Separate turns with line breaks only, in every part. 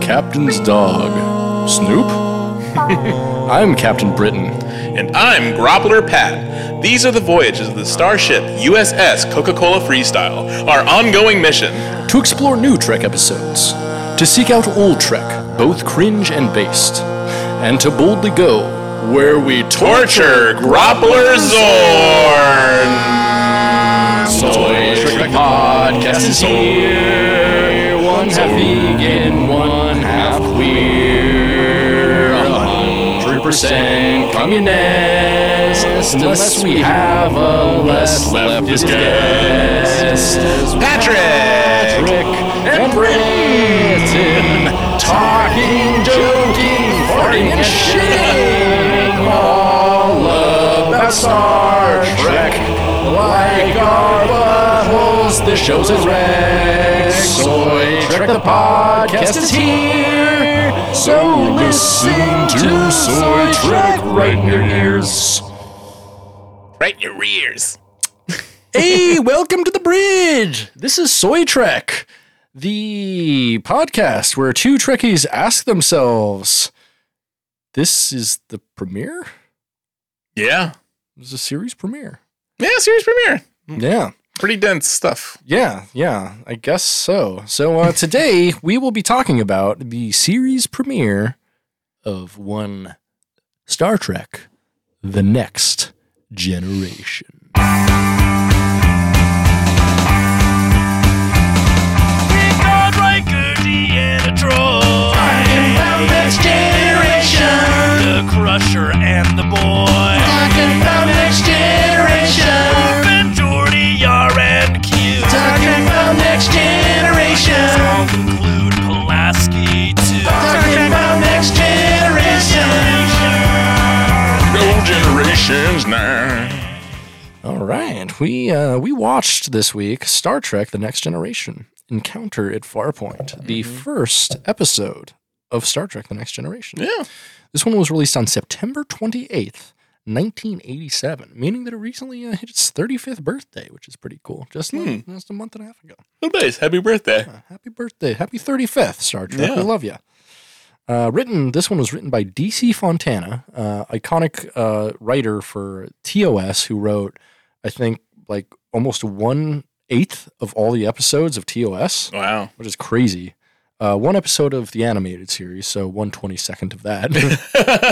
Captain's dog. Snoop? I'm Captain Britain.
And I'm Groppler Pat. These are the voyages of the starship USS Coca Cola Freestyle, our ongoing mission.
To explore new Trek episodes, to seek out old Trek, both cringe and based, and to boldly go where we
Torture Groppler Zorn!
Soy Trek podcast is here. One half vegan, one half queer. hundred percent communist. Unless we have a less leftist guest.
Patrick!
Patrick and Britain. Talking, joking, farting, and shitting. All about Star Trek. Like our buttholes, this show's a wreck. Soy Trek the podcast is here. So listen to Soy Trek right in your ears.
Right in your ears.
Hey, welcome to the bridge. This is Soy Trek, the podcast where two Trekkies ask themselves. This is the premiere?
Yeah.
This is a series premiere.
Yeah, series premiere.
Yeah.
Pretty dense stuff.
Yeah, yeah, I guess so. So uh, today we will be talking about the series premiere of one Star Trek, The Next Generation.
Riker, Deanna Troy. Talking about next generation. The Crusher and the Boy. Talking about next generation. Open Jordy, R and Q. Talking about next generation. I'll include Pulaski too. Talking about next generation.
No generations now.
All right, we uh, we watched this week Star Trek: The Next Generation: Encounter at Farpoint, the first episode of Star Trek: The Next Generation.
Yeah.
This one was released on September twenty eighth. 1987, meaning that it recently uh, hit its 35th birthday, which is pretty cool. Just, like- just a month and a half ago.
Oh, nice. Happy birthday.
Uh, happy birthday. Happy 35th, Star Trek.
Yeah.
We love you. Uh, written, this one was written by DC Fontana, uh, iconic uh, writer for TOS, who wrote, I think, like almost one eighth of all the episodes of TOS,
Wow.
which is crazy. Uh, one episode of the animated series, so one twenty second of that,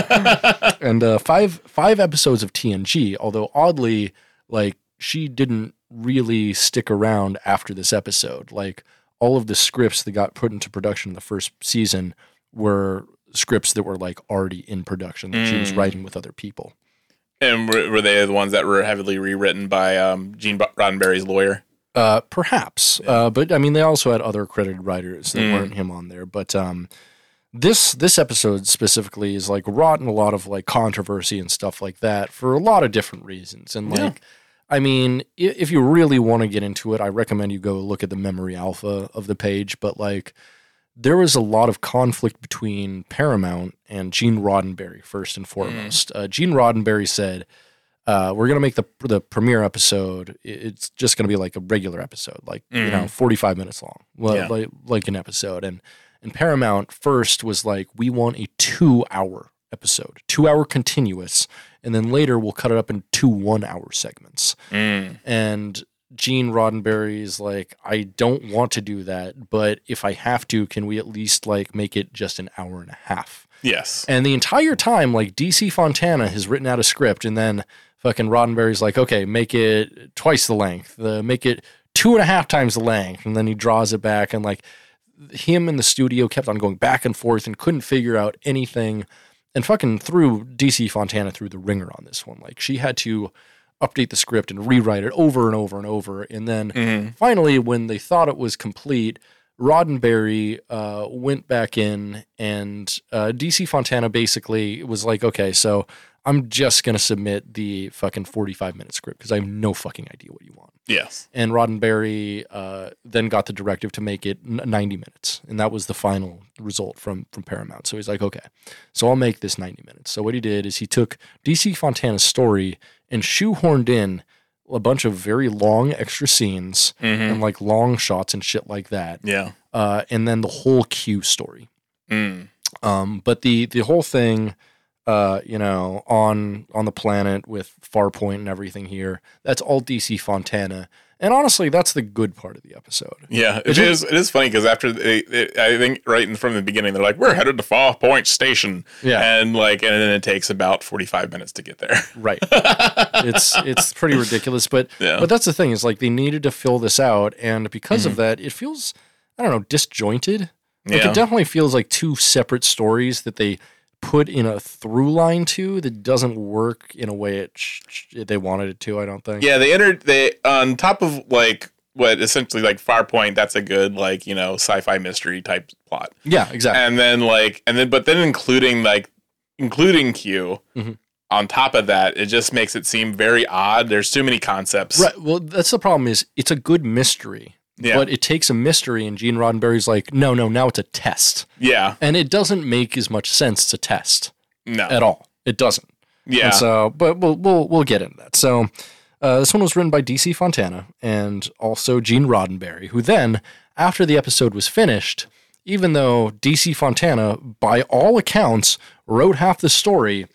and uh, five five episodes of TNG. Although oddly, like she didn't really stick around after this episode. Like all of the scripts that got put into production in the first season were scripts that were like already in production that she was
Mm.
writing with other people.
and were, were they the ones that were heavily rewritten by um, Gene Bo- Roddenberry's lawyer?
Uh, perhaps, uh, but I mean, they also had other credited writers that
Mm.
weren't him on there. But um, this this episode specifically is like wrought in a lot of like controversy and stuff like that for a lot of different reasons. And like,
Yeah.
I mean, i- if you really want to get into it, I recommend you go look at the memory alpha of the page. But like, there was a lot of conflict between Paramount and Gene Roddenberry first
Mm.
and foremost. Uh, Gene Roddenberry said uh, we're gonna make the the premiere episode. i- It's just gonna be like a regular episode, like you know, forty five minutes long, li-
Yeah.
like like an episode. And and Paramount first was like, we want a two hour episode, two hour continuous, and then later we'll cut it up into two one hour segments.
Mm.
And Gene Roddenberry is like, I don't want to do that, but if I have to, can we at least like make it just an hour and a half?
Yes.
And the entire time, like DC Fontana has written out a script, and then fucking Roddenberry's like, okay, make it twice the length, the, make it two and a half times the length, and then he draws it back, and like him and the studio kept on going back and forth and couldn't figure out anything, and fucking threw DC Fontana through the ringer on this one. Like she had to update the script and rewrite it over and over and over, and then
Mm-hmm.
finally, when they thought it was complete, Roddenberry uh, went back in, and uh, DC Fontana basically was like, okay, so I'm just gonna submit the fucking 45 minute script because I have no fucking idea what you want.
Yes.
And Roddenberry uh, then got the directive to make it n- 90 minutes, and that was the final result from from Paramount. So he's like, okay, so I'll make this 90 minutes. So what he did is he took DC Fontana's story and shoehorned in a bunch of very long extra scenes
Mm-hmm.
and like long shots and shit like that,
Yeah.
uh, and then the whole Q story.
Mm.
Um, but the the whole thing, uh, you know, on on the planet with Farpoint and everything here, that's all DC Fontana. And honestly, that's the good part of the episode.
Yeah,
It
it
is-
is. It is funny because after they, they- I think right in- from the beginning, they're like, "We're headed to Fall Point Station,"
Yeah.
and like, and then it takes about forty-five minutes to get there.
Right. it's it's pretty ridiculous, but
Yeah.
but that's the thing is like they needed to fill this out, and because of that, it feels I don't know disjointed. Like
Yeah.
it definitely feels like two separate stories that they put in a through line to that doesn't work in a way it sh- sh- they wanted it to. I don't think.
Yeah, they entered. They on top of like what essentially like Farpoint. That's a good like you know sci-fi mystery type plot.
Yeah. Exactly.
and then like and then but then including like including q
Mhm.
on top of that it just makes it seem very odd there's too many concepts
Right. Well, that's the problem. Is it's a good mystery,
yeah
but it takes a mystery, and Gene Roddenberry's like, no, no, now it's a test,
yeah
and it doesn't make as much sense to test
no
at all. It doesn't.
yeah
And so, but we'll we'll we'll get into that. So, uh, this one was written by DC Fontana and also Gene Roddenberry, who then, after the episode was finished, even though DC Fontana, by all accounts, wrote half the story,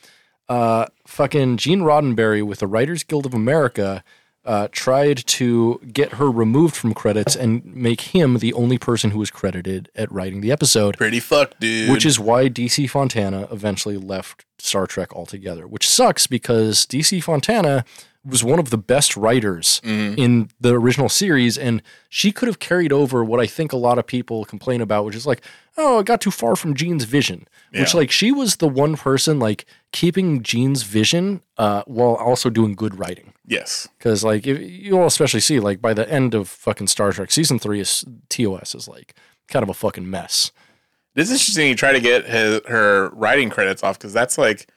uh, fucking Gene Roddenberry with the Writers Guild of America. Uh, tried to get her removed from credits and make him the only person who was credited at writing the episode
pretty fuck dude
which is why DC Fontana eventually left Star Trek altogether, which sucks because DC Fontana was one of the best writers in the original series, and she could have carried over what I think a lot of people complain about, which is like, oh, it got too far from Gene's vision. Which,
Yeah.
like, she was the one person like keeping Gene's vision uh, while also doing good writing.
yes
Because like if, you'll especially see like by the end of fucking Star Trek season three, is TOS is like kind of a fucking mess.
this is interesting you try to get his, her writing credits off because that's like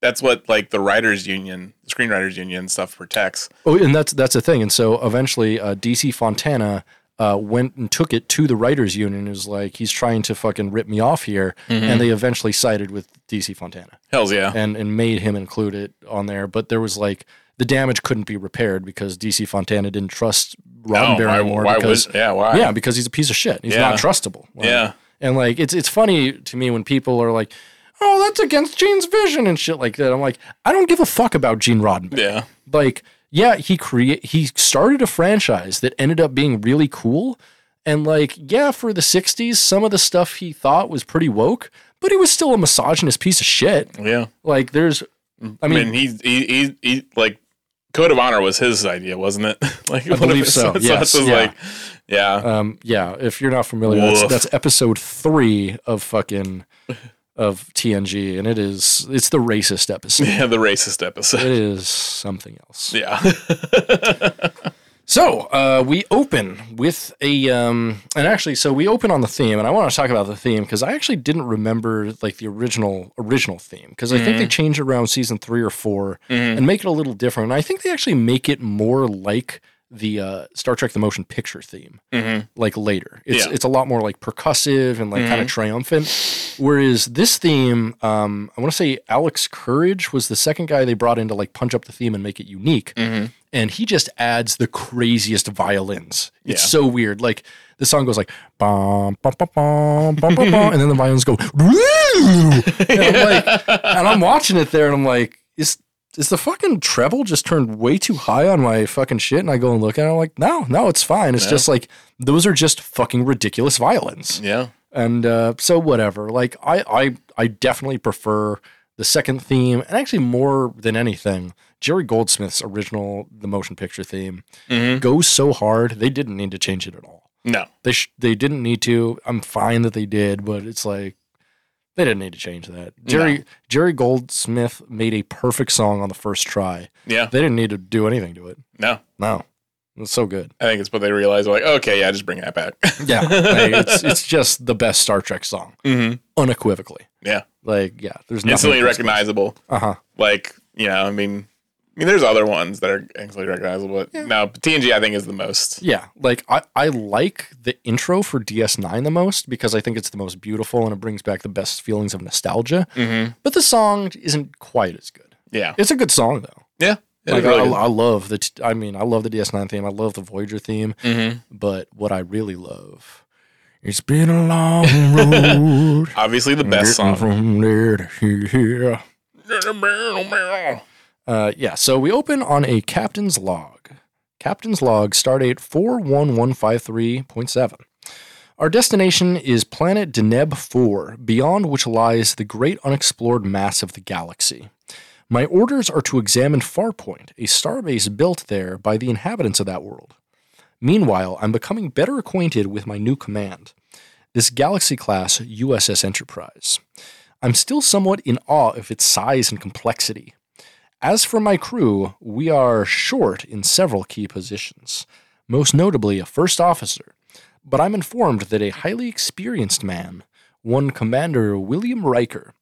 that's what like the writers union screenwriters union and stuff protects
Oh, and that's that's the thing. And so eventually, uh, DC Fontana uh, went and took it to the writers' union. and was like, he's trying to fucking rip me off here.
Mm-hmm.
And they eventually sided with DC Fontana
hells yeah
and and made him include it on there. But there was like the damage couldn't be repaired because DC Fontana didn't trust Roddenberry
Oh, why,
anymore.
why
because
would yeah why
yeah, because he's a piece of shit. He's
Yeah.
not trustable. Like,
Yeah.
And like it's it's funny to me when people are like, "Oh, that's against Gene's vision" and shit like that. I'm like, I don't give a fuck about Gene Roddenberry
yeah
like yeah he create he started a franchise that ended up being really cool and like yeah for the 60s some of the stuff he thought was pretty woke but he was still a misogynist piece of shit
yeah
like there's i
I
mean,
mean, he, he, he, he, like, Code of Honor was his idea, wasn't it? like, I
believe so, yes, yeah.
like, yeah,
um yeah if you're not familiar that's,
Woof.
that's episode 3 of fucking of TNG and it is it's the racist episode
yeah, the racist episode.
it is something else
Yeah,
So uh, we open with a, um, and actually, so we open on the theme, and I want to talk about the theme because I actually didn't remember like the original original theme because I think they changed it around season three or 4 and make it a little different. And I think they actually make it more like the uh, Star Trek: The Motion Picture theme, like later. It's
Yeah.
it's a lot more like percussive and like kind of triumphant. Whereas this theme, um, I want to say Alex Courage was the second guy they brought in to like punch up the theme and make it unique and he just adds the craziest violins. It's
Yeah.
so weird. Like the song goes like bum bum bum bum bum bum, bum and then the violins go "Woo!" and I'm like and I'm watching it there and I'm like is is the fucking treble just turned way too high on my fucking shit and I go and look at it I'm like no no it's fine it's just like those are just fucking ridiculous violins
yeah,
and uh, so whatever. Like I, I, I definitely prefer the second theme, and actually more than anything, Jerry Goldsmith's original the motion picture theme goes so hard they didn't need to change it at all.
Mm-hmm. no,
They sh- they didn't need to. I'm fine that they did, but it's like they didn't need to change that. Jerry Jerry Goldsmith made a perfect song on the first try.
yeah,
They didn't need to do anything to it.
no,
No. It's so good.
I think it's what they realize. Like, okay, yeah, just bring that back.
Yeah, like, it's it's just the best Star Trek song,
hmm
unequivocally.
Yeah.
Like, yeah, there's nothing.
instantly recognizable.
Uh huh.
Like, you know, I mean, I mean, there's other ones that are instantly recognizable. But no, TNG I think is the most.
Yeah, like I, I like the intro for DS9 the most because I think it's the most beautiful and it brings back the best feelings of nostalgia.
Mm-hmm.
But the song isn't quite as good.
Yeah,
It's a good song though.
yeah. It
Like,
really
I, I love the. T- I mean, I love the DS9 theme. I love the Voyager theme.
mm-hmm.
But what I really love, it's been a long road.
Obviously, the best
getting
song.
from there to here. Uh, yeah, so we open on a captain's log. Captain's log, stardate 41153.7. Our destination is planet Deneb 4, beyond which lies the great unexplored mass of the galaxy. My orders are to examine Farpoint, a starbase built there by the inhabitants of that world. Meanwhile, I'm becoming better acquainted with my new command, this galaxy class USS Enterprise. I'm still somewhat in awe of its size and complexity. As for my crew, we are short in several key positions, most notably a first officer. But I'm informed that a highly experienced man, one Commander William Riker,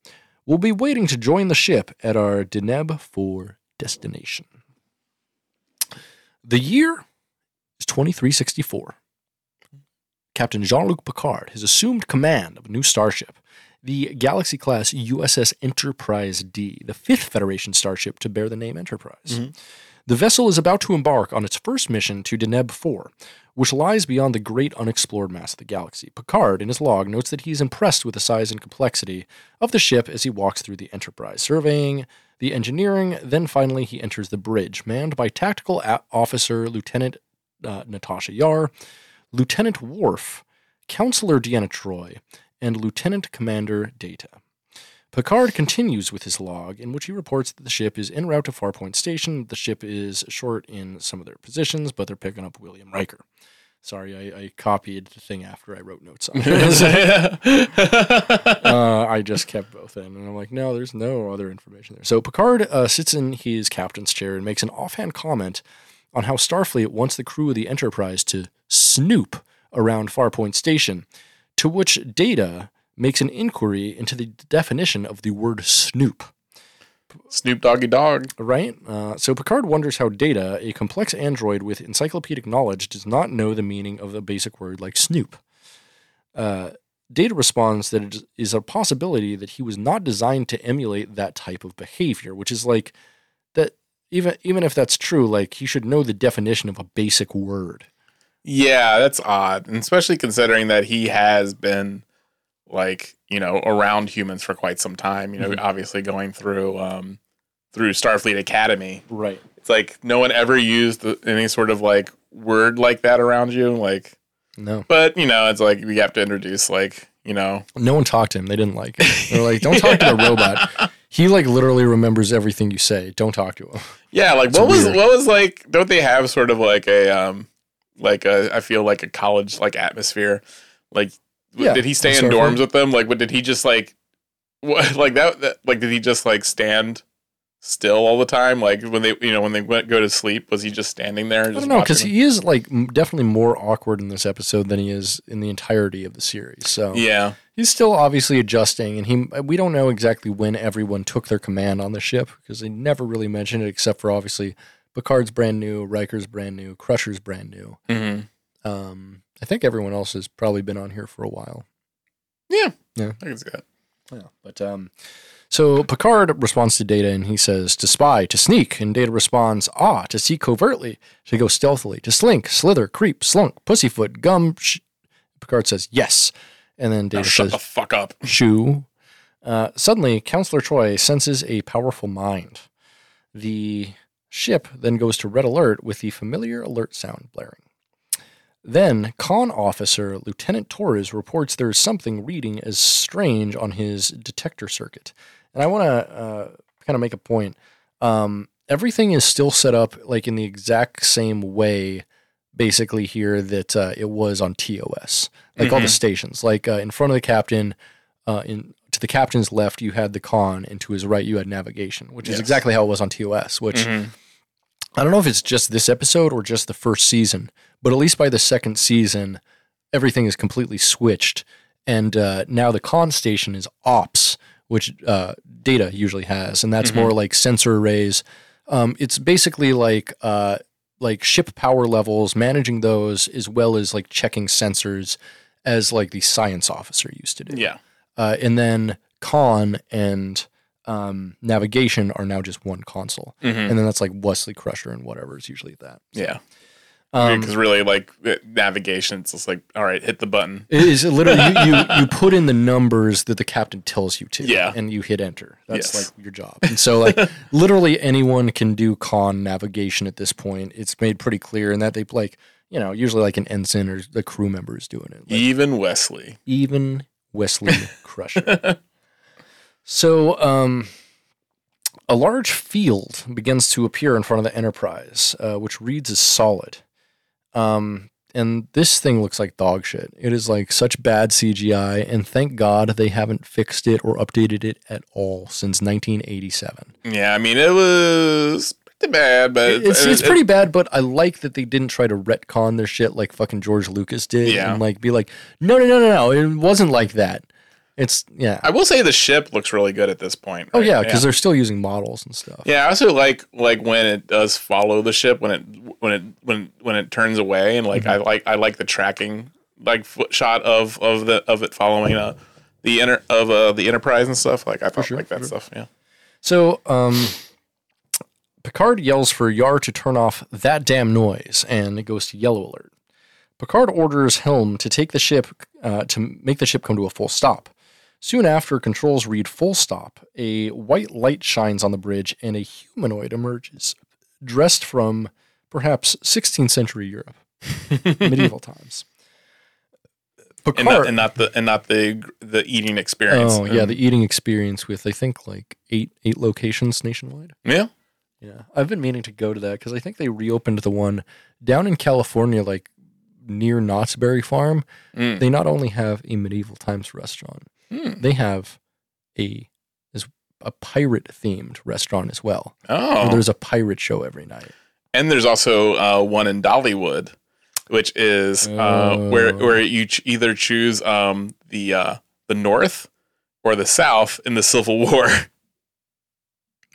will be waiting to join the ship at our Deneb 4 destination. The year is 2364. Captain Jean Luc Picard has assumed command of a new starship, the Galaxy class USS Enterprise D, the fifth Federation starship to bear the name Enterprise. The vessel is about to embark on its first mission to Deneb 4, which lies beyond the great unexplored mass of the galaxy. Picard, in his log, notes that he is impressed with the size and complexity of the ship as he walks through the Enterprise, surveying the engineering. Then finally, he enters the bridge, manned by tactical a- officer Lieutenant uh, Natasha Yar, Lieutenant Worf, Counselor Deanna Troy, and Lieutenant Commander Data. Picard continues with his log, in which he reports that the ship is en route to Farpoint Station. The ship is short in some of their positions, but they're picking up William Riker. Sorry, I, I copied the thing after I wrote notes on it. uh, I just kept both in, and I'm like, no, there's no other information there. So Picard uh, sits in his captain's chair and makes an offhand comment on how Starfleet wants the crew of the Enterprise to snoop around Farpoint Station, to which Data makes an inquiry into the definition of the word snoop
Snoop Doggy Dog.
right? Uh, so Picard wonders how Data, a complex android with encyclopedic knowledge, does not know the meaning of a basic word like Snoop. Uh, Data responds that it is a possibility that he was not designed to emulate that type of behavior, which is like that. Even even if that's true, like he should know the definition of a basic word.
Yeah, that's odd, and especially considering that he has been like you know around humans for quite some time. You know, obviously going through um, through Starfleet Academy.
Right.
It's like no one ever used the- any sort of like word like that around you. Like,
No,
but you know, it's like we have to introduce like you know
no one talked to him. They didn't like him. They're like, don't talk to the robot. He like literally remembers everything you say. Don't talk to him.
Yeah, like what was
weird.
what was like? Don't they have sort of like a um like a I feel like a college like atmosphere? Like, w-
Yeah,
did he stay
on
in
Starfleet.
dorms with them? Like, what did he just like? What like that, that? Like, did he just like stand still all the time? Like when they you know when they went go to sleep, was he just standing there? And
I
just
don't know because
watching
he is like m- definitely more awkward in this episode than he is in the entirety of the series. So
them? yeah,
he's still obviously adjusting, and he uh, we don't know exactly when everyone took their command on the ship because they never really mentioned it except for obviously Picard's brand new, Riker's brand new, Crusher's brand new.
hmm
Um, I think everyone else has probably been on here for a while.
yeah,
Yeah.
I can see that.
Yeah, but um, so Picard responds to Data and he says to spy, to sneak, and Data responds ah, to see covertly, to go stealthily, to slink, slither, creep, slunk, pussyfoot, gum. Sh-. Picard says yes, and then
Now
Data
Oh, shut the
says
fuck up.
shoo. Uh, suddenly, Counselor Troy senses a powerful mind. The ship then goes to red alert with the familiar alert sound blaring. Then, con officer Lieutenant Torres reports there is something reading as strange on his detector circuit. And I want to uh, kind of make a point. Um, everything is still set up like in the exact same way, basically, here that uh, it was on TOS. Like all the
Mhm.
stations, like uh, in front of the captain, uh, in to the captain's left, you had the con, and to his right, you had navigation, which is
Yes.
exactly how it was on TOS, which
Mhm.
I don't know if it's just this episode or just the first season, but at least by the second season, everything is completely switched. And uh, now the con station is ops, which uh, data usually has, and that's
Mhm.
more like sensor arrays. Um, it's basically like uh, like ship power levels, managing those as well as like checking sensors, as like the science officer used to do
Yeah.
uh, and then con and um, navigation are now just one console
hmm
and then that's like wesley crusher and whatever is usually that
Yeah.
um,
Because really, like it- navigation, it's just like, all right, hit the button.
it is literally you, you, you put in the numbers that the captain tells you to
Yeah.
and you hit enter that's
Yes.
like your job and so like literally anyone can do con navigation at this point it's made pretty clear and that they like you know usually like an ensign or the crew member is doing it Like,
Even Wesley.
even Wesley Crusher. so, um, a large field begins to appear in front of the Enterprise, uh, which reads as solid. Um, and this thing looks like dog shit. It is like such bad CGI, and thank God they haven't fixed it or updated it at all since 1987.
Yeah. I mean, it was pretty bad, but
It's, uh, it's
it-
pretty bad, but I like that they didn't try to retcon their shit like fucking George Lucas did
Yeah.
and like be like, no, no, no, no, no, it wasn't like that. It's, yeah.
I will say the ship looks really good at this point.
Oh
right?
yeah, because they're still using models and stuff.
Yeah, I also like like when it does follow the ship when it when it when when it turns away and
Mm-hmm.
like I like I like the tracking like foot shot of of the of it following uh the enter of uh the Enterprise and stuff like I thought
sure,
like that
sure.
stuff yeah
So, um, Picard yells for Yar to turn off that damn noise, and it goes to yellow alert. Picard orders Helm to take the ship uh, to make the ship come to a full stop. Soon after, controls read full stop. A white light shines on the bridge, and a humanoid emerges, dressed from perhaps 16th century Europe, medieval times.
and not, and not the and not the the eating experience
Oh yeah,
Um,
the eating experience with I think like eight eight locations nationwide.
yeah
Yeah, I've been meaning to go to that because I think they reopened the one down in California, like near Knott's Berry Farm.
Mm.
They not only have a medieval times restaurant,
Hmm.
they have a is a pirate themed restaurant as well. where
oh
there's a pirate show every night.
and there's also uh one in Dollywood which is uh where
Oh.
where you ch- either choose um the uh the North or the South in the Civil War.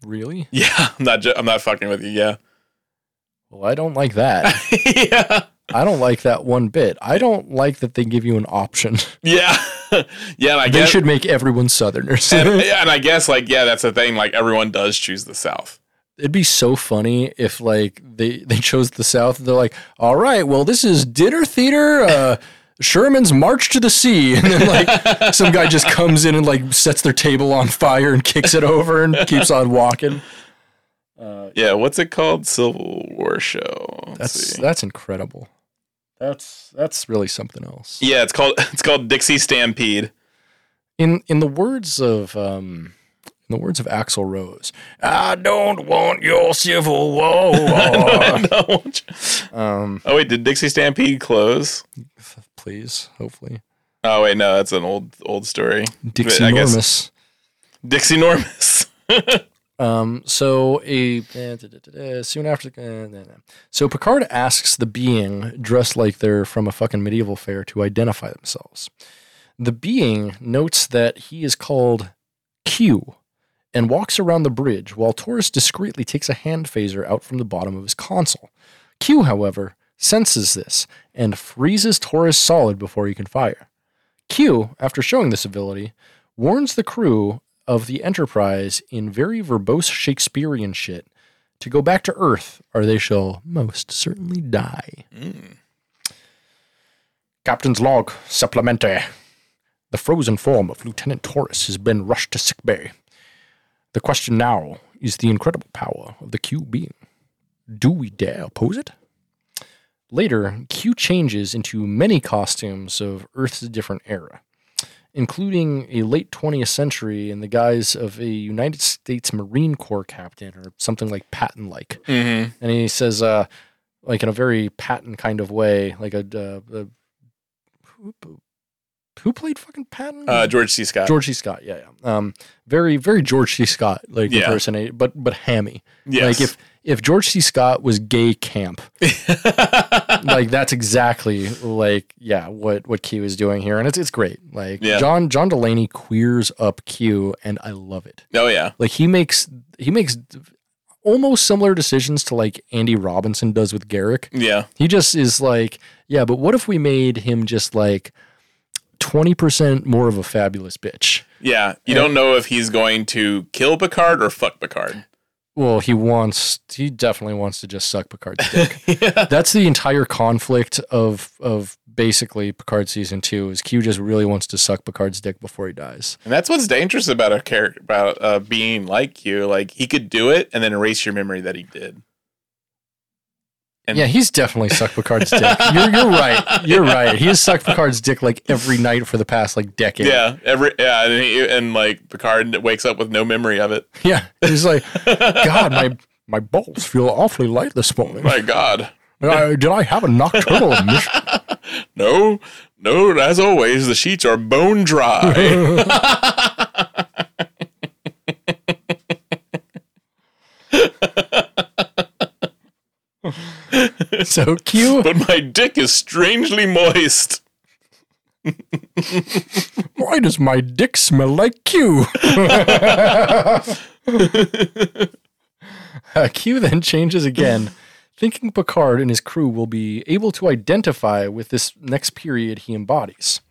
Really?
Yeah, I'm not. Ju- I'm not fucking with you. Yeah,
Well, I don't like that.
yeah,
I don't like that one bit. I don't like that they give you an option.
yeah, yeah. And I
They
guess,
should make everyone Southerners.
and, and I guess, like, yeah, that's the thing. Like, everyone does choose the South.
It'd be so funny if like they they chose the South. They're like, all right, well, this is dinner theater. Uh, Sherman's March to the Sea, and then like some guy just comes in and like sets their table on fire and kicks it over and keeps on walking.
Yeah, what's it called? Civil War show. Let's
That's
see.
that's incredible. That's that's really something else.
yeah, it's called it's called Dixie Stampede.
In in the words of um, in the words of Axl Rose, I don't want your civil war.
No,
um,
oh wait, did Dixie Stampede close?
please, hopefully,
Oh wait, no, that's an old old story.
Dixie
I guess-
Normus.
Dixie Normus.
Um, so a eh, da, da, da, da, soon after, eh, da, da. so Picard asks the being dressed like they're from a fucking medieval fair to identify themselves. The being notes that he is called Q, and walks around the bridge while Taurus discreetly takes a hand phaser out from the bottom of his console. Q, however, senses this and freezes Taurus solid before he can fire. Q, after showing this ability, warns the crew of the Enterprise in very verbose Shakespearean shit to go back to Earth, or they shall most certainly die.
Mm.
Captain's log, supplementary. The frozen form of Lieutenant Taurus has been rushed to sick bay. The question now is the incredible power of the Q being. Do we dare oppose it? Later, Q changes into many costumes of Earth's different era, including a late 20th century in the guise of a United States Marine Corps captain or something like Patton like
Mm-hmm.
and he says uh like in a very Patton kind of way like a, uh, a who, who played fucking Patton
Uh, George C. Scott.
George C Scott yeah yeah um very very George C Scott like
Yeah.
impersonate but but hammy
yes.
like if if George C. Scott was gay camp, like that's exactly like yeah what what Q is doing here, and it's it's great. Like
Yeah.
John John Delaney queers up Q, and I love it.
oh yeah.
Like he makes he makes almost similar decisions to like Andy Robinson does with Garrick.
Yeah.
He just is like, yeah, but what if we made him just like twenty percent more of a fabulous bitch?
Yeah. You don't know if he's going to kill Picard or fuck Picard.
Well, he wants he definitely wants to just suck Picard's dick. That's the entire conflict of of basically Picard season two is Q just really wants to suck Picard's dick before he dies.
And that's what's dangerous about a character about uh, being like you. Like he could do it and then erase your memory that he did. And-
yeah, he's definitely sucked Picard's dick. You're, you're right. You're right. He has sucked Picard's dick like every night for the past like decade.
Yeah. Every yeah, and, he, and like Picard wakes up with no memory of it.
Yeah. He's like, God, my my balls feel awfully light this morning.
My God.
Uh, did I have a nocturnal emission?
No, no, as always, the sheets are bone dry.
So Q,
but my dick is strangely moist.
why does my dick smell like Q? Uh, Q then changes again, thinking Picard and his crew will be able to identify with this next period he embodies.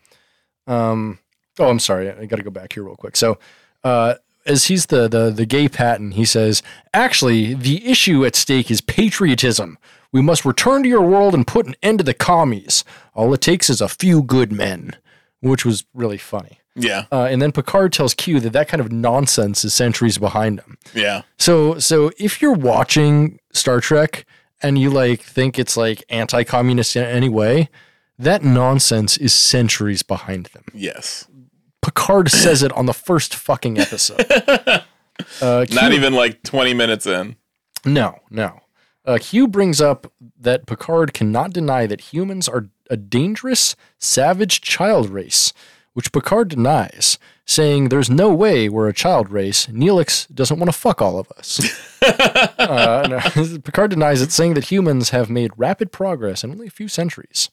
Um, oh, I'm sorry, I got to go back here real quick. So, uh, as he's the, the the gay patent, he says, actually, the issue at stake is patriotism. We must return to your world and put an end to the commies. All it takes is a few good men, which was really funny.
Yeah,
Uh, and then Picard tells Q that that kind of nonsense is centuries behind him.
yeah,
So so if you're watching Star Trek and you like think it's like anti-communist in any way, that nonsense is centuries behind them.
yes.
Picard says it on the first fucking episode. Uh, Q-
Not even like 20 minutes in.
no, no. Uh, Hugh brings up that Picard cannot deny that humans are a dangerous, savage child race, which Picard denies, saying there's no way we're a child race. Neelix doesn't want to fuck all of us. uh, no, Picard denies it, saying that humans have made rapid progress in only a few centuries.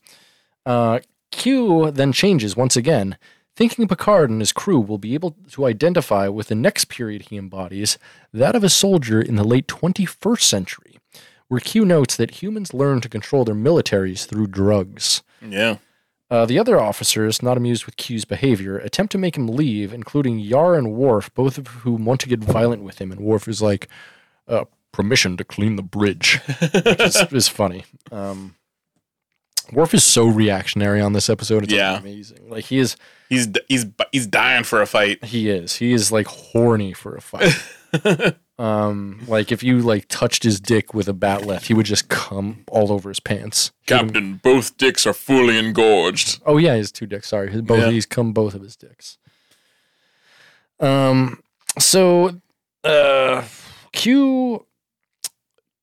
Uh, Q then changes once again, thinking Picard and his crew will be able to identify with the next period he embodies, that of a soldier in the late 21st century, where Q notes that humans learn to control their militaries through drugs.
Yeah.
Uh, the other officers, not amused with Q's behavior, attempt to make him leave, including Yar and Worf, both of whom want to get violent with him. And Worf is like, uh, permission to clean the bridge, which is, is funny. Um, Worf is so reactionary on this episode. It's
Yeah.
amazing. Like, he is,
He's he's he's dying for a fight.
he is, he is like horny for a fight. um, like, if you like touched his dick with a batleth, he would just come all over his pants.
Captain, both dicks are fully engorged.
Oh yeah, his two dicks. Sorry, his both
Yeah.
of these come both of his dicks. Um. So, uh, Q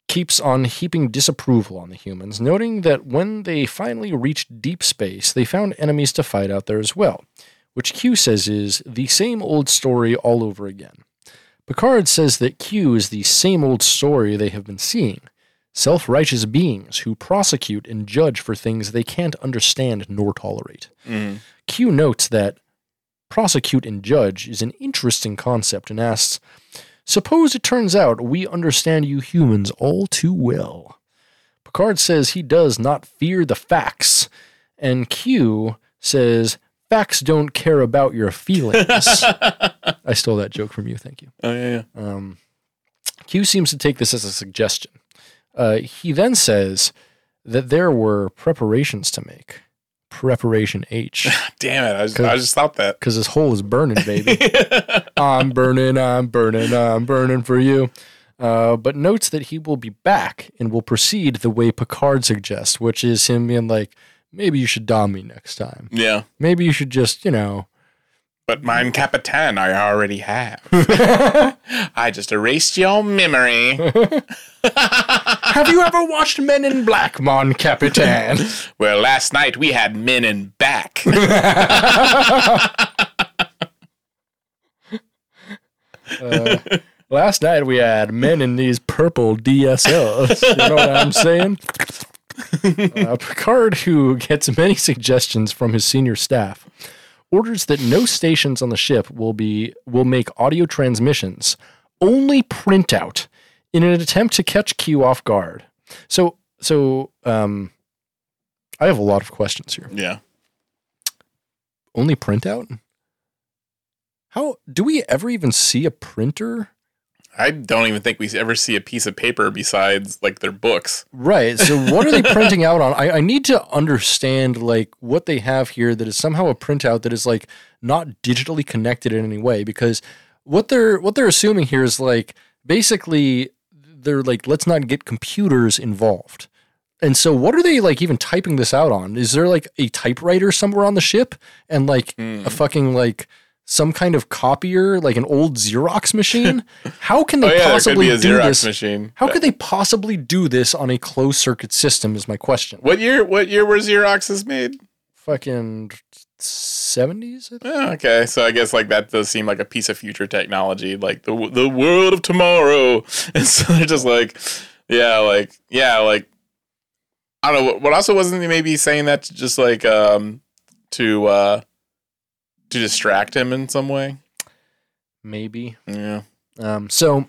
keeps on heaping disapproval on the humans, noting that when they finally reached deep space, they found enemies to fight out there as well, which Q says is the same old story all over again. Picard says that Q is the same old story they have been seeing self righteous beings who prosecute and judge for things they can't understand nor tolerate.
Mm.
Q notes that prosecute and judge is an interesting concept and asks, Suppose it turns out we understand you humans all too well. Picard says he does not fear the facts, and Q says, Facts don't care about your feelings. I stole that joke from you, thank you.
Oh yeah, yeah.
Um, Q seems to take this as a suggestion. Uh, he then says that there were preparations to make. Preparation H,
Damn it! I just, I just stopped that.
because this hole is burning, baby. I'm burning, I'm burning, I'm burning for you. Uh, but notes that he will be back and will proceed the way Picard suggests, which is him being like, maybe you should dom me next time.
Yeah,
Maybe you should just, you know,
but mine Capitan, I already have. I just erased your memory.
have you ever watched Men in Black, Mon Capitan?
Well, last night we had men in back.
Last night we had men in these purple DSLs. You know what I'm saying? Uh, Picard, who gets many suggestions from his senior staff, orders that no stations on the ship will be will make audio transmissions, only printout, in an attempt to catch Q off guard. So, so um, I have a lot of questions here.
Yeah.
Only printout? How do we ever even see a printer?
I don't even think we ever see a piece of paper besides like their books.
Right. So what are they printing out on? I, I need to understand like what they have here that is somehow a printout that is like not digitally connected in any way because what they're what they're assuming here is like basically they're like let's not get computers involved. And so what are they like even typing this out on? Is there like a typewriter somewhere on the ship and like
Hmm.
a fucking like some kind of copier, like an old Xerox machine? How can
Oh
they
yeah, there could
possibly
be a
do
Xerox
this?
machine.
How could they possibly do this on a closed circuit system? Is my question.
What year? What year were Xeroxes made?
Fucking seventies.
Oh, okay, so I guess like that does seem like a piece of future technology, like the w- the world of tomorrow. And so they're just like, yeah, like yeah, like I don't know. What, what also wasn't he maybe saying that to just like um to uh to distract him in some way?
Maybe.
Yeah,
Um, so,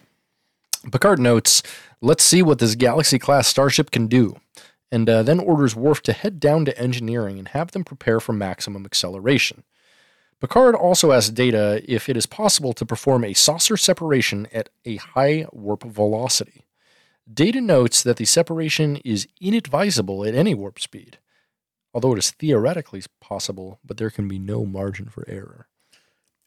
Picard notes, "Let's see what this Galaxy class starship can do," and uh, then orders Worf to head down to engineering and have them prepare for maximum acceleration. Picard also asks Data if it is possible to perform a saucer separation at a high warp velocity. Data notes that the separation is inadvisable at any warp speed, although it is theoretically possible, but there can be no margin for error.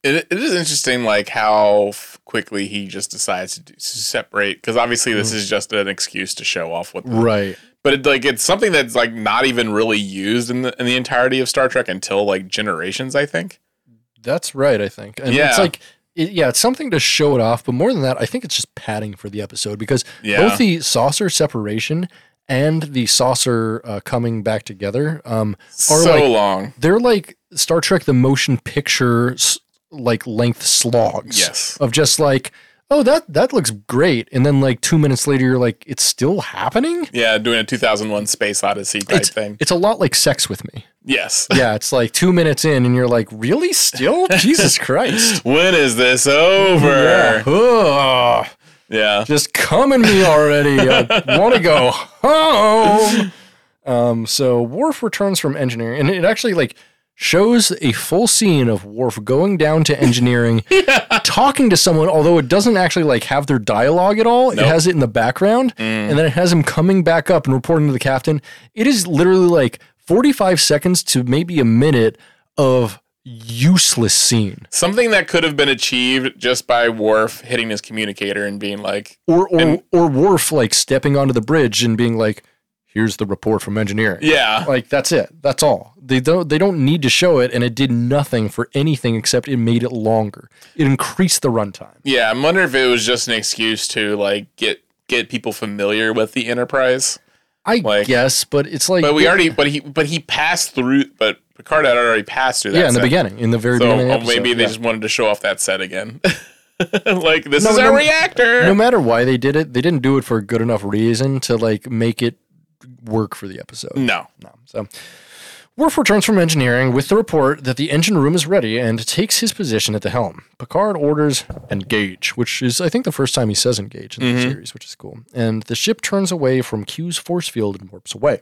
it, it is interesting, like how f- quickly he just decides to, do, to separate because obviously
Hmm.
this is just an excuse to show off what the
Right.
but it, like it's something that's like not even really used in the in the entirety of Star Trek until like generations, I think.
That's right, I think. And it's
Yeah.
like, it, yeah, it's something to show it off. But more than that, I think it's just padding for the episode because
Yeah.
both the saucer separation and the saucer uh, coming back together, um, Or,
so
like-
long.
they're like Star Trek the motion picture s- like length slogs
Yes.
of just like, oh, that that looks great, and then like two minutes later, you're like, it's still happening.
Yeah, doing a 2001 Space Odyssey type thing.
It's a lot like sex with me.
Yes.
Yeah, it's like two minutes in, and you're like, really, still? Jesus Christ!
when is this over?
Yeah. Ugh.
Yeah.
just come in me already. I want to go home. Um, so Worf returns from engineering, and it actually like shows a full scene of Worf going down to engineering, talking to someone. Although it doesn't actually like have their dialogue at all. It
Nope. Mm.
has it in the background, and then it has him coming back up and reporting to the captain. It is literally like forty-five seconds to maybe a minute of useless scene,
Something that could have been achieved just by Worf hitting his communicator and being like,
or or
And-
or Worf like stepping onto the bridge and being like. Here's the report from engineering.
"Yeah,
like that's it that's all they don't they don't need to show it and it did nothing for anything except it made it longer it increased the runtime
yeah." I'm wondering if it was just an excuse to like get get people familiar with the Enterprise.
i
Like-
guess but it's like
But we already, but he, but he passed through. But Picard had already passed through that.
yeah in the
section.
beginning in the very
So
beginning of
well,
the
maybe
episode,
they
yeah.
just wanted to show off that set again. like this
No,
is
no,
our
no.
reactor.
no matter why they did it they didn't do it for a good enough reason to like make it work for the episode
no.
No. So Worf returns from engineering with the report that the engine room is ready and takes his position at the helm. Picard orders engage, which is I think the first time he says engage in the series, which is cool. And the ship turns away from Q's force field and warps away.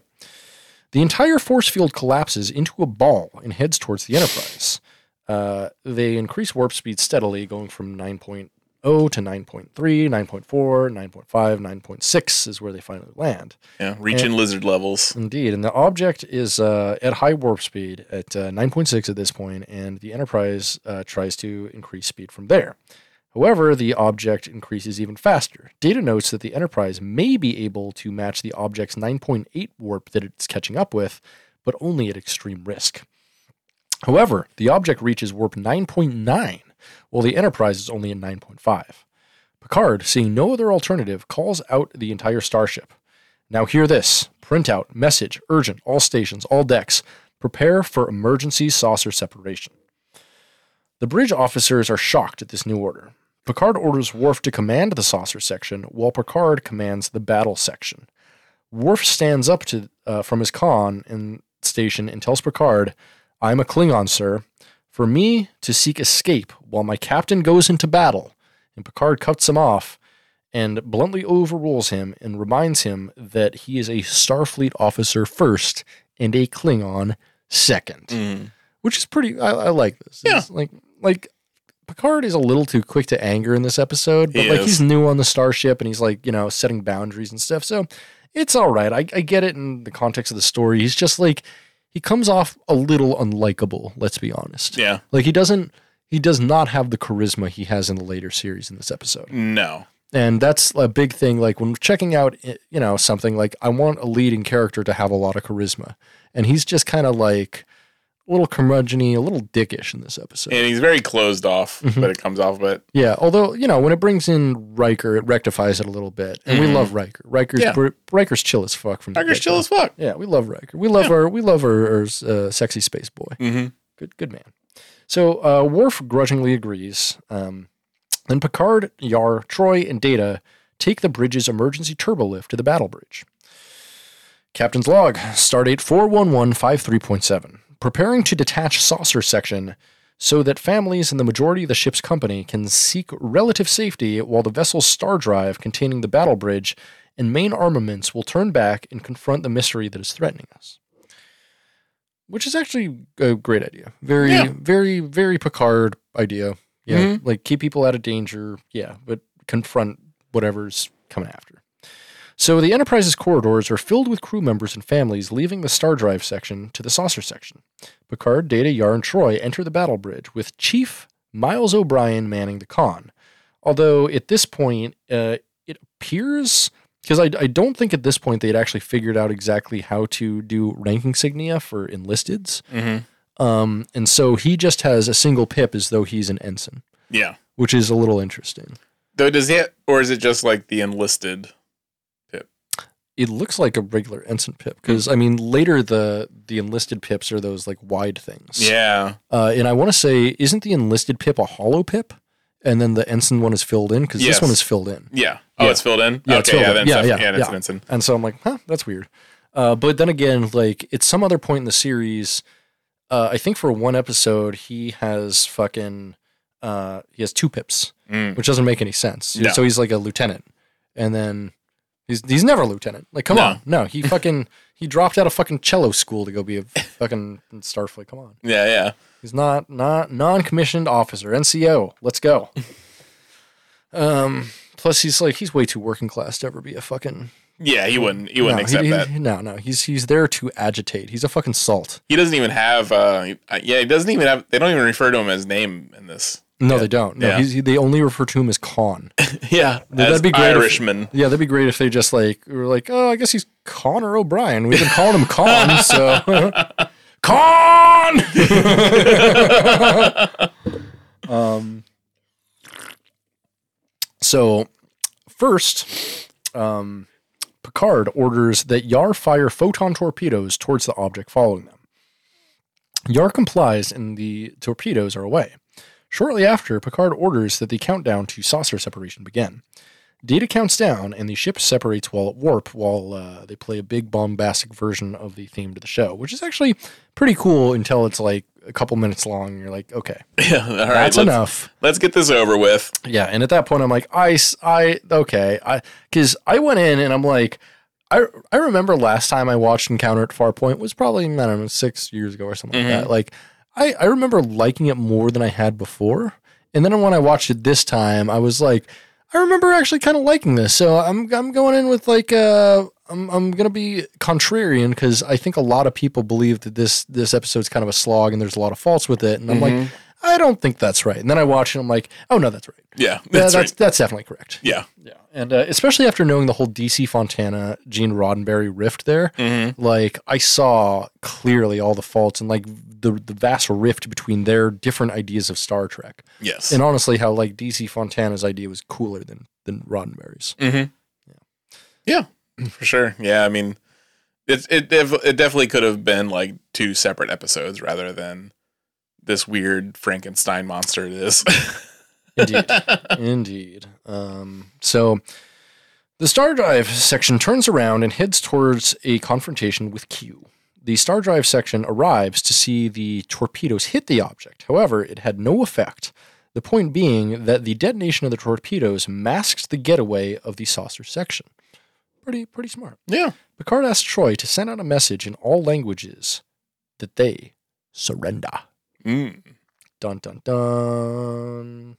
The entire force field collapses into a ball and heads towards the Enterprise. Uh, they increase warp speed steadily, going from 9.0 to 9.3, 9.4, 9.5, 9.6 is where they finally land.
Yeah, reaching lizard levels.
Indeed, and the object is uh, at high warp speed at uh, 9.6 at this point, and the Enterprise uh, tries to increase speed from there. However, the object increases even faster. Data notes that the Enterprise may be able to match the object's 9.8 warp that it's catching up with, but only at extreme risk. However, the object reaches warp 9.9, while the Enterprise is only at 9.5. Picard, seeing no other alternative, calls out the entire starship. Now hear this. Printout, message, urgent, all stations, all decks. Prepare for emergency saucer separation. The bridge officers are shocked at this new order. Picard orders Worf to command the saucer section, while Picard commands the battle section. Worf stands up to uh, from his con and station and tells Picard, "I am a Klingon, sir. For me to seek escape while my captain goes into battle." And Picard cuts him off and bluntly overrules him and reminds him that he is a Starfleet officer first and a Klingon second
Mm.
which is pretty. I, I like this. It's like like Picard is a little too quick to anger in this episode, but
He
like
is.
he's new on the starship and he's like you know setting boundaries and stuff. So it's all right. I, I get it in the context of the story. He's just like he comes off a little unlikable. Let's be honest.
Yeah.
Like he doesn't. He does not have the charisma he has in the later series in this episode
No.
and that's a big thing like when checking out i- you know something like i want a leading character to have a lot of charisma and he's just kind of like a little curmudgeony a little dickish in this episode
And he's very closed off,
Mm-hmm.
but it comes off. But
yeah although you know when it brings in riker it rectifies it a little bit and we love riker riker's
Mm-hmm. Yeah.
br- riker's chill as fuck from the
Riker's
get-go.
chill as fuck.
yeah we love riker we love our we love our, our uh, sexy space boy
Mm-hmm.
good good man. So uh, Worf grudgingly agrees. Um, then Picard, Yar, Troy, and Data take the bridge's emergency turbo lift to the battle bridge. Captain's log, stardate 41153.7. Preparing to detach saucer section so that families and the majority of the ship's company can seek relative safety while the vessel's star drive containing the battle bridge and main armaments will turn back and confront the mystery that is threatening us which is actually a great idea. Very,
Yeah.
very, very Picard idea. Yeah, like keep people out of danger. Yeah, but confront whatever's coming after. So the Enterprise's corridors are filled with crew members and families leaving the star drive section to the saucer section. Picard, Data, Yar, and Troy enter the battle bridge with Chief Miles O'Brien manning the con. Although at this point, uh, it appears because I, I don't think at this point they had actually figured out exactly how to do rank insignia for enlisteds.
Mm-hmm.
Um, and so he just has a single pip as though he's an ensign,
Yeah.
which is a little interesting.
Though does it, or is it just like the enlisted?
It looks like a regular ensign pip because
Mm.
I mean later the the enlisted pips are those like wide things.
Yeah.
Uh, and I want to say, isn't the enlisted pip a hollow pip? And then the ensign one is filled in because this
Yes.
one is filled in.
Yeah. Oh,
Yeah.
it's filled in.
Yeah,
okay.
it's filled
yeah,
in.
then
Yeah,
it's
yeah,
yeah, yeah,
yeah.
It's Vincent.
And so I'm like, huh, that's weird. Uh, but then again, like at some other point in the series, uh, I think for one episode, he has fucking uh, he has two pips,
Mm.
which doesn't make any sense.
No.
So he's like a lieutenant, and then he's he's never a lieutenant. Like, come
No.
on, no, he fucking he dropped out of fucking cello school to go be a fucking Starfleet. Come on.
Yeah, yeah.
He's not not non-commissioned officer, NCO. Let's go. um. Plus, he's like he's way too working class to ever be a fucking.
Yeah, he wouldn't. He wouldn't
no,
accept
he- he-
that.
No, no. He's he's there to agitate. He's a fucking salt.
He doesn't even have. Uh, yeah, he doesn't even have. They don't even refer to him as name in this.
No, they don't. No,
Yeah.
he's, he, they only refer to him as Con.
Yeah,
that'd be great if-
Irishman.
yeah, that'd be great if they just like were like, oh, I guess he's Connor O'Brien. We've been calling him Con, so Con. um. So, first, um, Picard orders that Yar fire photon torpedoes towards the object following them. Yar complies, and the torpedoes are away. Shortly after, Picard orders that the countdown to saucer separation begin. Data counts down, and the ship separates while at warp, while uh, they play a big bombastic version of the theme to the show, which is actually pretty cool until it's like a couple minutes long, and you're like, okay,
Yeah, all right.
that's
let's,
enough.
Let's get this over with.
Yeah, and at that point, I'm like, I, s- I, okay, I, because I went in and I'm like, I, I remember last time I watched Encounter at Farpoint was probably I don't know six years ago or something like that. Like, I, I remember liking it more than I had before, and then when I watched it this time, I was like, I remember actually kind of liking this. So I'm, I'm going in with like, uh, I'm, I'm gonna be contrarian because I think a lot of people believe that this, this episode's kind of a slog and there's a lot of faults with it, and I'm like. I don't think that's right. And then I watch it and I'm like, oh no, that's right.
Yeah,
Yeah, that's
that's, right.
that's definitely correct.
Yeah,
Yeah, and uh, especially after knowing the whole DC Fontana Gene Roddenberry rift there,
Mm-hmm.
like I saw clearly all the faults and like the the vast rift between their different ideas of Star Trek,
yes.
and honestly, how like DC Fontana's idea was cooler than than Roddenberry's.
for sure. Yeah, I mean, it it def- it definitely could have been like two separate episodes rather than this weird Frankenstein monster. It is.
Indeed. Indeed. Um, so the Star Drive section turns around and heads towards a confrontation with Q. The Star Drive section arrives to see the torpedoes hit the object. However, it had no effect. The point being that the detonation of the torpedoes masked the getaway of the saucer section. Pretty, pretty smart.
Yeah.
Picard asks Troy to send out a message in all languages that they surrender.
Mm.
Dun dun dun.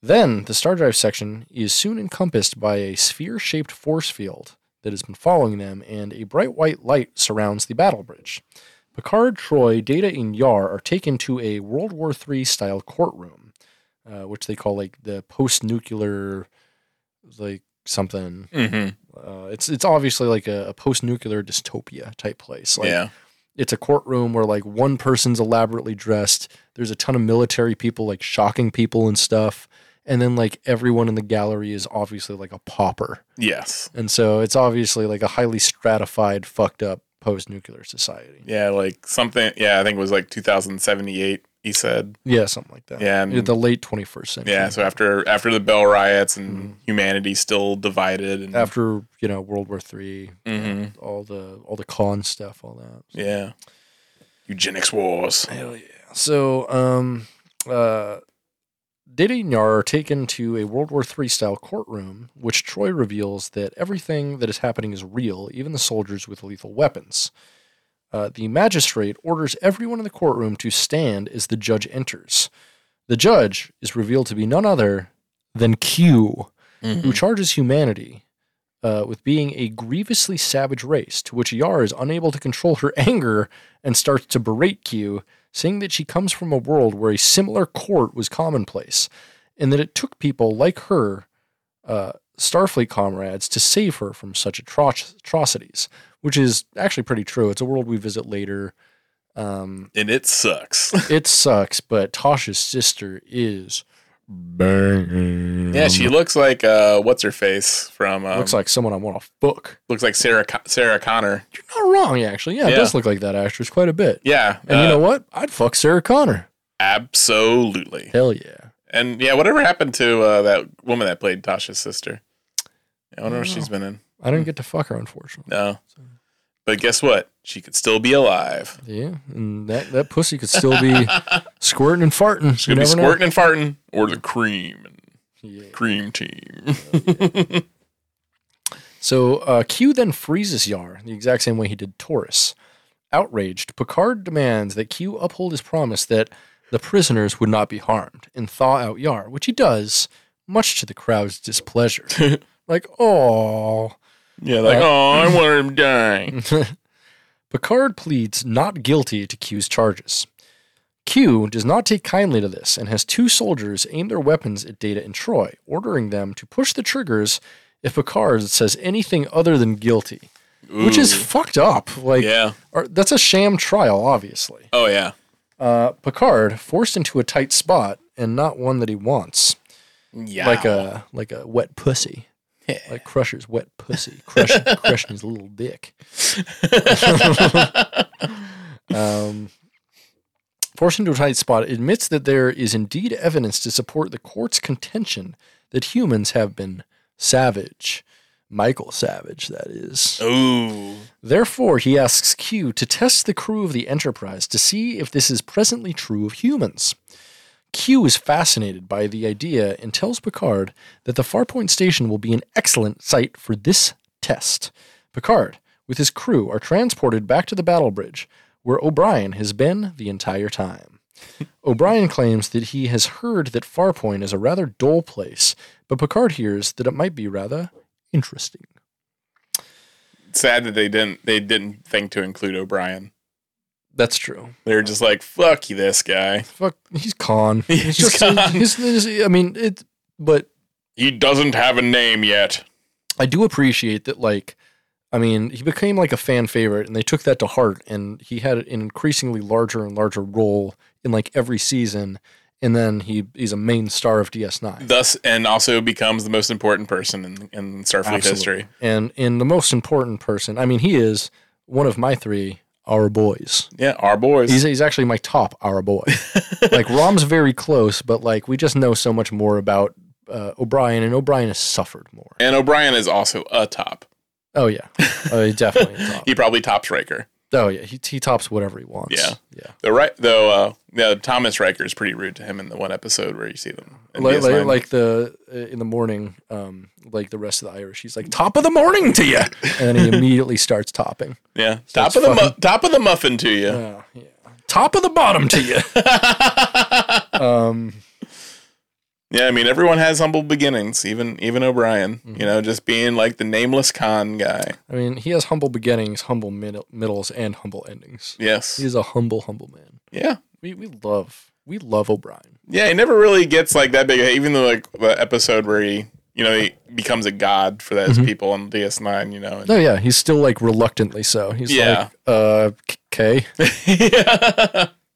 Then the star drive section is soon encompassed by a sphere shaped force field that has been following them, and a bright white light surrounds the battle bridge. Picard, Troy, Data, and Yar are taken to a World War III style courtroom, uh, which they call like the post nuclear, like something.
hmm
Uh, it's it's obviously like a, a post nuclear dystopia type place. Like,
yeah.
it's a courtroom where like one person's elaborately dressed. There's a ton of military people like shocking people and stuff. And then like everyone in the gallery is obviously like a pauper.
Yes.
And so it's obviously like a highly stratified, fucked up post nuclear society.
Yeah. Like something. Yeah. I think it was like 2078. He said.
Yeah, something like that.
Yeah, and-
the late 21st century.
Yeah. So um, after after the Bell riots and humanity still divided and
Mm-hmm. after you know World War Three,
Mhm.
all the all the con stuff, all that.
yeah, eugenics wars.
Hell yeah. So, um, uh, Diddy and Yar are taken to a World War III style courtroom, which Troy reveals that everything that is happening is real, even the soldiers with lethal weapons. Uh, the magistrate orders everyone in the courtroom to stand as the judge enters. The judge is revealed to be none other than Q,
Hmm.
who charges humanity uh, with being a grievously savage race, to which Yar is unable to control her anger and starts to berate Q, saying that she comes from a world where a similar court was commonplace, and that it took people like her, uh, Starfleet comrades, to save her from such atro- atrocities, which is actually pretty true. It's a world we visit later. Um,
And it sucks.
it sucks, but Tasha's sister is banging.
yeah, she looks like uh, what's her face from um,
Um, looks like someone I want to book.
looks like Sarah Co- Sarah Connor.
not wrong, actually. Yeah, it
Yeah.
does look like that actress quite a bit.
Yeah,
And you
uh,
know what? I'd fuck Sarah Connor.
absolutely.
Hell yeah.
And yeah, whatever happened to uh, that woman that played Tasha's sister? I wonder if she's been in.
I didn't get to fuck her, unfortunately.
No, but guess what? She could still be alive.
Yeah, and that, that pussy could still be squirting and farting.
She's gonna be squirting and farting, or the cream and
Yeah.
cream team.
So uh, Q then freezes Yar the exact same way he did Taurus. Outraged, Picard demands that Q uphold his promise that the prisoners would not be harmed and thaw out Yar, which he does, much to the crowd's displeasure. like, oh.
Yeah, like
Uh,
oh, I want him dying.
Picard pleads not guilty to Q's charges. Q does not take kindly to this and has two soldiers aim their weapons at Data and Troy, ordering them to push the triggers if Picard says anything other than guilty, which is
Ooh.
fucked up. Like,
yeah.
or- that's a sham trial, obviously.
Oh yeah.
Uh, Picard forced into a tight spot and not one that he wants,
Yeah.
like uh, a like a wet pussy, like Crusher's wet pussy, crushing, crushing his little dick. um, forced into a tight spot, admits that there is indeed evidence to support the court's contention that humans have been savage. Michael Savage, that is.
Ooh.
Therefore, he asks Q to test the crew of the Enterprise to see if this is presently true of humans. Q is fascinated by the idea and tells Picard that the Farpoint station will be an excellent site for this test. Picard, with his crew, are transported back to the battle bridge, where O'Brien has been the entire time. O'Brien claims that he has heard that Farpoint is a rather dull place, but Picard hears that it might be rather interesting.
Sad that they didn't they didn't think to include O'Brien.
That's true.
They were just like, fuck you this guy.
Fuck, he's con.
He's
He's just,
con.
he's- he's- I mean, it. But
He doesn't have a name yet.
I do appreciate that. Like, I mean, he became like a fan favorite, and they took that to heart. And he had an increasingly larger and larger role in like every season. And then he he's a main star of DS9.
Thus and also becomes the most important person in, in Starfleet
Absolutely.
history.
And in the most important person, I mean, he is one of my three our boys.
Yeah, our boys.
He's, he's actually my top our boy. like Rom's very close, but like we just know so much more about uh, O'Brien, and O'Brien has suffered more.
and O'Brien is also a top.
Oh yeah, oh, he definitely. is top.
He probably tops Riker.
Oh yeah, he, he tops whatever he wants.
Yeah.
yeah.
The right though, uh, yeah, Thomas Riker is pretty rude to him in the one episode where you see them. in
Like,
DS9.
like, like the uh, in the morning, um, like the rest of the Irish, he's like top of the morning to you, and then he immediately starts topping.
yeah, top of the mu- top of the muffin to you.
Uh, yeah. Top of the bottom to you. um,
Yeah, I mean everyone has humble beginnings, even even O'Brien.
Mm-hmm.
You know, just being like the nameless con guy.
I mean, he has humble beginnings, humble middle, middles, and humble endings.
Yes.
He's a humble, humble man.
yeah.
We we love we love O'Brien.
Yeah, he never really gets like that big. Even though like the episode where he, you know, he becomes a god for
Mm-hmm.
those people on DS9. You know, and-
Oh yeah, he's still like reluctantly so. He's
Yeah.
like, uh, okay.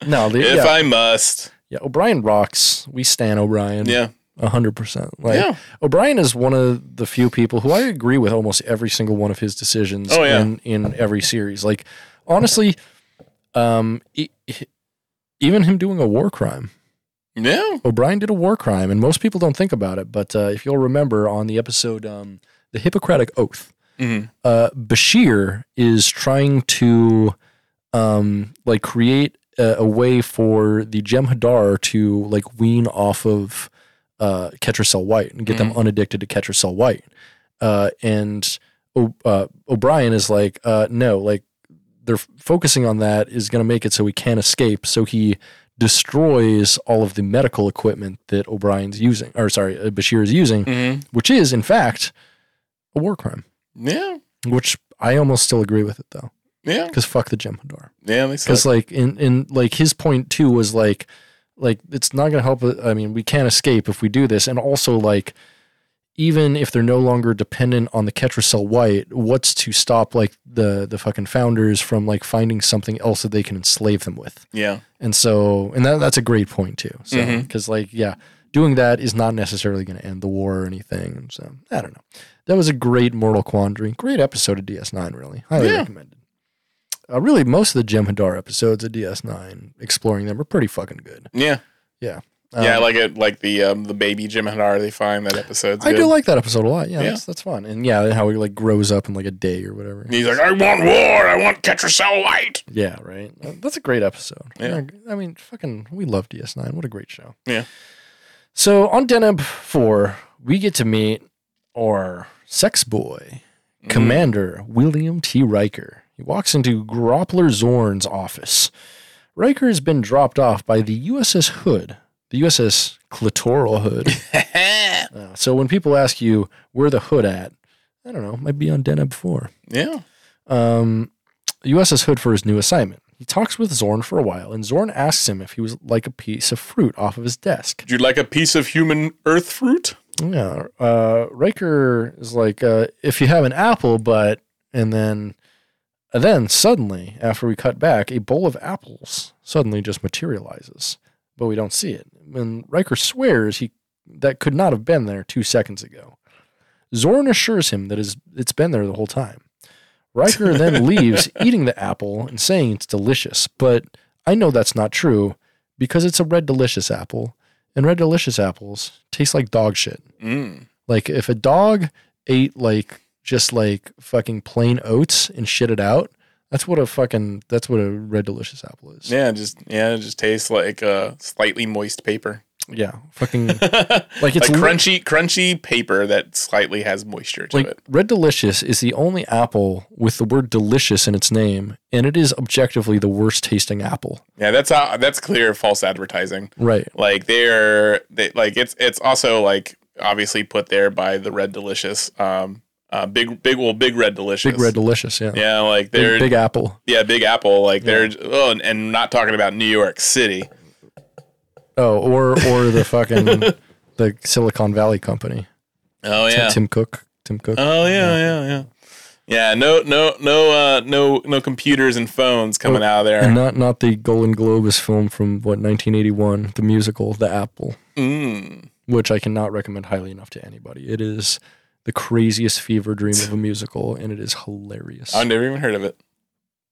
No, the,
if
yeah,
I must.
yeah. O'Brien rocks. We stan O'Brien.
Yeah,
A hundred percent. Like
Yeah.
O'Brien is one of the few people who I agree with almost every single one of his decisions
Oh, yeah.
in, in every series. Like honestly, um, e- e- even him doing a war crime.
yeah,
O'Brien did a war crime, and most people don't think about it. But uh, if you'll remember on the episode, um, the Hippocratic Oath,
Mhm.
uh, Bashir is trying to um, like create a, a way for the Jem'Hadar to like wean off of uh, Ketracel White and get them unaddicted to Ketracel White. Uh, and o- uh, O'Brien is like, uh, no, like they're f- focusing on that is going to make it so we can't escape. So he destroys all of the medical equipment that O'Brien's using, or sorry, uh, Bashir is using,
hmm
which is in fact a war crime.
yeah,
Which I almost still agree with it though,
yeah,
because fuck the Jem'Hadar.
yeah. They suck.
Because like in in like his point too was like like it's not gonna help. uh, I mean, we can't escape if we do this, and also like even if they're no longer dependent on the Ketracel White, what's to stop like the the fucking founders from like finding something else that they can enslave them with?
yeah,
And so, and that, that's a great point too. So,
Mhm.
because like, yeah, doing that is not necessarily going to end the war or anything. And So, I don't know. That was a great moral quandary. Great episode of DS9, really. Highly
Yeah.
recommended. Uh, really, most of the Jim Hadar episodes of DS9, exploring them, are pretty fucking good.
yeah,
Yeah.
yeah. I
Um,
Like it, like the um, the baby Jim Hadar. They find that episode's
I
good.
do like that episode a lot. Yeah,
Yeah.
That's, that's fun. And yeah, how he like grows up in like a day or whatever.
And he's like, I want war. I want Ketracel White.
Yeah, right. Uh, That's a great episode.
Yeah.
I mean, fucking, we love DS9. What a great show.
Yeah.
So on Deneb 4, we get to meet our sex boy, Commander William T. Riker. He walks into Groppler Zorn's office. Riker has been dropped off by the USS Hood, the USS Clitoral Hood. Uh, so when people ask you where the Hood at, I don't know, might be on Deneb 4
yeah,
um, USS Hood for his new assignment. He talks with Zorn for a while, and Zorn asks him if he was like a piece of fruit off of his desk.
would you like a piece of human Earth fruit?
Yeah, uh, Riker is like, uh, if you have an apple, but and then, and then suddenly, after we cut back, a bowl of apples suddenly just materializes, but we don't see it. And Riker swears he that could not have been there two seconds ago. Zorn assures him that is it's been there the whole time. Riker then leaves, eating the apple and saying it's delicious, but I know that's not true because it's a red delicious apple, and red delicious apples taste like dog shit.
Mm.
Like if a dog ate like just like fucking plain oats and shit it out, that's what a fucking that's what a red delicious apple is.
Yeah, just yeah, it just tastes like uh, slightly moist paper.
Yeah, fucking
like
it's
like
li-
crunchy, crunchy paper that slightly has moisture to
like
it.
red delicious is the only apple with the word delicious in its name, and it is objectively the worst tasting apple.
Yeah, that's how that's clear false advertising.
Right.
Like they're they like it's it's also like obviously put there by the Red Delicious, um, uh, big big well big Red Delicious,
Big red delicious, yeah.
Yeah, like they're
Big, big apple.
yeah Big Apple. Like they're oh, and, and not talking about New York City.
Oh, or or the fucking the Silicon Valley company.
Oh yeah,
Tim Cook. Tim Cook.
oh yeah, yeah, yeah. Yeah, no, no, no, uh, no, no computers and phones coming out of there.
Oh, and not not the Golden Globus film from what 1981, the musical, The Apple,
Mm.
which I cannot recommend highly enough to anybody. It is the craziest fever dream of a musical, and it is hilarious.
I've never even heard of it.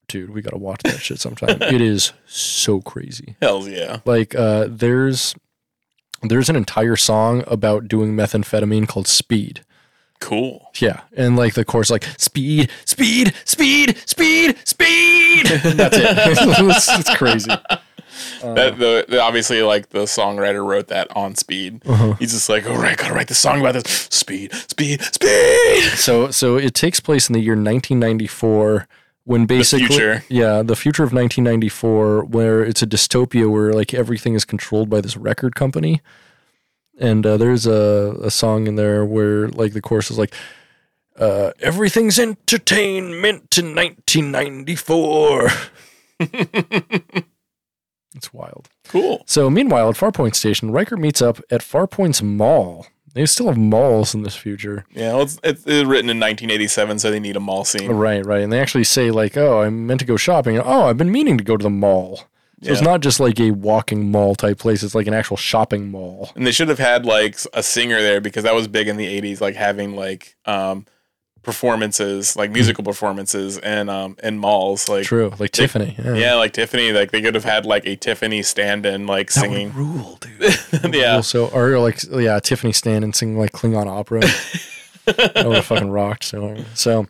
dude, we got to watch that shit sometime. it is so crazy.
Hell yeah.
Like, uh, there's there's an entire song about doing methamphetamine called Speed.
Cool.
Yeah, and like the chorus, like speed, speed, speed, speed, speed. And that's it. it's, it's crazy.
that the, the- obviously like the songwriter wrote that on speed. He's just like, all right, gotta write the song about this speed, speed, speed.
So, so it takes place in the year 1994, when basically,
future.
yeah, the future of 1994, where it's a dystopia where like everything is controlled by this record company, and uh, there's a a song in there where like the chorus is like. Uh, everything's entertainment in 1994. it's wild.
Cool.
So, meanwhile, at Farpoint Station, Riker meets up at Farpoint's Mall. They still have malls in this future.
Yeah, well, it's, it's, it's written in 1987, so they need a mall scene.
Right, right. And they actually say, like, oh, I meant to go shopping. Oh, I've been meaning to go to the mall. So it's
Yeah.
not just like a walking mall type place, it's like an actual shopping mall.
And they should have had like a singer there because that was big in the 80s, like having like um, performances, like musical performances, and um, in malls, like.
True. Like Tiffany.
Yeah, like Tiffany, like they could have had like a Tiffany stand-in, like
That would
singing.
rule, dude.
yeah,
Also, or like, yeah, Tiffany Stan and sing like Klingon opera. that would have fucking rocked. So, so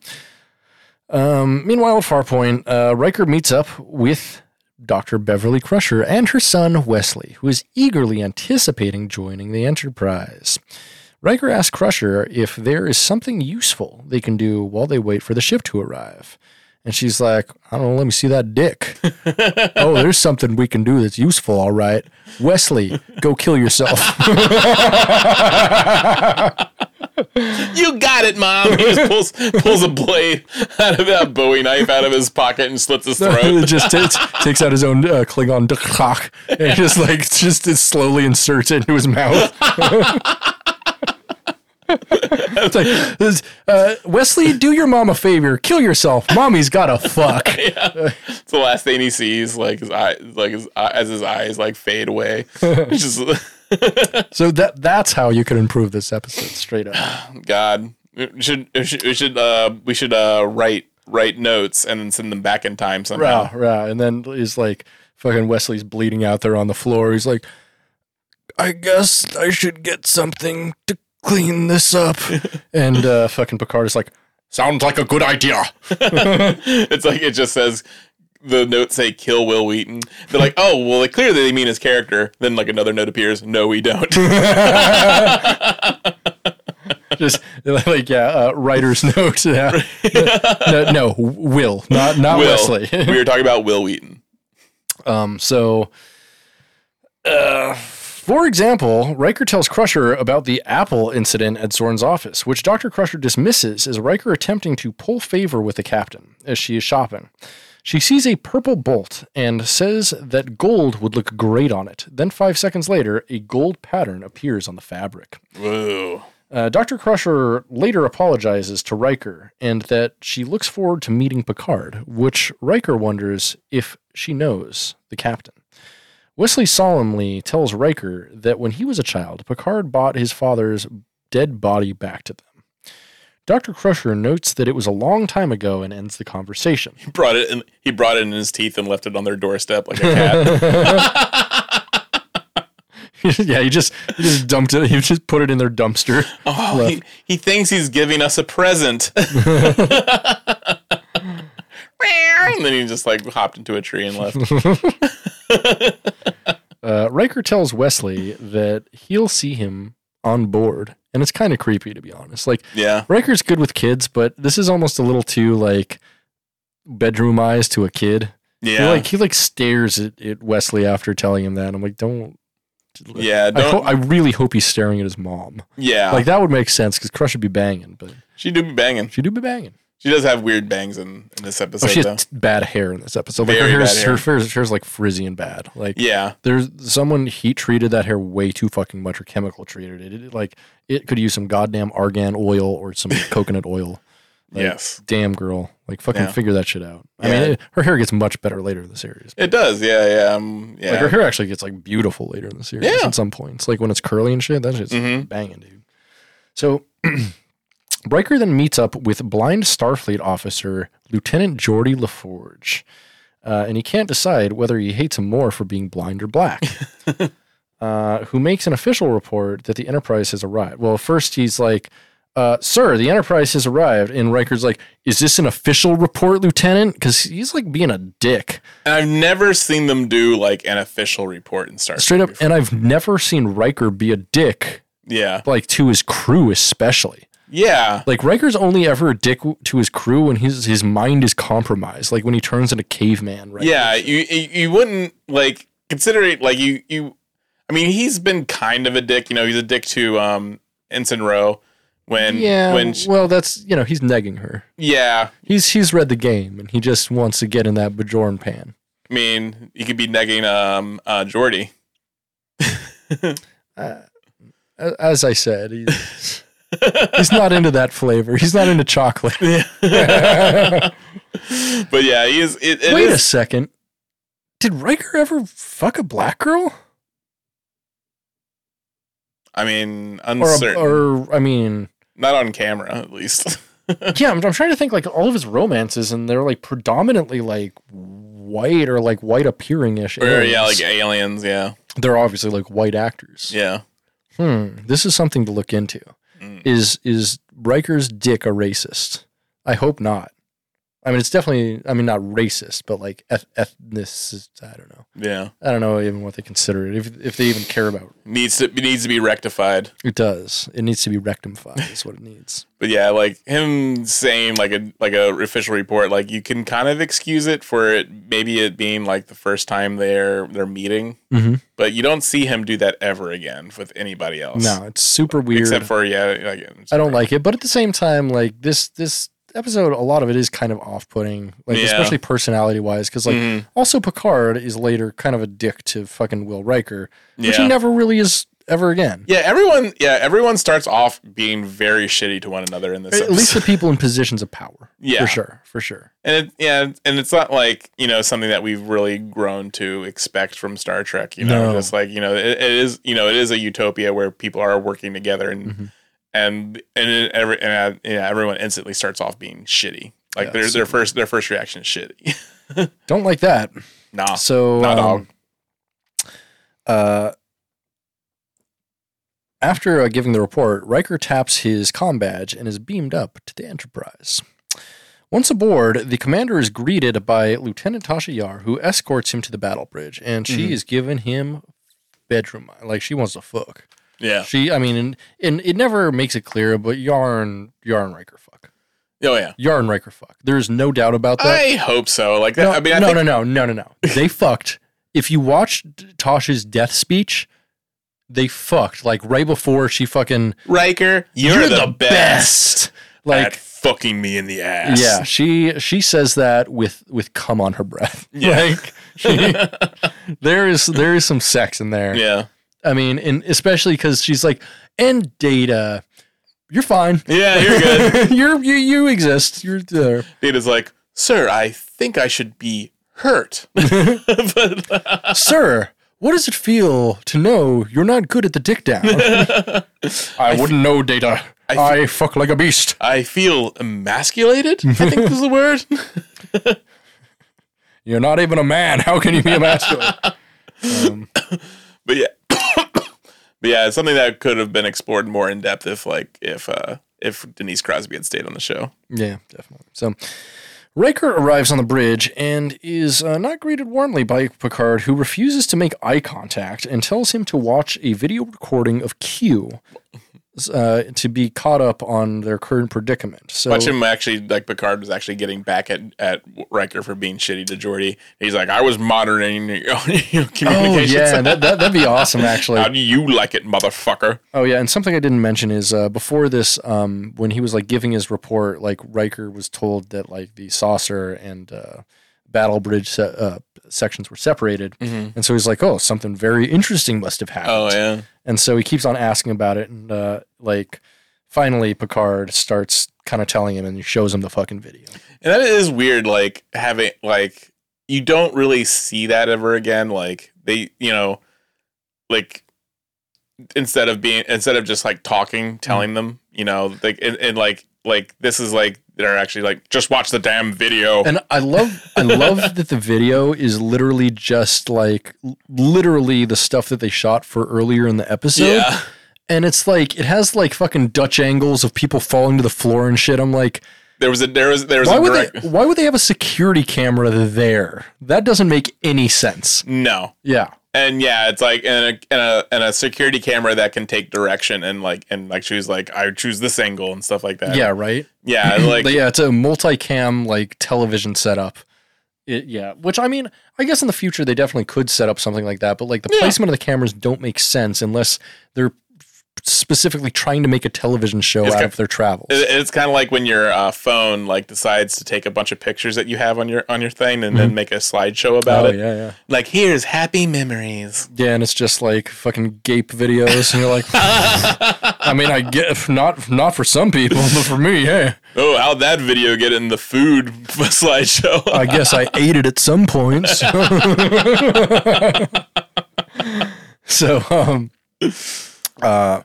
um, meanwhile, at Farpoint, uh, Riker meets up with Dr. Beverly Crusher and her son Wesley, who is eagerly anticipating joining the Enterprise. Riker asks Crusher if there is something useful they can do while they wait for the ship to arrive. And she's like, I don't know, let me see that dick. oh, there's something we can do that's useful, all right. Wesley, go kill yourself.
you got it, mom. He just pulls pulls a blade out of that Bowie knife out of his pocket and slits his throat.
it just takes takes out his own uh, Klingon duck cock and just like just it slowly inserts it into his mouth. it's like this- uh, Wesley, do your mom a favor, kill yourself. Mommy's gotta fuck.
It's the last thing he sees, like his eye, like his eye, as his eyes like fade away. It's just
So that that's how you could improve this episode straight up.
God. We should we should we should, uh, we should uh, write write notes and then send them back in time somehow.
Rah, rah. And then he's like fucking Wesley's bleeding out there on the floor. He's like, I guess I should get something to clean this up. and uh, fucking Picard is like, sounds like a good idea.
it's like it just says the notes say kill Will Wheaton. They're like, oh well, like, clearly they mean his character. Then like another note appears. No, we don't.
just like yeah, uh, writer's note. Yeah. no, no, Will, not not
Will.
Wesley.
we were talking about Will Wheaton.
um, so, uh, for example, Riker tells Crusher about the Apple incident at Zorn's office, which Doctor Crusher dismisses as Riker attempting to pull favor with the captain as she is shopping. She sees a purple bolt and says that gold would look great on it. Then, five seconds later, a gold pattern appears on the fabric.
Whoa.
Uh, Dr. Crusher later apologizes to Riker and that she looks forward to meeting Picard, which Riker wonders if she knows the captain. Wesley solemnly tells Riker that when he was a child, Picard bought his father's dead body back to them. Dr. Crusher notes that it was a long time ago and ends the conversation.
He brought it in, he brought it in his teeth and left it on their doorstep like a cat.
yeah, he just he just dumped it. He just put it in their dumpster.
oh, he, he thinks he's giving us a present. and then he just like hopped into a tree and left.
Uh, Riker tells Wesley that he'll see him on board, and it's kind of creepy to be honest. Like
Yeah.
Riker's good with kids, but this is almost a little too like bedroom eyes to a kid. He
Yeah.
like he like stares at, at Wesley after telling him that. I'm like, don't.
yeah,
I,
don't
ho- I really hope he's staring at his mom.
yeah.
Like that would make sense because Crush would be banging, but
she do be banging.
she do be banging.
She does have weird bangs in, in this episode
Oh, she
though.
has t- bad hair in this episode. Like her
Very
hair's,
bad
her,
hair.
hair's, hair's like frizzy and bad. Like
yeah.
there's someone heat treated that hair way too fucking much or chemical treated it. it like it could use some goddamn argan oil or some coconut oil. Like,
yes.
Damn girl, like fucking
Yeah.
figure that shit out. I
Yeah.
mean, it- her hair gets much better later in the series.
It does. Yeah, yeah. Um, yeah.
Like her hair actually gets like beautiful later in the series
Yeah. Mm-hmm.
at some points. Like when it's curly and shit, that shit's
Mhm.
banging, dude. So Riker then meets up with blind Starfleet officer Lieutenant Geordi LaForge, uh, and he can't decide whether he hates him more for being blind or black. uh, who makes an official report that the Enterprise has arrived? Well, first he's like, uh, "Sir, the Enterprise has arrived," and Riker's like, "Is this an official report, Lieutenant?" Because he's like being a dick.
And I've never seen them do like an official report in Star
straight up
Trek
and i've never seen riker be a dick
before. Yeah.
like to his crew especially
Yeah.
like riker's only ever a dick w- to his crew when his his mind is compromised like when he turns into caveman right
Yeah. You, you you wouldn't like consider it like you you I mean he's been kind of a dick, you know, he's a dick to um Ensign Rowe when
yeah
when she,
well that's you know he's negging her
yeah.
he's he's read the game and he just wants to get in that bajorn pan
I mean, you could be negging um uh Jordy.
uh, a- as i said he's, he's not into that flavor he's not into chocolate
But yeah, he is it, it
wait a
is-
second did riker ever fuck a black girl
I mean,
or,
uncertain.
a, or i mean
Not on camera at least.
yeah, I'm, I'm trying to think like all of his romances, and they're like predominantly like white or like white appearing ish.
or yeah, like aliens, yeah.
they're obviously like white actors.
Yeah.
Hmm, this is something to look into.
Mm.
Is is Riker's dick a racist? I hope not. I mean, it's definitely. I mean, not racist, but like eth- ethnic. I don't know.
Yeah.
I don't know even what they consider it. If if they even care about
Needs to needs to be rectified.
it, it does. It needs to be rectified. is what it needs.
But yeah, like him saying like a like a official report, like you can kind of excuse it for it maybe it being like the first time they're they're meeting,
Mm-hmm.
but you don't see him do that ever again with anybody else.
No, it's super weird.
except for yeah, like,
I don't like it, but at the same time, like this this episode, a lot of it is kind of off putting, like
Yeah.
especially personality wise, because like
Mhm.
also Picard is later kind of a dick to fucking Will Riker, which
Yeah.
he never really is ever again.
yeah, everyone yeah everyone starts off being very shitty to one another in this.
At least the people in positions of power,
Yeah.
for sure, for sure.
And it, yeah, and it's not like you know something that we've really grown to expect from Star Trek. You
No.
know, just like you know, it, it is you know it is a utopia where people are working together and
Mhm.
and and it, every and uh, yeah, everyone instantly starts off being shitty. Like
Yeah,
their
it's
their first their first reaction is shitty.
Don't like that.
nah,
So
Ah, not
um,
all.
uh, after uh, giving the report, Riker taps his com badge and is beamed up to the Enterprise. Once aboard, the commander is greeted by Lieutenant Tasha Yar, who escorts him to the battle bridge, and she is giving him bedroom like she wants to fuck.
yeah.
She, I mean, and, and it never makes it clear, but Yarn, Yarn Riker fuck,
Oh yeah.
Yarn Riker fuck. There is no doubt about that.
I hope so. Like that.
No,
I mean, I
no,
think
no, no, no, no, no. They fucked. If you watched Tosh's death speech, they fucked like right before she fucking.
Riker, you're, the, best. At
Like,
fucking me in the ass.
yeah, she she says that with with cum on her breath.
Yeah.
Like, she, there is there is some sex in there.
Yeah.
I mean, and especially because she's like, and Data, you're fine.
Yeah. You're good.
you're you you exist. You're there.
Data's like, Sir, I think I should be hurt. but, uh,
Sir, what does it feel to know you're not good at the dick down? I, wouldn't know, Data.
I
I fuck like a beast.
I feel emasculated, I think is the word.
You're not even a man. How can you be a masculine? um,
But yeah. but yeah, it's something that could have been explored more in depth if like if uh if Denise Crosby had stayed on the show.
yeah, definitely. So, Riker arrives on the bridge and is uh, not greeted warmly by Picard, who refuses to make eye contact and tells him to watch a video recording of Q uh, to be caught up on their current predicament. So,
Watch him actually like Picard was actually getting back at, at Riker for being shitty to Jordy. He's like, I was monitoring your, your
oh
communications.
yeah, that, that, that'd be awesome, actually.
How do you like it, motherfucker?
Oh yeah, and something I didn't mention is uh, before this, um, when he was like giving his report, like Riker was told that like the saucer and uh, battle bridge se- uh, sections were separated, and so he's like, "Oh, something very interesting must have happened."
Oh yeah.
And so he keeps on asking about it, and uh, like finally, Picard starts kind of telling him, and he shows him the fucking video.
And that is weird, like having like you don't really see that ever again. Like they, you know, like
Mm-hmm.
instead of being instead of just like talking, telling them, you know, like and, and like like this is like they're actually like just watch the damn video.
And I love I love that the video is literally just like l- literally the stuff that they shot for earlier in the episode.
yeah,
And it's like it has like fucking Dutch angles of people falling to the floor and shit. I'm like,
there was a there was there was
why
a
would
direct
they why would they have a security camera there? That doesn't make any sense.
no.
Yeah.
And yeah, it's like and a, and a and a security camera that can take direction and like and like choose like I choose this angle and stuff like that.
Yeah, right?
yeah, like
But yeah, it's a multicam like television setup. It, yeah, which I mean, I guess in the future they definitely could set up something like that, but like the
Yeah.
placement of the cameras don't make sense unless they're specifically trying to make a television show
It's
out
kin-
of their travels.
It- it's kind of like when your uh, phone like decides to take a bunch of pictures that you have on your on your thing and then make a slideshow about
Mm-hmm. oh
it.
yeah, yeah,
Like here's happy memories.
yeah, and it's just like fucking gape videos, and you're like, I mean, I get not not for some people, but for me, hey,
Oh, how'd that video get in the food slideshow?
I guess I ate it at some point. So, So, um, uh,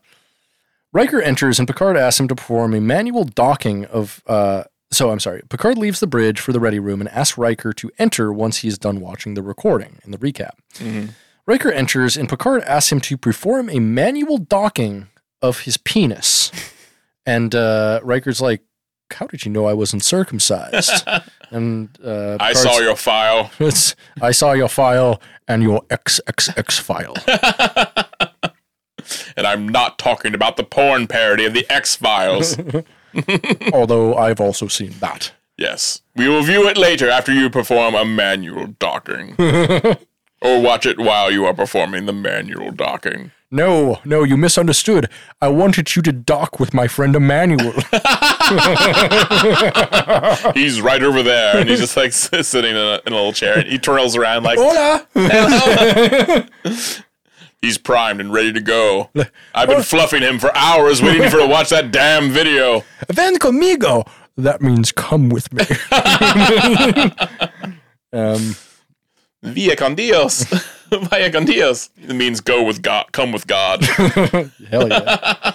Riker enters and Picard asks him to perform a manual docking of. Uh, so I'm sorry. Picard leaves the bridge for the ready room and asks Riker to enter once he is done watching the recording and the recap. Riker enters and Picard asks him to perform a manual docking of his penis. And uh, Riker's like, How did you know I wasn't circumcised? and uh,
I
Picard's-
saw your file.
it's, I saw your file and your XXX file.
And I'm not talking about the porn parody of the X Files.
Although I've also seen that.
yes. We will view it later after you perform a manual docking. or watch it while you are performing the manual docking.
No, no, you misunderstood. I wanted you to dock with my friend Emmanuel.
He's right over there, and he's just like s- sitting in a, in a little chair, and he twirls around like
Hola!
he's primed and ready to go. I've been fluffing him for hours, waiting for to watch that damn video.
Ven conmigo! That means come with me. um,
Via con Dios. Via con Dios. It means go with God, come with God.
hell yeah.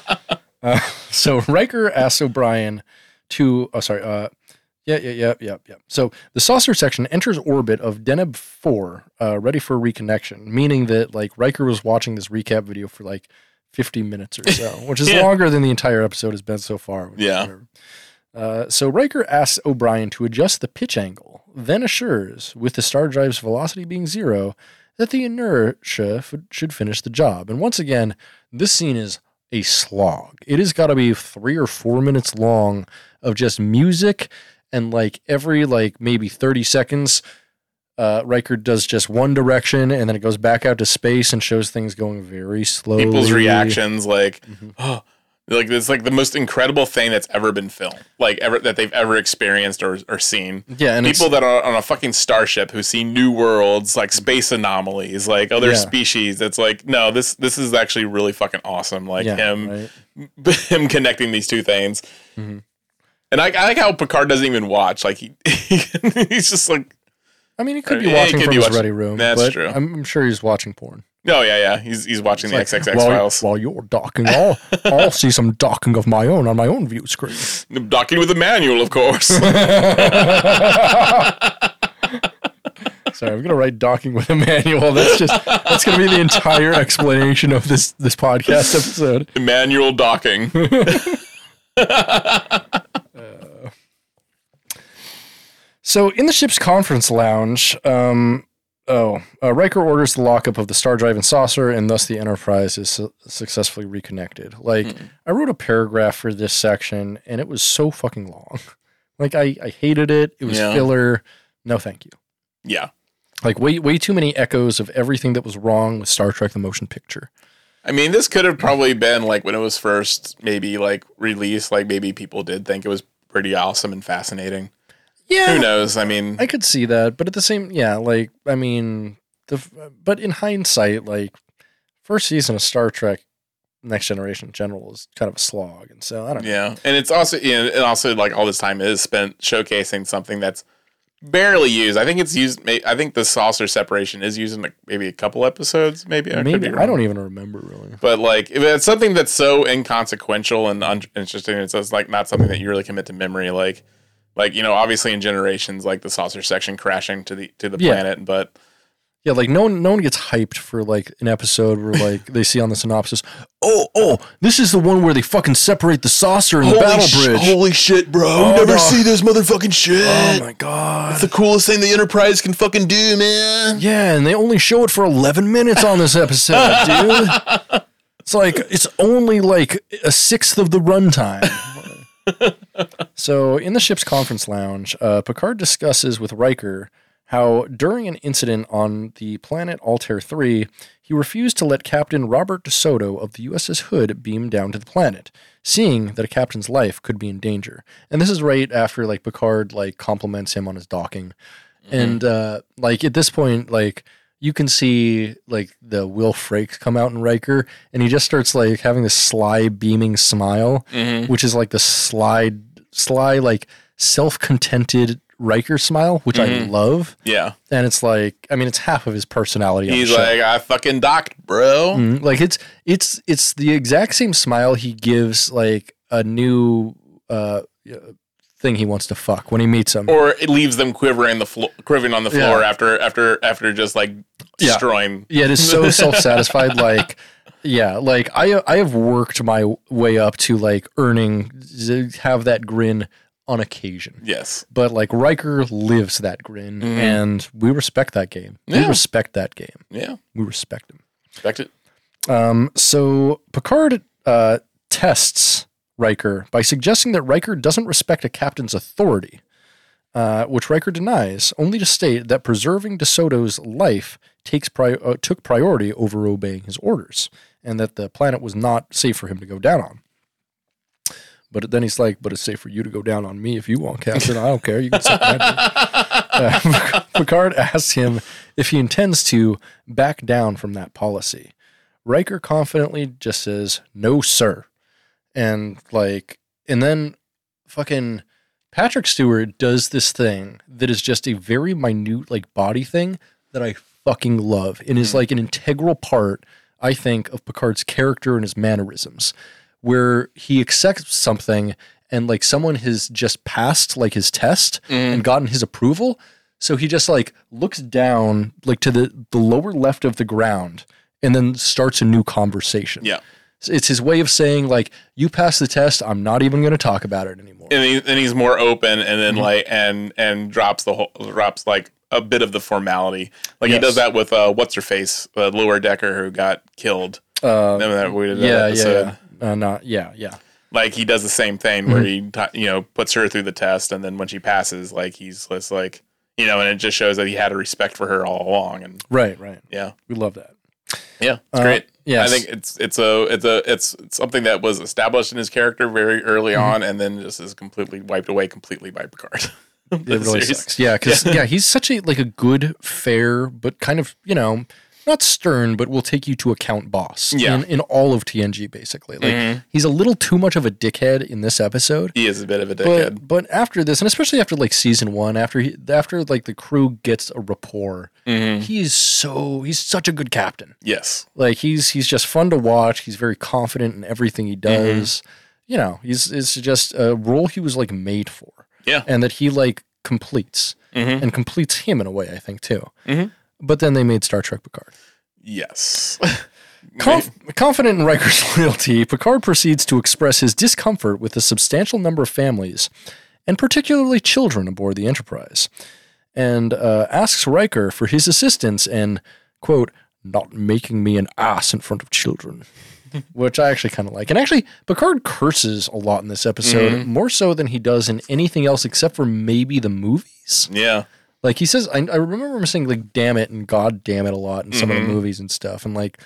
Uh, so Riker asks O'Brien to, oh, sorry, uh, yeah, yeah, yeah, yeah, yeah. So the saucer section enters orbit of Deneb 4, uh, ready for reconnection, meaning that like Riker was watching this recap video for like 50 minutes or so, which is
Yeah.
longer than the entire episode has been so far. which is
Yeah.
whatever. Uh, so Riker asks O'Brien to adjust the pitch angle, then assures, with the star drive's velocity being zero, that the inertia f- should finish the job. And once again, this scene is a slog. It has got to be three or four minutes long of just music and like every like maybe 30 seconds uh Riker does just one direction and then it goes back out to space and shows things going very slowly.
People's reactions, like,
Mhm.
oh, like it's like the most incredible thing that's ever been filmed, like ever that they've ever experienced or, or seen.
Yeah, and
People that are on a fucking starship who see new worlds, like space anomalies, like other
Yeah.
species. It's like, no, this this is actually really fucking awesome. Like
it's yeah,
him
right?
him connecting these two things.
Mhm.
And I, I like how Picard doesn't even watch. Like he, he's just like,
I mean, he could be
Uh, Yeah, he
watching
could
from
be
his
watching-
ready room.
That's
but
true.
I'm, I'm sure he's watching porn.
no, yeah, yeah. He's he's watching
It's
the
like,
XXX
while,
files.
While you're docking, I'll, I'll see some docking of my own on my own view screen.
Docking with the manual, of course.
Sorry, I'm gonna write docking with a manual. That's just that's gonna be the entire explanation of this this podcast episode.
manual docking.
So in the ship's conference lounge, um, oh, uh, Riker orders the lockup of the Star Drive and saucer, and thus the Enterprise is su- successfully reconnected. Like I wrote a paragraph for this section, and it was so fucking long. Like I, I hated it. It was
Yeah.
filler. No, thank you.
yeah,
Like way way too many echoes of everything that was wrong with Star Trek: The Motion Picture.
I mean, this could have probably been like when it was first maybe like released. Like maybe people did think it was pretty awesome and fascinating.
Yeah,
Who knows? I mean,
I could see that, but at the same, yeah, like I mean, the f- but in hindsight, like first season of Star Trek, Next Generation in general is kind of a slog, and so I don't know.
Yeah, and it's also you know, and also like all this time is spent showcasing something that's barely used. I think it's used. may- I think the saucer separation is used in like, maybe a couple episodes. Maybe I, could be
Maybe
wrong.
I don't even remember really.
But like, if it's something that's so inconsequential and uninteresting, it's just like not something that you really commit to memory. Like, like you know, obviously in Generations, like the saucer section crashing to the to the
Yeah.
planet, but
Yeah, like no one, no one gets hyped for like an episode where like they see on the synopsis, oh, oh, this is the one where they fucking separate the saucer and the battle bridge.
holy shit, bro.
Oh,
Never
no.
see this motherfucking shit.
oh my god!
the coolest thing the Enterprise can fucking do, man.
yeah, and they only show it for eleven minutes on this episode, dude. It's like it's only like a sixth of the runtime. so in the ship's conference lounge, uh, Picard discusses with Riker how during an incident on the planet Altair 3, he refused to let Captain Robert DeSoto of the USS Hood beam down to the planet, seeing that a captain's life could be in danger. And this is right after like Picard like compliments him on his docking.
Mm-hmm.
And uh like at this point, like you can see like the Will Frakes come out in Riker and he just starts like having this sly beaming smile,
Mm-hmm.
which is like the sly sly like self-contented Riker smile, which I
Mm-hmm.
love
yeah,
and it's like I mean it's half of his personality. on
he's
the show.
like, I fucking docked, bro.
Mm, like it's it's it's the exact same smile he gives like a new uh thing he wants to fuck when he meets him.
Or it leaves them quivering the floor, quivering on the
Yeah.
floor after after after just like
Yeah.
destroying.
Yeah, it is so self-satisfied. Like, yeah, like I I have worked my way up to like earning z- have that grin on occasion.
Yes,
But like Riker lives that grin, and we respect that game. We
Yeah.
respect that game.
yeah,
We respect him.
expect it.
Um, so Picard uh, tests Riker by suggesting that Riker doesn't respect a captain's authority, uh, which Riker denies, only to state that preserving DeSoto's life takes pri- uh, took priority over obeying his orders, and that the planet was not safe for him to go down on. But then he's like, "But it's safe for you to go down on me if you want, Captain. I don't care. You can suck my dick." Uh, Picard asks him if he intends to back down from that policy. Riker confidently just says, "No, sir," and like, and then fucking Patrick Stewart does this thing that is just a very minute like body thing that I fucking love, and is like an integral part, I think, of Picard's character and his mannerisms, where he accepts something and like someone has just passed like his test and gotten his approval. So he just like looks down like to the the lower left of the ground and then starts a new conversation.
Yeah,
It's his way of saying like you passed the test, I'm not even going to talk about it anymore.
and he, and he's more open, and then like and and drops the whole drops like a bit of the formality. Like he
Yes.
does that with uh, what's her face, uh, lower decker who got killed.
Uh,
Remember that we did that
yeah, yeah,
episode?
yeah. Uh, not yeah, yeah.
Like he does the same thing where he t- you know puts her through the test, and then when she passes, like he's just like you know, and it just shows that he had a respect for her all along, and
Right, right.
yeah,
We love that.
yeah, it's
Uh,
great. Yeah, I
yes.
think it's it's a it's a it's something that was established in his character very early
Mm-hmm.
on, and then just is completely wiped away completely by Picard. it
It really sucks. Yeah, because yeah. he's such a like a good, fair, but kind of you know not stern, but will take you to account boss.
Yeah. Mm-hmm.
in, in all of TNG basically. Like he's a little too much of a dickhead in this episode.
He is a bit of a dickhead.
But, but after this, and especially after like season one, after he, after like the crew gets a rapport,
Mm-hmm.
he's so he's such a good captain.
yes,
Like he's he's just fun to watch. He's very confident in everything he does. You know, he's it's just a role he was like made for
yeah,
and that he like completes and completes him in a way, I think too. But then they made Star Trek Picard.
yes.
Conf- confident in Riker's loyalty, Picard proceeds to express his discomfort with the substantial number of families, and particularly children aboard the Enterprise, and uh, asks Riker for his assistance in, quote, not making me an ass in front of children, which I actually kind of like. And actually, Picard curses a lot in this episode, more so than he does in anything else except for maybe the movies.
yeah,
Like he says, I, I remember him saying like "damn it" and "god damn it" a lot in some of
Mm-hmm.
the movies and stuff, and like,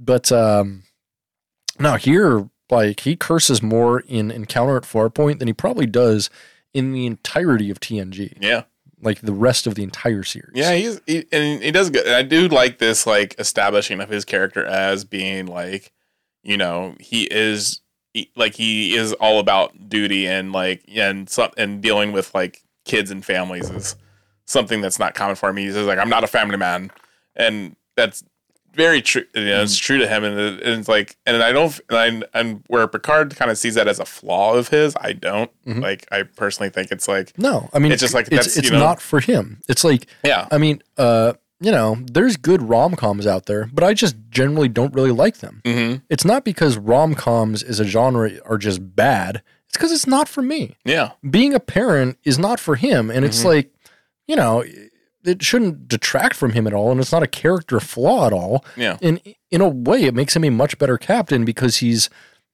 but um, no, here like he curses more in Encounter at Farpoint than he probably does in the entirety of TNG,
yeah.
like the rest of the entire series.
Yeah, he's he, and he does good. And I do like this like establishing of his character as being like, you know, he is he, like he is all about duty and like and so, and dealing with like kids and families is something that's not common for him. He says like, "I'm not a family man," and that's very true. You know, It's true to him, and, it, and it's like, and I don't, and I, and where Picard kind of sees that as a flaw of his, I don't. Like, I personally think it's like,
No, I mean
It's just like,
it's,
that's,
it's
you know-
not for him. It's like
yeah,
I mean, uh, you know, there's good rom coms out there, but I just generally don't really like them.
Mhm.
It's not because rom coms as a genre are just bad. It's because it's not for me.
yeah,
Being a parent is not for him, and
Mm-hmm.
it's like, you know, it shouldn't detract from him at all, and it's not a character flaw at all.
yeah.
And in a way, it makes him a much better captain because he's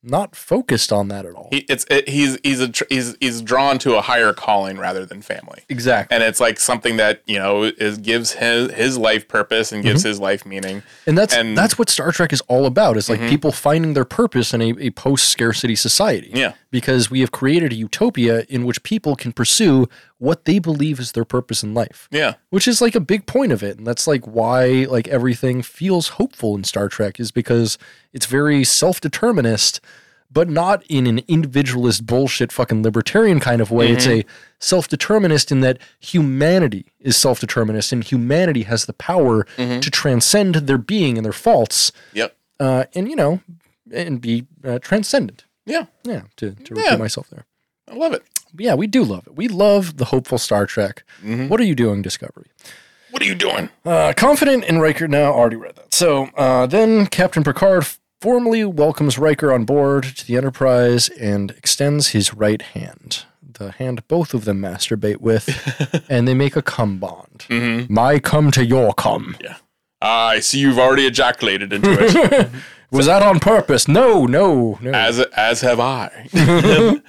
not focused on that at all.
He, it's it, he's he's a tr- he's he's drawn to a higher calling rather than family.
exactly.
and it's like something that you know is gives his his life purpose and gives his life meaning.
And that's
and- Mm-hmm.
that's what Star Trek is all about. It's like people finding their purpose in a, a post scarcity society.
Yeah.
Because we have created a utopia in which people can pursue what they believe is their purpose in life.
Yeah,
Which is like a big point of it. And that's like why like everything feels hopeful in Star Trek is because it's very self determinist, but not in an individualist bullshit fucking libertarian kind of way. It's a self determinist in that humanity is self determinist and humanity has the power to transcend their being and their faults
yep,
uh, and you know, and be uh, transcendent.
yeah,
Yeah, to, to repeat
Yeah.
myself there.
I love it.
But yeah, we do love it. We love the hopeful Star Trek. What are you doing, Discovery?
What are you doing?
Uh, confident in Riker. No, already read that. So uh, then Captain Picard formally welcomes Riker on board to the Enterprise and extends his right hand. The hand both of them masturbate with, and they make a cum bond. My cum to your cum.
I see you've already ejaculated into it,
Was that on purpose? No, no, no.
as as have I. then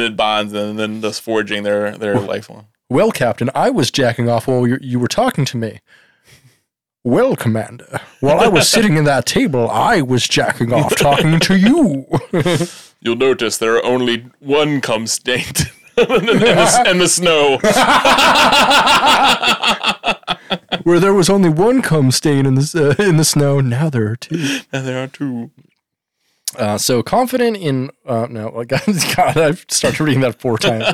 it bonds, and then thus forging their their lifelong.
Well, Captain, I was jacking off while you, you were talking to me. Well, Commander, while I was sitting in that table, I was jacking off talking to you.
You'll notice there are only one cum stained. and, the, and the- and the snow.
Where there was only one cum stain in the, s- uh, in the snow, now there are two.
and there are two.
Uh, so confident in uh, no, like, God, I've started reading that four times.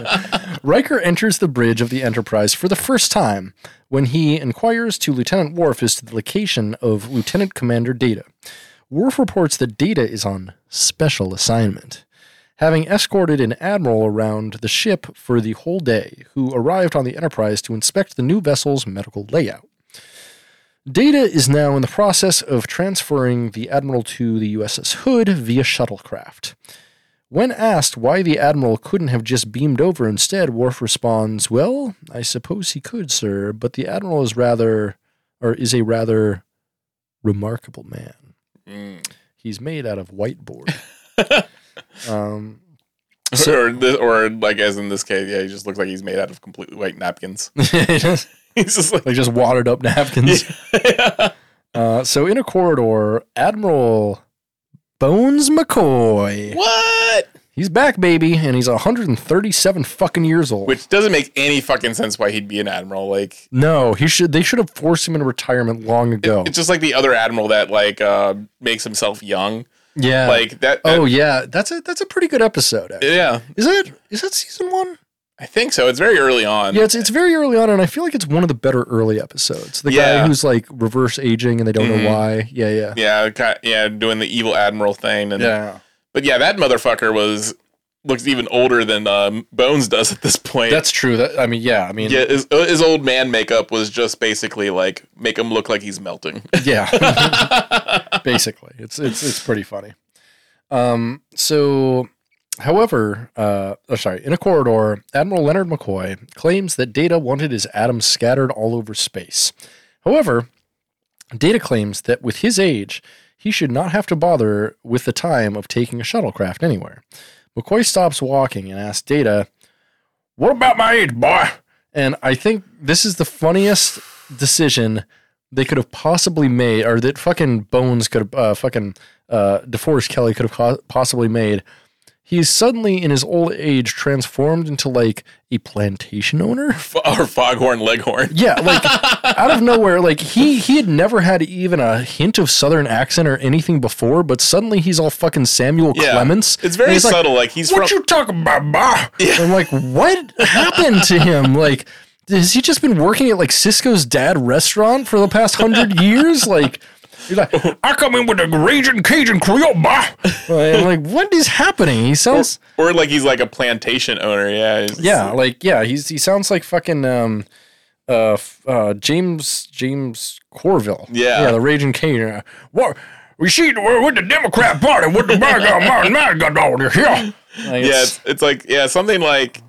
Riker enters the bridge of the Enterprise for the first time when he inquires to Lieutenant Worf as to the location of Lieutenant Commander Data. Worf reports that Data is on special assignment, having escorted an admiral around the ship for the whole day, who arrived on the Enterprise to inspect the new vessel's medical layout. Data is now in the process of transferring the Admiral to the USS Hood via shuttlecraft. When asked why the Admiral couldn't have just beamed over instead, Worf responds, Well, I suppose he could, sir, but the Admiral is rather, or is a rather remarkable man.
Mm.
He's made out of whiteboard. um, So-
or, this, or like as in this case, yeah, he just looks like he's made out of completely white napkins.
just,
he's just like,
like just watered up napkins. Uh, so in a corridor, Admiral Bones McCoy.
what?
He's back, baby, and he's 137 fucking years old.
Which doesn't make any fucking sense why he'd be an admiral. Like
no, he should. They should have forced him into retirement long ago.
it's just like the other admiral that like uh, makes himself young.
yeah.
Like uh, that. that-
oh yeah, that's a that's a pretty good episode. Actually.
yeah,
Is that is that season one?
I think so. It's very early on.
Yeah, it's it's very early on, and I feel like it's one of the better early episodes. The guy
Yeah.
who's like reverse aging, and they don't
Mhm.
know why. Yeah, yeah,
yeah, ki- yeah, doing the evil admiral thing. And,
yeah.
But yeah, that motherfucker was looks even older than um, Bones does at this point.
That's true. That I mean, yeah, I mean,
yeah, his, uh, his old man makeup was just basically like make him look like he's melting.
Yeah. Basically, it's it's it's pretty funny. Um so however, uh oh, sorry, in a corridor, Admiral Leonard McCoy claims that Data wanted his atoms scattered all over space. However, Data claims that with his age, he should not have to bother with the time of taking a shuttlecraft anywhere. McCoy stops walking and asks Data, "What about my age, boy?" And I think this is the funniest decision they could have possibly made, or that fucking Bones could have, uh, fucking uh, DeForest Kelly could have co- possibly made. He's suddenly in his old age transformed into like a plantation owner.
F- or foghorn leghorn.
Yeah, like out of nowhere, like he he had never had even a hint of southern accent or anything before, but suddenly he's all fucking Samuel
Yeah.
Clements.
It's
And
very
he's like,
subtle. Like he's
what
from
you talking about, bah? I'm like, what happened to him? Like, has he just been working at like Cisco's dad restaurant for the past hundred years? Like, he's like, I come in with a raging Cajun Creole, bah. Like, like, what is happening? He sounds,
Or like he's like a plantation owner. Yeah. he's-
yeah, like, yeah, he's he sounds like fucking um, uh, f- uh, James James Corville.
Yeah.
yeah, the raging Cajun. What? We see, we're with the Democrat Party. What the bag of my man got over here? Like,
Yeah. It's, it's like, yeah, something like.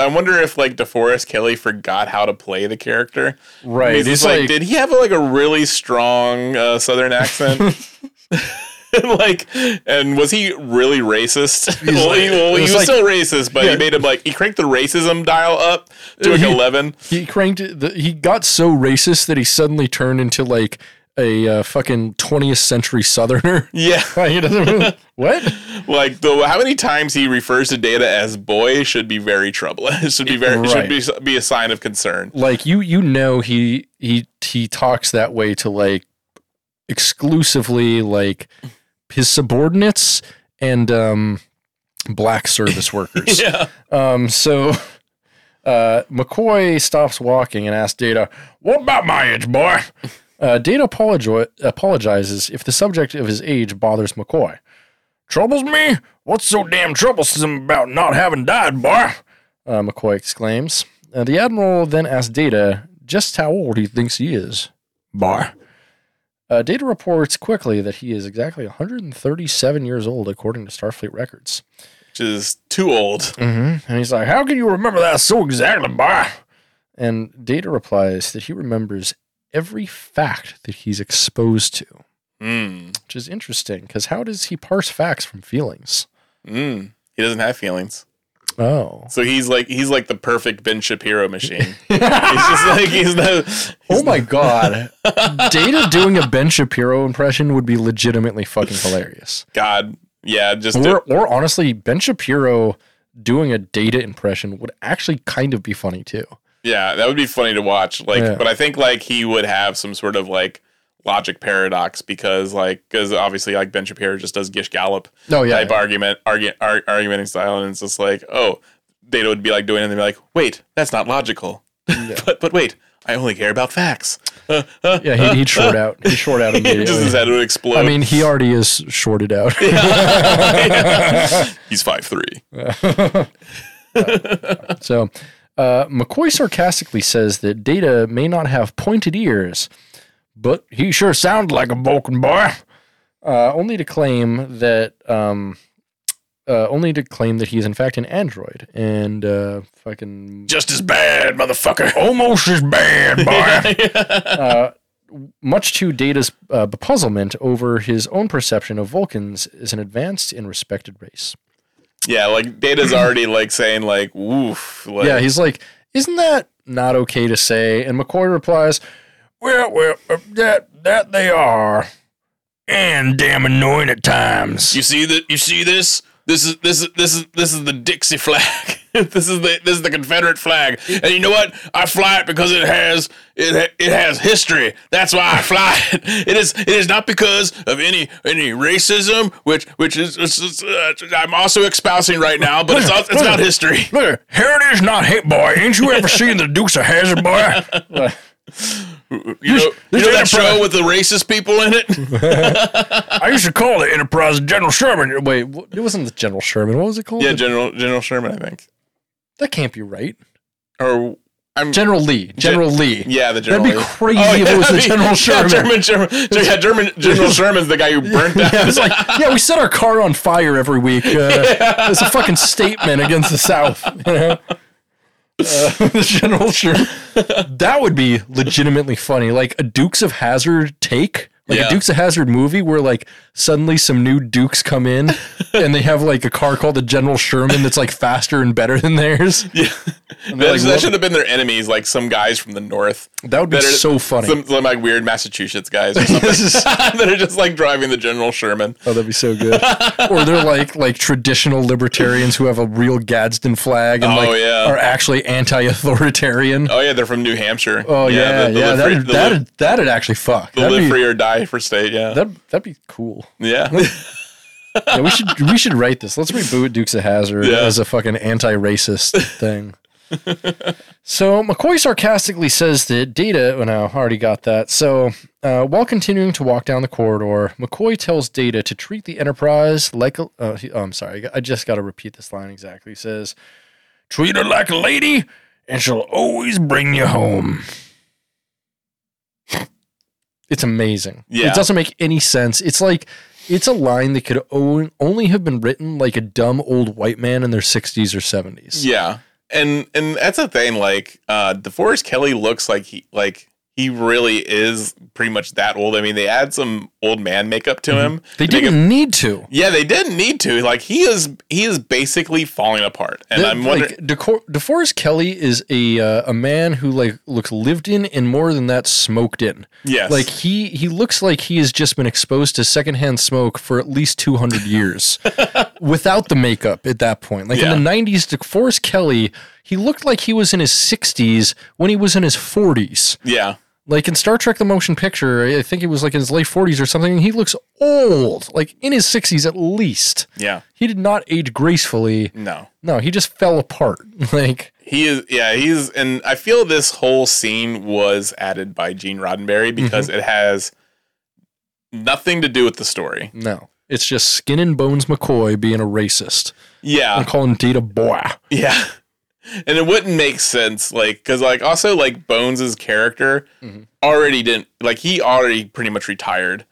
I wonder if like DeForest Kelly forgot how to play the character.
right.
He's
It's
just like, did he have like a really strong uh, Southern accent? like, and was he really racist? well, he, well, he
it's
was
like-
still racist, but
Yeah.
he made him like he cranked the racism dial up to like
He-
eleven.
he cranked it- the, he got so racist that he suddenly turned into like a uh, fucking 20th century southerner
Yeah,
Like, he doesn't really- what
like the how many times he refers to data as boy should be very troubling. It should be very
Right.
it should be, be a sign of concern.
like you you know he he he talks that way to like exclusively like his subordinates and um black service workers
Yeah,
Um, so uh, McCoy stops walking and asks Data, What about my age, boy? Uh, Data apologi- apologizes if the subject of his age bothers McCoy. Troubles me? What's so damn troublesome about not having died, boy? Uh, McCoy exclaims. Uh, the Admiral then asks Data just how old he thinks he is. Boy. Uh, Data reports quickly that he is exactly 137 years old, according to Starfleet records.
which is too old.
Mm-hmm. And he's like, How can you remember that so exactly, boy? And Data replies that he remembers every fact that he's exposed to,
Mm.
which is interesting because how does he parse facts from feelings?
Mm. He doesn't have feelings,
Oh.
so he's like he's like the perfect Ben Shapiro machine. he's just like he's the
Oh my God. Data doing a Ben Shapiro impression would be legitimately fucking hilarious.
God. Yeah, just do-
Or, or honestly, Ben Shapiro doing a data impression would actually kind of be funny too.
yeah, that would be funny to watch. Like,
Yeah.
but I think like he would have some sort of like logic paradox because like because obviously like Ben Shapiro just does Gish Gallop
Oh, yeah.
type argument argument ar- argumenting style, and it's just like oh, Data would be like doing it and they'd be like, wait, that's not logical. but but wait, I only care about facts.
Yeah, he'd, he'd short out. He'd short out immediately.
just his head would explode.
I mean, he already is shorted out.
he's five three.
So uh, McCoy sarcastically says that Data may not have pointed ears, but he sure sounded like a Vulcan boy. Uh, only to claim that, um, uh, only to claim that he is in fact an android and uh, fucking
Just as bad, motherfucker.
almost as bad, boy. uh, much to Data's uh, bepuzzlement over his own perception of Vulcans as an advanced and respected race.
Yeah, like Data's already like saying like woof. Like,
yeah, he's like, isn't that not okay to say? And McCoy replies, well, well, uh, that that they are, and damn annoying at times.
You see that? You see this? This is this is this is this is the Dixie flag. this is the this is the Confederate flag. And you know what? I fly it because it has it ha- it has history. That's why I fly it. It is it is not because of any any racism, which which is, is- is, uh, I'm also espousing right now. But it's also, it's about history.
Look, here it is, not hit boy. Ain't you ever seen the Dukes of Hazard boy?
You know, you
this
know that
enterprise-
show with the racist people in it?
I used to call the Enterprise General Sherman. Wait, wh- it wasn't the General Sherman. What was it called?
yeah, General General Sherman, I think.
that can't be right.
Or I'm
General Lee. General Lee.
Yeah, the
That'd
general. Oh,
be crazy if it was the General Sherman.
Yeah, German, German, yeah, German, General Sherman's the guy who burnt down.
Yeah, it's like, yeah, we set our car on fire every week. Uh, It's a fucking statement against the South. You know? Uh, the General Sherman. That would be legitimately funny. Like a Dukes of Hazard take. Like
Yeah.
a Dukes of Hazard movie where like suddenly some new Dukes come in and they have like a car called the General Sherman that's like faster and better than theirs.
that,
like,
that
what-
should have been their enemies, like some guys from the north.
That would be
That are-
so funny.
Some, some, like weird Massachusetts guys or something
This is-
that are just like driving the General Sherman.
Oh, that'd be so good. or they're like like traditional libertarians who have a real Gadsden flag and
Oh,
like
yeah.
are actually anti-authoritarian.
Oh yeah, they're from New Hampshire.
Oh yeah, yeah,
the, the live free,
that'd,
the live-
that'd, that'd actually fuck.
the live
That'd be,
free or die for state. Yeah,
that'd, that'd be cool.
yeah.
Yeah, we should we should write this. Let's reboot Dukes of Hazard
Yeah.
as a fucking anti-racist thing. So McCoy sarcastically says that Data. Oh no, I already got that. So uh, while continuing to walk down the corridor, McCoy tells Data to treat the Enterprise like. A, uh, he- oh, I'm sorry, I just got to repeat this line exactly. He says, "Treat her like a lady, and she'll always bring you home." It's amazing.
Yeah.
It doesn't make any sense. It's like it's a line that could own, only have been written like a dumb old white man in their 60s or 70s.
Yeah. And and that's the thing, like uh DeForest Kelly looks like he like he really is pretty much that old. I mean, they add some old man makeup to him.
Mm-hmm. They
to make him-
didn't need to.
yeah, they didn't need to. Like he is he is basically falling apart. And
That,
I'm wondering
like Deco- DeForest Kelly is a uh, a man who like looks lived in and more than that smoked in.
Yes.
Like he he looks like he has just been exposed to secondhand smoke for at least 200 years without the makeup at that point. Like in the 90s DeForest Kelly, he looked like he was in his 60s when he was in his 40s.
Yeah.
Like in Star Trek the Motion Picture, I think it was like in his late 40s or something, he looks old, like in his 60s at least.
Yeah.
He did not age gracefully.
No.
No, he just fell apart. Like
He is yeah, he's and I feel this whole scene was added by Gene Roddenberry because
Mm-hmm.
it has nothing to do with the story.
no, it's just Skin and Bones McCoy being a racist. I'm
Yeah.
calling Data boy.
Yeah. And it wouldn't make sense, like, because, like, also, like, Bones' character
Mm-hmm.
already didn't, like, he already pretty much retired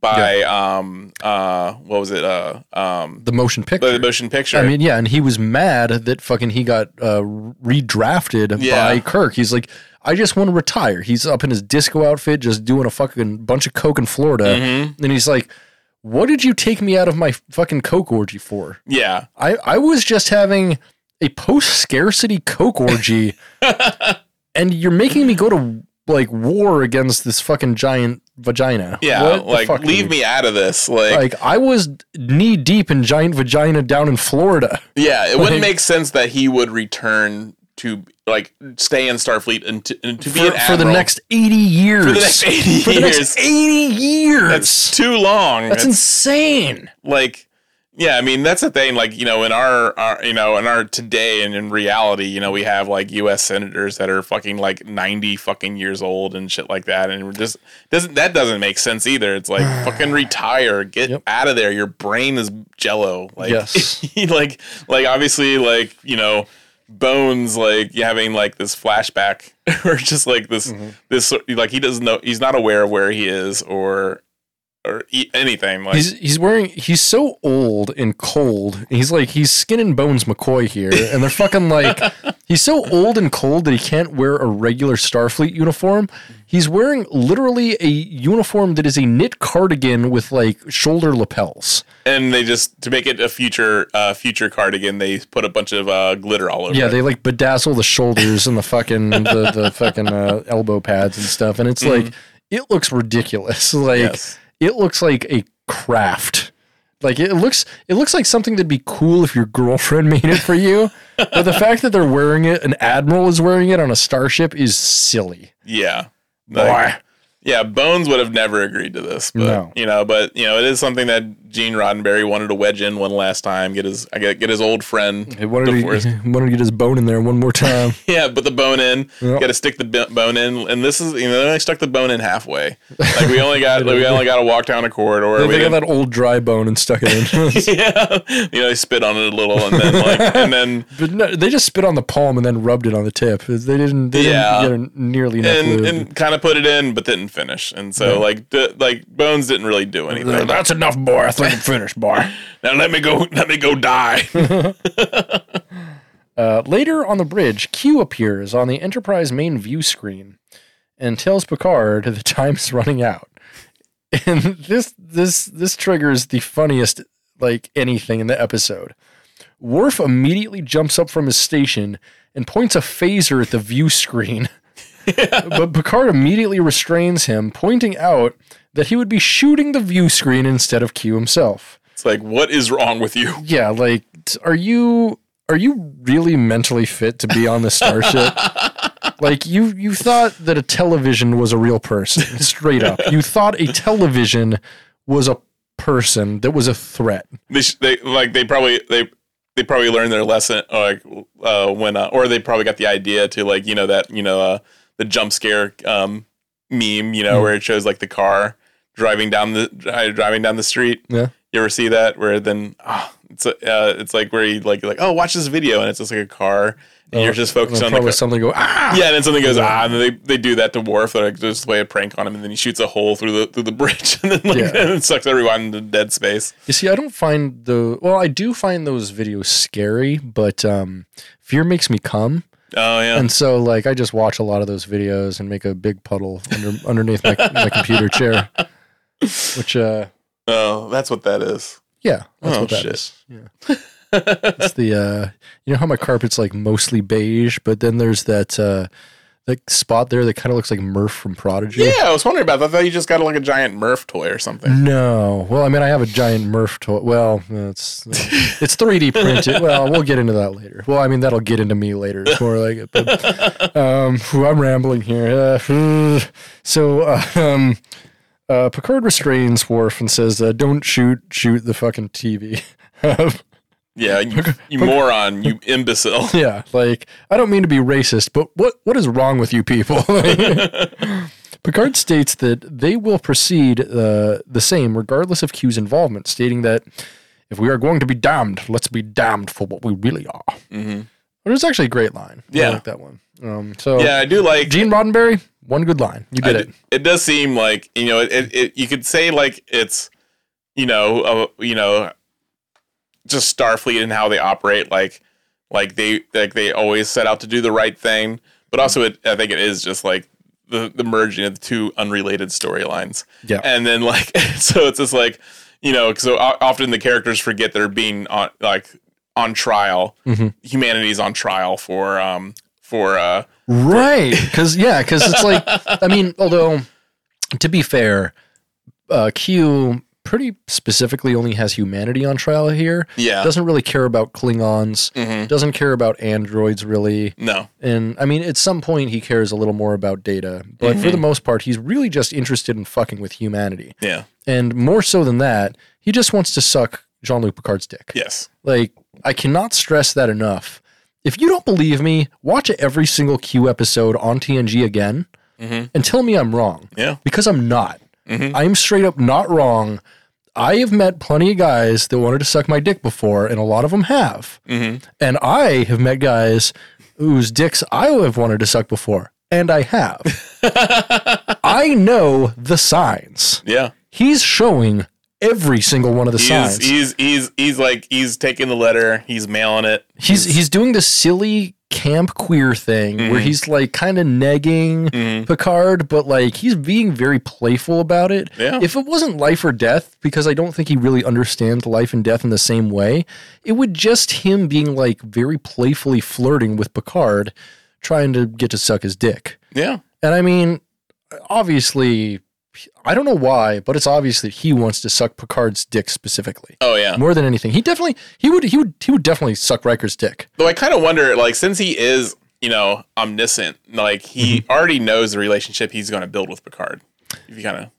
by, um, uh, what was it, uh, um,
The motion
by the
picture.
motion picture.
I mean, yeah, and he was mad that fucking he got uh, redrafted
Yeah.
by Kirk. He's like, I just want to retire. He's up in his disco outfit, just doing a fucking bunch of coke in Florida,
Mm-hmm.
and he's like, "What did you take me out of my fucking coke orgy for?
yeah.
I I was just having a post scarcity coke orgy, and you're making me go to like war against this fucking giant vagina.
Yeah.
What the
Like,
fuck,
leave
dude?
me out of this. Like,
Like I was knee deep in giant vagina down in Florida.
yeah, it
like-
wouldn't make sense that he would return to, like, stay in Starfleet and to, and to be
for,
an
for the
admiral.
next 80 years.
For the next 80
For the next
years.
80 years.
That's too long.
That's
It's-
insane.
like yeah i mean that's the thing like you know in our, our you know in our today and in reality you know we have like us senators that are fucking like 90 fucking years old and shit like that and we're just doesn't that doesn't make sense either it's like fucking retire get
Yep.
out of there your brain is jello like
Yes.
like like obviously like you know bones like you having like this flashback or just like this
Mm-hmm.
this like he doesn't know he's not aware of where he is or or e- anything like
He's he's wearing he's so old and cold. and He's like he's skin and bones McCoy here, and they're fucking like he's so old and cold that he can't wear a regular Starfleet uniform. He's wearing literally a uniform that is a knit cardigan with like shoulder lapels.
and they just to make it a future uh, future cardigan, they put a bunch of uh, glitter all over.
Yeah,
it.
they like bedazzle the shoulders and the fucking the, the fucking uh, elbow pads and stuff, and it's like it looks ridiculous. Like
Yes.
it looks like a craft. Like it looks it looks like something that'd be cool if your girlfriend made it for you. but the fact that they're wearing it, an admiral is wearing it on a starship is silly.
yeah, Like, yeah. Bones would have never agreed to this, but
No.
you know, but you know, it is something that Gene Roddenberry wanted to wedge in one last time. Get his, I get, get his old friend.
He wanted
DeForest.
to, wanted to get his bone in there one more time.
Yeah, put the bone in.
Yep.
Got to stick the b- bone in, and this is you know they only stuck the bone in halfway. Like we only got like, we only got to walk down a corridor.
they
we
got
didn't-
that old dry bone and stuck it in.
yeah, you know, they spit on it a little, and then like, and then
but no, they just spit on the palm and then rubbed it on the tip. They didn't. They
Yeah.
didn't get a, nearly enough
and
lube.
and kind of put it in, but didn't finish. And so like d- like Bones didn't really do anything.
That's enough, boy. I think I'm finished, boy.
Now let me go. Let me go die.
Uh, later on the bridge, Q appears on the Enterprise main view screen and tells Picard the time's running out. And this this this triggers the funniest like anything in the episode. Worf immediately jumps up from his station and points a phaser at the view screen. but Picard immediately restrains him, pointing out that he would be shooting the view screen instead of Q himself.
it's like what is wrong with you?
yeah like t- are you are you really mentally fit to be on the starship like you you thought that a television was a real person straight up you thought a television was a person that was a threat
They, sh- they like they probably they they probably learned their lesson like uh, when uh, or they probably got the idea to like you know that you know uh, the jump scare um, meme you know where it shows like the car driving down the dri- driving down the street
Yeah.
you ever see that where then ah, it's uh, it's like where you like like oh watch this video and it's just like a car and you're just focused on the
Oh, probably
car.
something go ah.
yeah, and then something goes ah, and then they, they do that to Worf. They're like just play a prank on him, and then he shoots a hole through the through the bridge, and then like
Yeah.
and it sucks everyone into dead space.
You see, I don't find the well. I do find those videos scary, but um, fear makes me come,
Oh yeah,
and so like I just watch a lot of those videos and make a big puddle under, underneath my, my computer chair, which uh,
oh that's what that is.
yeah, that's
Oh,
what that is.
shit.
Yeah, it's the uh, you know how my carpet's like mostly beige, but then there's that uh, that spot there that kind of looks like Murph from Prodigy.
Yeah, I was wondering about that. I thought you just got like a giant Murph toy or
Mm.
something.
No. Well, I mean, I have a giant Murph toy. Well, it's it's 3D printed. Well, we'll get into that later. Well, I mean, that'll get into me later. It's more like it. But, um, whew, I'm rambling here. Uh, so, uh, um, uh, Picard restrains Worf and says, uh, "Don't shoot, shoot the fucking Um, TV."
Yeah, you, you moron, you imbecile.
yeah, like I don't mean to be racist, but what what is wrong with you people? Picard states that they will proceed uh, the same regardless of Q's involvement, stating that if we are going to be damned, let's be damned for what we really are. Mm-hmm. But it's actually a great line.
Yeah.
I like that one. Um, so
Yeah, I do like.
Gene Roddenberry, one good line. You did
I d-
it.
it does seem like you know it, it, it. You could say like it's you know uh, you know just Starfleet and how they operate. Like like they like they always set out to do the right thing, but also it, I think it is just like the the merging of the two unrelated storylines.
Yeah.
and then like so it's just like you know so o- often the characters forget they're being on like on trial. Humanity's on trial for um for uh
Right. Because, yeah, because it's like, I mean, although to be fair, uh, Q pretty specifically only has humanity on trial here.
Yeah.
Doesn't really care about Klingons, doesn't care about androids really.
no
And I mean, at some point, he cares a little more about data, but for the most part, he's really just interested in fucking with humanity.
yeah
And more so than that, he just wants to suck Jean Luc Picard's dick.
yes.
Like, I cannot stress that enough. If you don't believe me, watch every single Q episode on TNG again and tell me I'm wrong.
Yeah.
Because I'm not. I am straight up not wrong. I have met plenty of guys that wanted to suck my dick before, and a lot of them have. And I have met guys whose dicks I have wanted to suck before, and I have. I know the signs.
Yeah.
He's showing every single one of the
He's,
signs.
he's he's he's like he's taking the letter, he's mailing it.
he's he's doing this silly camp queer thing where he's like kind of negging Picard, but like he's being very playful about it.
Yeah.
If it wasn't life or death, because I don't think he really understands life and death in the same way, it would just him being like very playfully flirting with Picard, trying to get to suck his dick.
Yeah.
And I mean, obviously, I don't know why, but it's obvious that he wants to suck Picard's dick specifically.
Oh yeah.
More than anything, he definitely he would he would he would definitely suck Riker's dick.
Though I kind of wonder, like, since he is, you know, omniscient, like he
Mm-hmm.
already knows the relationship he's going to build with Picard. If you kind of,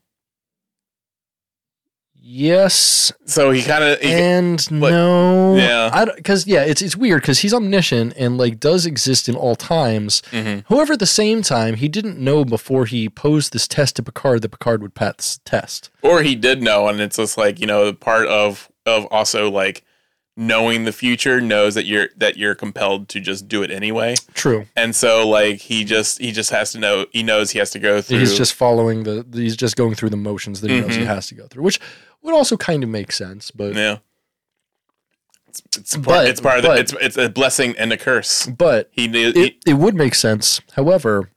Yes
so he kind of, he,
and
like-
no.
Yeah.
Because yeah, it's it's weird because he's omniscient and like does exist in all times.
Mm-hmm.
However, at the same time, he didn't know before he posed this test to Picard that Picard would pass this test.
or he did know, and it's just like you know, part of of also like knowing the future knows that you're that you're compelled to just do it anyway,
True.
and so like he just he just has to know he knows he has to go through.
He's just following the. He's just going through the motions that he knows he has to go through, which would also kind of make sense. But
Mm-hmm. yeah. It's, it's, part,
But-
it's part of the,
but-
it's it's a blessing and a curse.
but
He knew
it, it would make sense. However,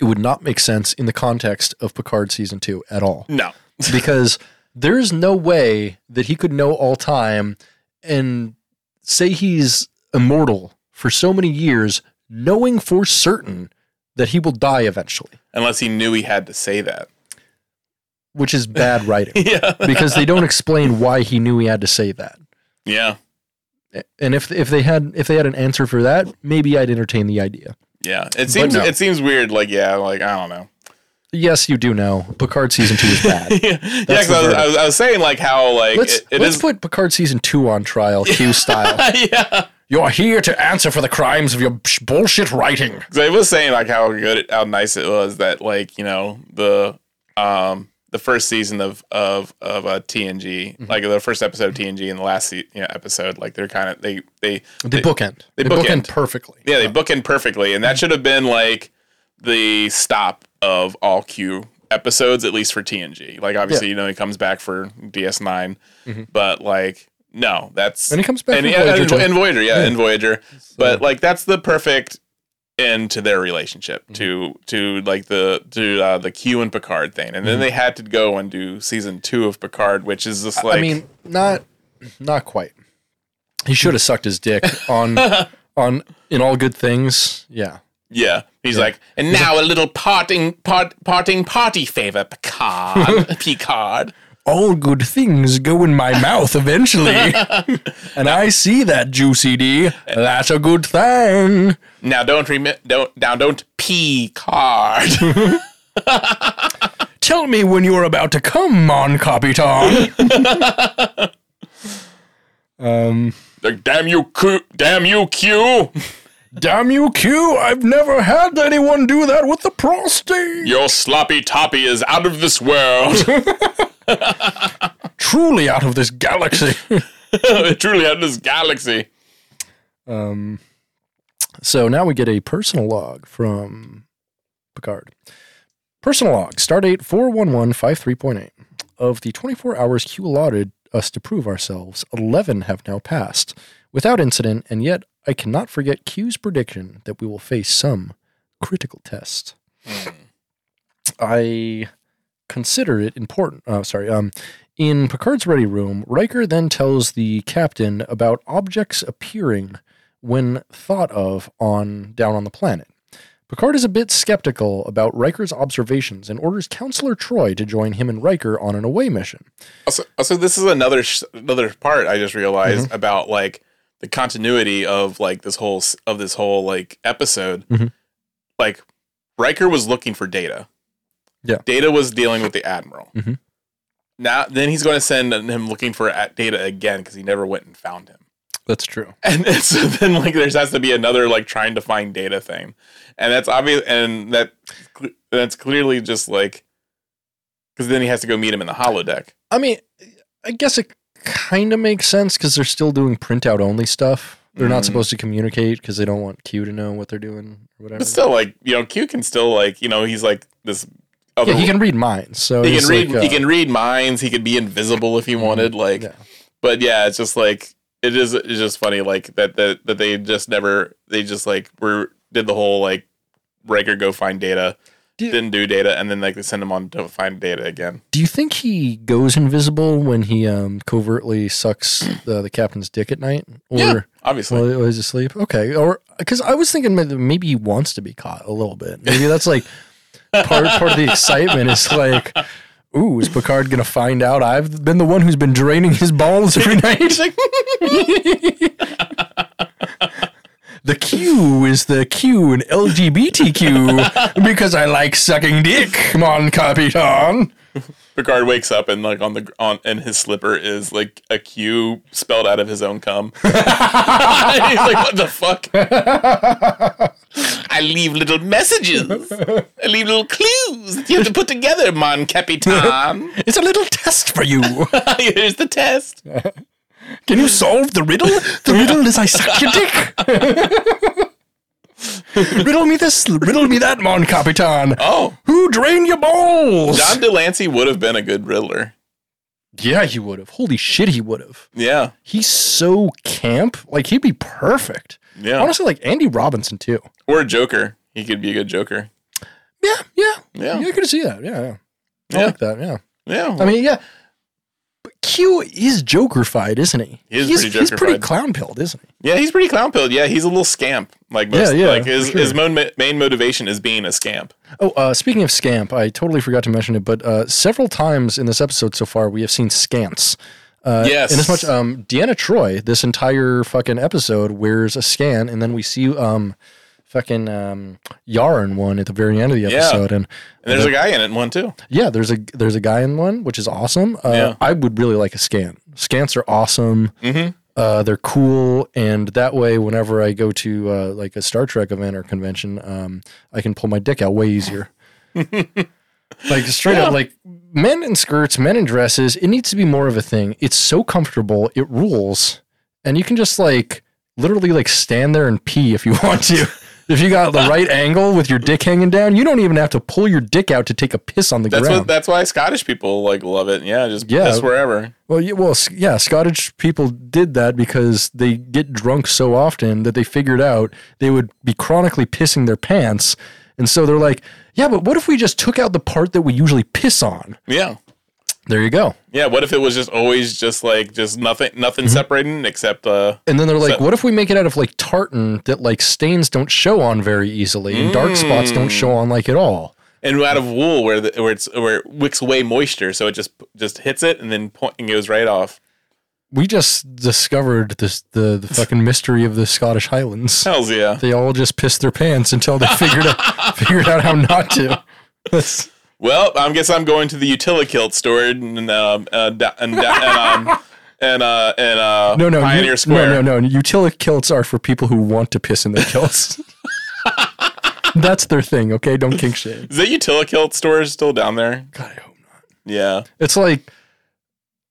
it would not make sense in the context of Picard season two at all.
no.
because there's no way that he could know all time and say he's immortal for so many years, knowing for certain that he will die eventually,
Unless he knew he had to say that.
which is bad writing
Yeah.
because they don't explain why he knew he had to say that.
Yeah.
And if if they had if they had an answer for that, maybe I'd entertain the idea.
Yeah. It seems
no.
it seems weird, like yeah, like I don't know.
Yes, you do know. Picard season two is bad.
yeah,
That's
because
the
I, was,
verdict.
I, was, I was saying like how like
let's
it, it
let's
is-
put Picard season two on trial, Q style.
yeah.
You're here to answer for the crimes of your psh- bullshit writing.
'Cause I was saying like how good, it, how nice it was that like you know the um the first season of of of uh, TNG,
Mm-hmm.
like the first episode of TNG and the last se- you know, episode, like they're kind of they they
They bookend.
they bookend.
perfectly. Uh, Mm.
yeah they book in perfectly, and that should have been like the stop of all Q episodes at least for TNG. Like obviously you know he comes back for DS9, but like no that's
Mm-hmm. And he comes back
and,
from
yeah,
Voyager
and,
to-
and Voyager, yeah, and Voyager. But like that's the perfect end to their relationship
Mm-hmm.
to to like the to uh, the Q and Picard thing, and then they had to go and do season two of Picard, which is just like
Mm-hmm. I mean, not not quite. He should have sucked his dick on on in all good things. Yeah.
yeah. He's like, and now a little parting part, parting party favor, Picard, Picard.
All good things go in my mouth eventually. and I see that juicy D. That's a good thing.
Now don't remember, don't now don't Picard.
Tell me when you're about to come on, Capitan.
like damn you, Q, damn you, Q.
Damn you, Q. I've never had anyone do that with the prostate.
Your sloppy toppy is out of this world.
Truly out of this galaxy.
Truly out of this galaxy.
So now we get a personal log from Picard. Personal log, stardate 41153.8. Of the 24 hours Q allotted us to prove ourselves, 11 have now passed without incident, and yet I cannot forget Q's prediction that we will face some critical test. I consider it important. Oh, sorry. Um, in Picard's ready room, Riker then tells the captain about objects appearing when thought of on down on the planet. Picard is a bit skeptical about Riker's observations and orders Counselor Troy to join him and Riker on an away mission.
Also, also this is another sh- another part I just realized about like the continuity of like this whole s- of this whole like episode.
Mhm.
Like Riker was looking for Data.
Yeah.
Data was dealing with the admiral.
Mhm.
Now then he's going to send him looking for at Data again because he never went and found him.
That's true.
And, and so then like there's has to be another like trying to find Data thing, and that's obvious and that cle- that's clearly just like because then he has to go meet him in the holodeck.
I mean, I guess it kind of makes sense because they're still doing printout only stuff. They're not
Mhm.
supposed to communicate because they don't want Q to know what they're doing or whatever.
But still, like you know, Q can still like you know he's like this. Other,
yeah, he can read minds. So
he
he's
can read
like,
he
uh, Mm-hmm.
can read minds. He could be invisible if he wanted. Like,
yeah.
but yeah, it's just like it is. It's just funny like that that that they just never they just like were did the whole like Riker go find data.
Do-
didn't do data, and then like they send him on to find data again.
Do you think he goes invisible when he um, covertly sucks the, the captain's dick at night, or
yeah, obviously.
while he's asleep? Okay, or because I was thinking that maybe he wants to be caught a little bit. Maybe that's like part part of the excitement. Is like, ooh, is Picard gonna find out I've been the one who's been draining his balls every night?
He's like,
The Q is the Q in LGBTQ because I like sucking dick. Come on, Capitan.
Picard wakes up and like on the on and his slipper is like a Q spelled out of his own cum. He's like, what the fuck? I leave little messages. I leave little clues that you have to put together, Mon Capitan.
It's a little test for you.
Here's the test.
Can you solve the riddle? The riddle is I suck your dick. riddle me this, riddle me that, Mon Capitan.
Oh,
Who drained your balls?
John Delancey would have been a good Riddler.
yeah, he would have. Holy shit, he would have.
Yeah,
He's so camp. Like, he'd be perfect.
yeah.
Honestly, like Andy Robinson, too.
or a Joker. He could be a good Joker.
Yeah, yeah.
Yeah.
I could see that. Yeah, yeah. I
Yeah.
like that, yeah.
Yeah,
I mean, yeah. But Q is Jokerfied, isn't he?
He is
he's,
pretty
he's pretty
Joker-fied.
clown-pilled, isn't he?
yeah. He's pretty clown pilled. Yeah, he's a little scamp. Like most,
Yeah, yeah,
like his
for
his
sure.
main, main motivation is being a scamp.
Oh, uh, speaking of scamp, I totally forgot to mention it, but uh, several times in this episode so far, we have seen scants. Uh,
Yes.
In as much, um, Deanna Troy, this entire fucking episode wears a scan, and then we see um, fucking um, Yarn one at the very end of the
Yeah.
episode, and
And there's a guy in it in one too.
yeah, there's a there's a guy in one, which is awesome. Uh,
Yeah.
I would really like a scant. Scants are awesome.
Mhm.
Uh, they're cool, and that way, whenever I go to uh, like a Star Trek event or convention, um, I can pull my dick out way easier. like straight up, like men in skirts, men in dresses. It needs to be more of a thing. It's so comfortable, it rules, and you can just like literally like stand there and pee if you want to. If you got the right angle with your dick hanging down, you don't even have to pull your dick out to take a piss on the
That's
ground.
what. That's why Scottish people like love it. Yeah, just
Yeah.
piss wherever.
Well, yeah, well, s- yeah. Scottish people did that because they get drunk so often that they figured out they would be chronically pissing their pants, and so they're like, "Yeah, but what if we just took out the part that we usually piss on?"
Yeah,
There you go.
yeah. What if it was just always just like just nothing, nothing
Mm-hmm.
separating except uh,
And then they're like,
So-
"What if we make it out of like tartan that like stains don't show on very easily, and dark spots don't show on like at all?"
and out of wool where the, where it's where it wicks away moisture, so it just just hits it and then point and goes right off.
We just discovered this the, the fucking mystery of the Scottish Highlands.
Hells yeah.
They all just pissed their pants until they figured out figured out how not to. That's-
Well, I guess I'm going to the Utilikilt store and um uh, da- and da- and um and uh and uh
No, no,
Pioneer
you-
Square.
No, no, no. Utility kilts are for people who want to piss in their kilts. That's their thing, okay? Don't kink shame.
Is that Utilikilt store still down there?
God, I hope not.
Yeah,
It's like,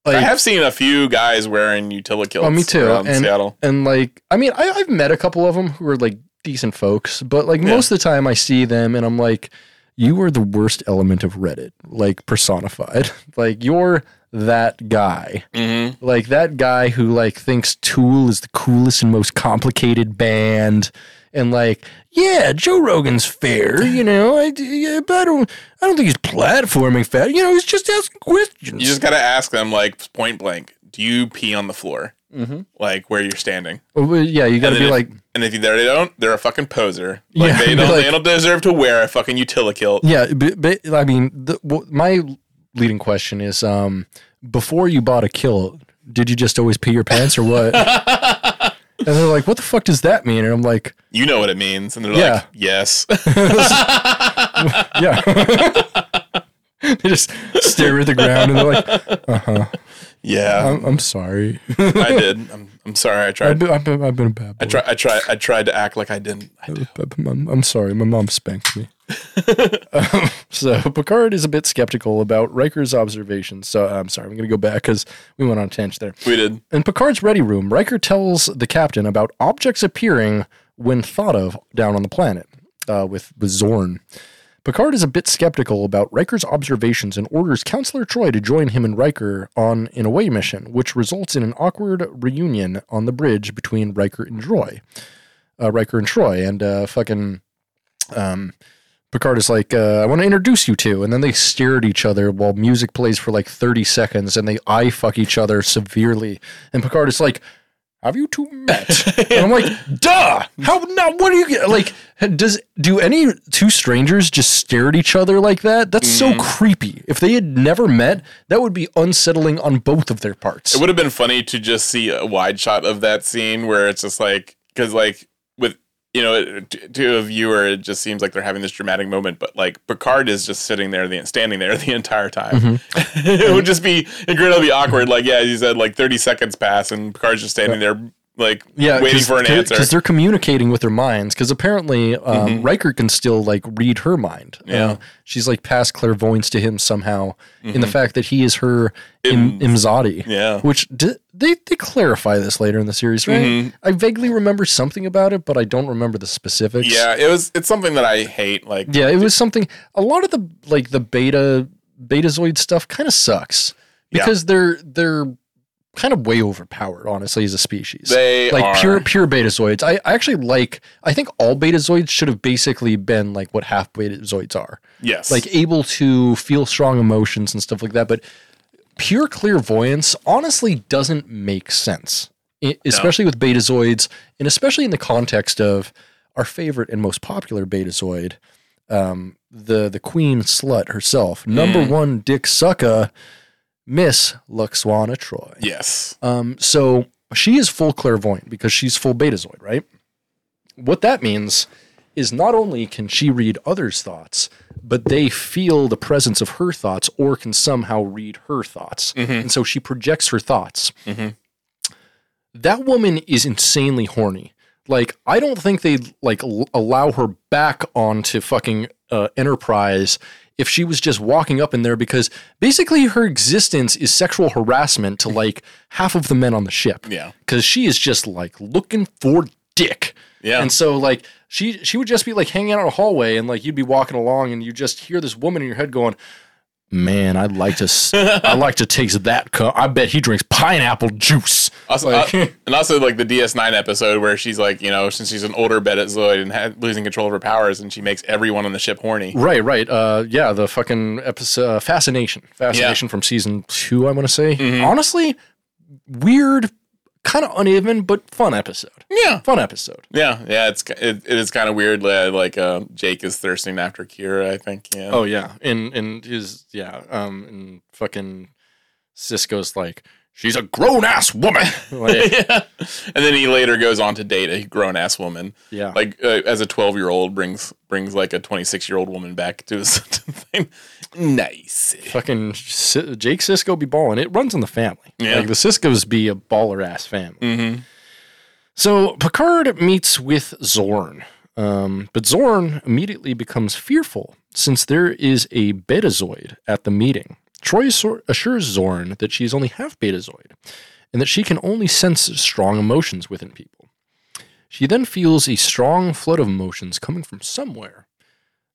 like
I have seen a few guys wearing Utilikilts.
oh, me too.
around
And
Seattle.
and like, I mean, I, I've met a couple of them who are like decent folks, but like
Yeah.
most of the time, I see them and I'm like, you are the worst element of Reddit, like personified. like you're that guy.
hmm
like that guy who like thinks Tool is the coolest and most complicated band, and like yeah, Joe Rogan's fair, you know. I, yeah, but I don't, I don't think he's platforming fair. You know, he's just asking questions.
You just gotta ask them like point blank. Do you pee on the floor,
Mhm.
like where you're standing?
Oh, well, yeah, you got to
And
be
then
like,
And if they don't, they're a fucking poser. Like
Yeah,
they
be
don't,
like-
they don't deserve to wear a fucking Utilikilt.
yeah. But, but, I mean, the, well, my leading question is, um, before you bought a kilt, did you just always pee your pants or what? and they're like, what the fuck does that mean? And I'm like,
You know what it means, and they're
Yeah.
like, yes.
yeah. they just stare at the ground and they're like,
yeah,
I'm, I'm sorry.
I did. I'm, I'm sorry. I
I've
tried.
been, I've been, I've been a bad boy.
I try. I try. I tried to act like I didn't. I did.
I'm, I'm sorry. My mom spanked me. um, so Picard is a bit skeptical about Riker's observations. So I'm sorry. I'm going to go back because we went on a tangent there.
We did.
In Picard's ready room, Riker tells the captain about objects appearing when thought of down on the planet uh, with, with Zorn. Picard is a bit skeptical about Riker's observations and orders Counselor Troy to join him and Riker on an away mission, which results in an awkward reunion on the bridge between Riker and Troy. Uh, Riker and Troy, and uh, fucking um, Picard is like, uh, I want to introduce you to. And then they stare at each other while music plays for like 30 seconds and they eye fuck each other severely. And Picard is like, have you two met? and I'm like, duh. How now? What do you get? Like, does do any two strangers just stare at each other like that? That's so creepy. If they had never met, that would be unsettling on both of their parts.
It would have been funny to just see a wide shot of that scene where it's just like, because like with you know it- to, to a viewer, it just seems like they're having this dramatic moment, but like Picard is just sitting there, the standing there the entire time.
Mm-hmm.
it would just be incredibly awkward. Like yeah, you said like thirty seconds pass, and Picard's just standing there like
yeah,
waiting for an answer. Mm-hmm.
because they're communicating with their minds. Because apparently, um, Riker can still like read her mind.
Yeah.
Uh, she's like past clairvoyance to him somehow in the fact that he is her Im- Imzadi.
Mm-hmm. Yeah.
which di- they they clarify this later in the series, right?
Mm-hmm.
I vaguely remember something about it, but I don't remember the specifics.
Yeah, it was. It's something that I hate. Like
yeah, it was something. A lot of the like the beta betazoid stuff kind of sucks
Yeah.
because they're they're kind of way overpowered, honestly, as a species
they
like
are,
pure pure betazoids. I, I actually like. I think all betazoids should have basically been like what half betazoids are,
Yes,
like able to feel strong emotions and stuff like that. But pure clairvoyance honestly doesn't make sense, e- especially with betazoids, and especially in the context of our favorite and most popular betazoid, um, the the queen slut herself, number
Mm.
one dick sucka, Miss Luxwana Troy.
yes,
Um, so she is full clairvoyant because she's full betazoid, right? What that means is not only can she read others' thoughts, but they feel the presence of her thoughts or can somehow read her thoughts. And so she projects her thoughts. That woman is insanely horny. Like I don't think they like l- allow her back onto fucking uh, Enterprise if she was just walking up in there because basically her existence is sexual harassment to like half of the men on the ship.
Yeah.
because she is just like looking for dick.
Yeah.
And so like she she would just be like hanging out in a hallway and like you'd be walking along and you just hear this woman in your head going, "Man, I'd like to s- I'd like to taste that cup. I bet he drinks pineapple juice."
Also,
Like-
uh, and also like the DS9 episode where she's like, you know, since she's an older Betazoid and ha- losing control of her powers, and she makes everyone on the ship horny.
Right, right. Uh, yeah, the fucking episode uh, fascination, fascination from season two. I want to say honestly, weird, kind of uneven, but fun episode.
Yeah,
Fun episode.
yeah, yeah. It's ki- it, it is kind of weird. uh, Like uh, Jake is thirsting after Kira. I think. Yeah.
Oh yeah, and and his yeah, um, and fucking Cisco's like she's a grown ass woman. Like,
yeah. And then he later goes on to date a grown ass woman.
yeah,
Like uh, as a twelve year old brings brings like a twenty six year old woman back to his thing. Nice.
fucking Si- Jake Cisco be balling. It runs in the family.
Yeah.
Like the Ciscos be a baller ass family.
Mm-hmm.
So Picard meets with Zorn, um, but Zorn immediately becomes fearful since there is a betazoid at the meeting. Troy assor- assures Zorn that she is only half betazoid and that she can only sense strong emotions within people. She then feels a strong flood of emotions coming from somewhere,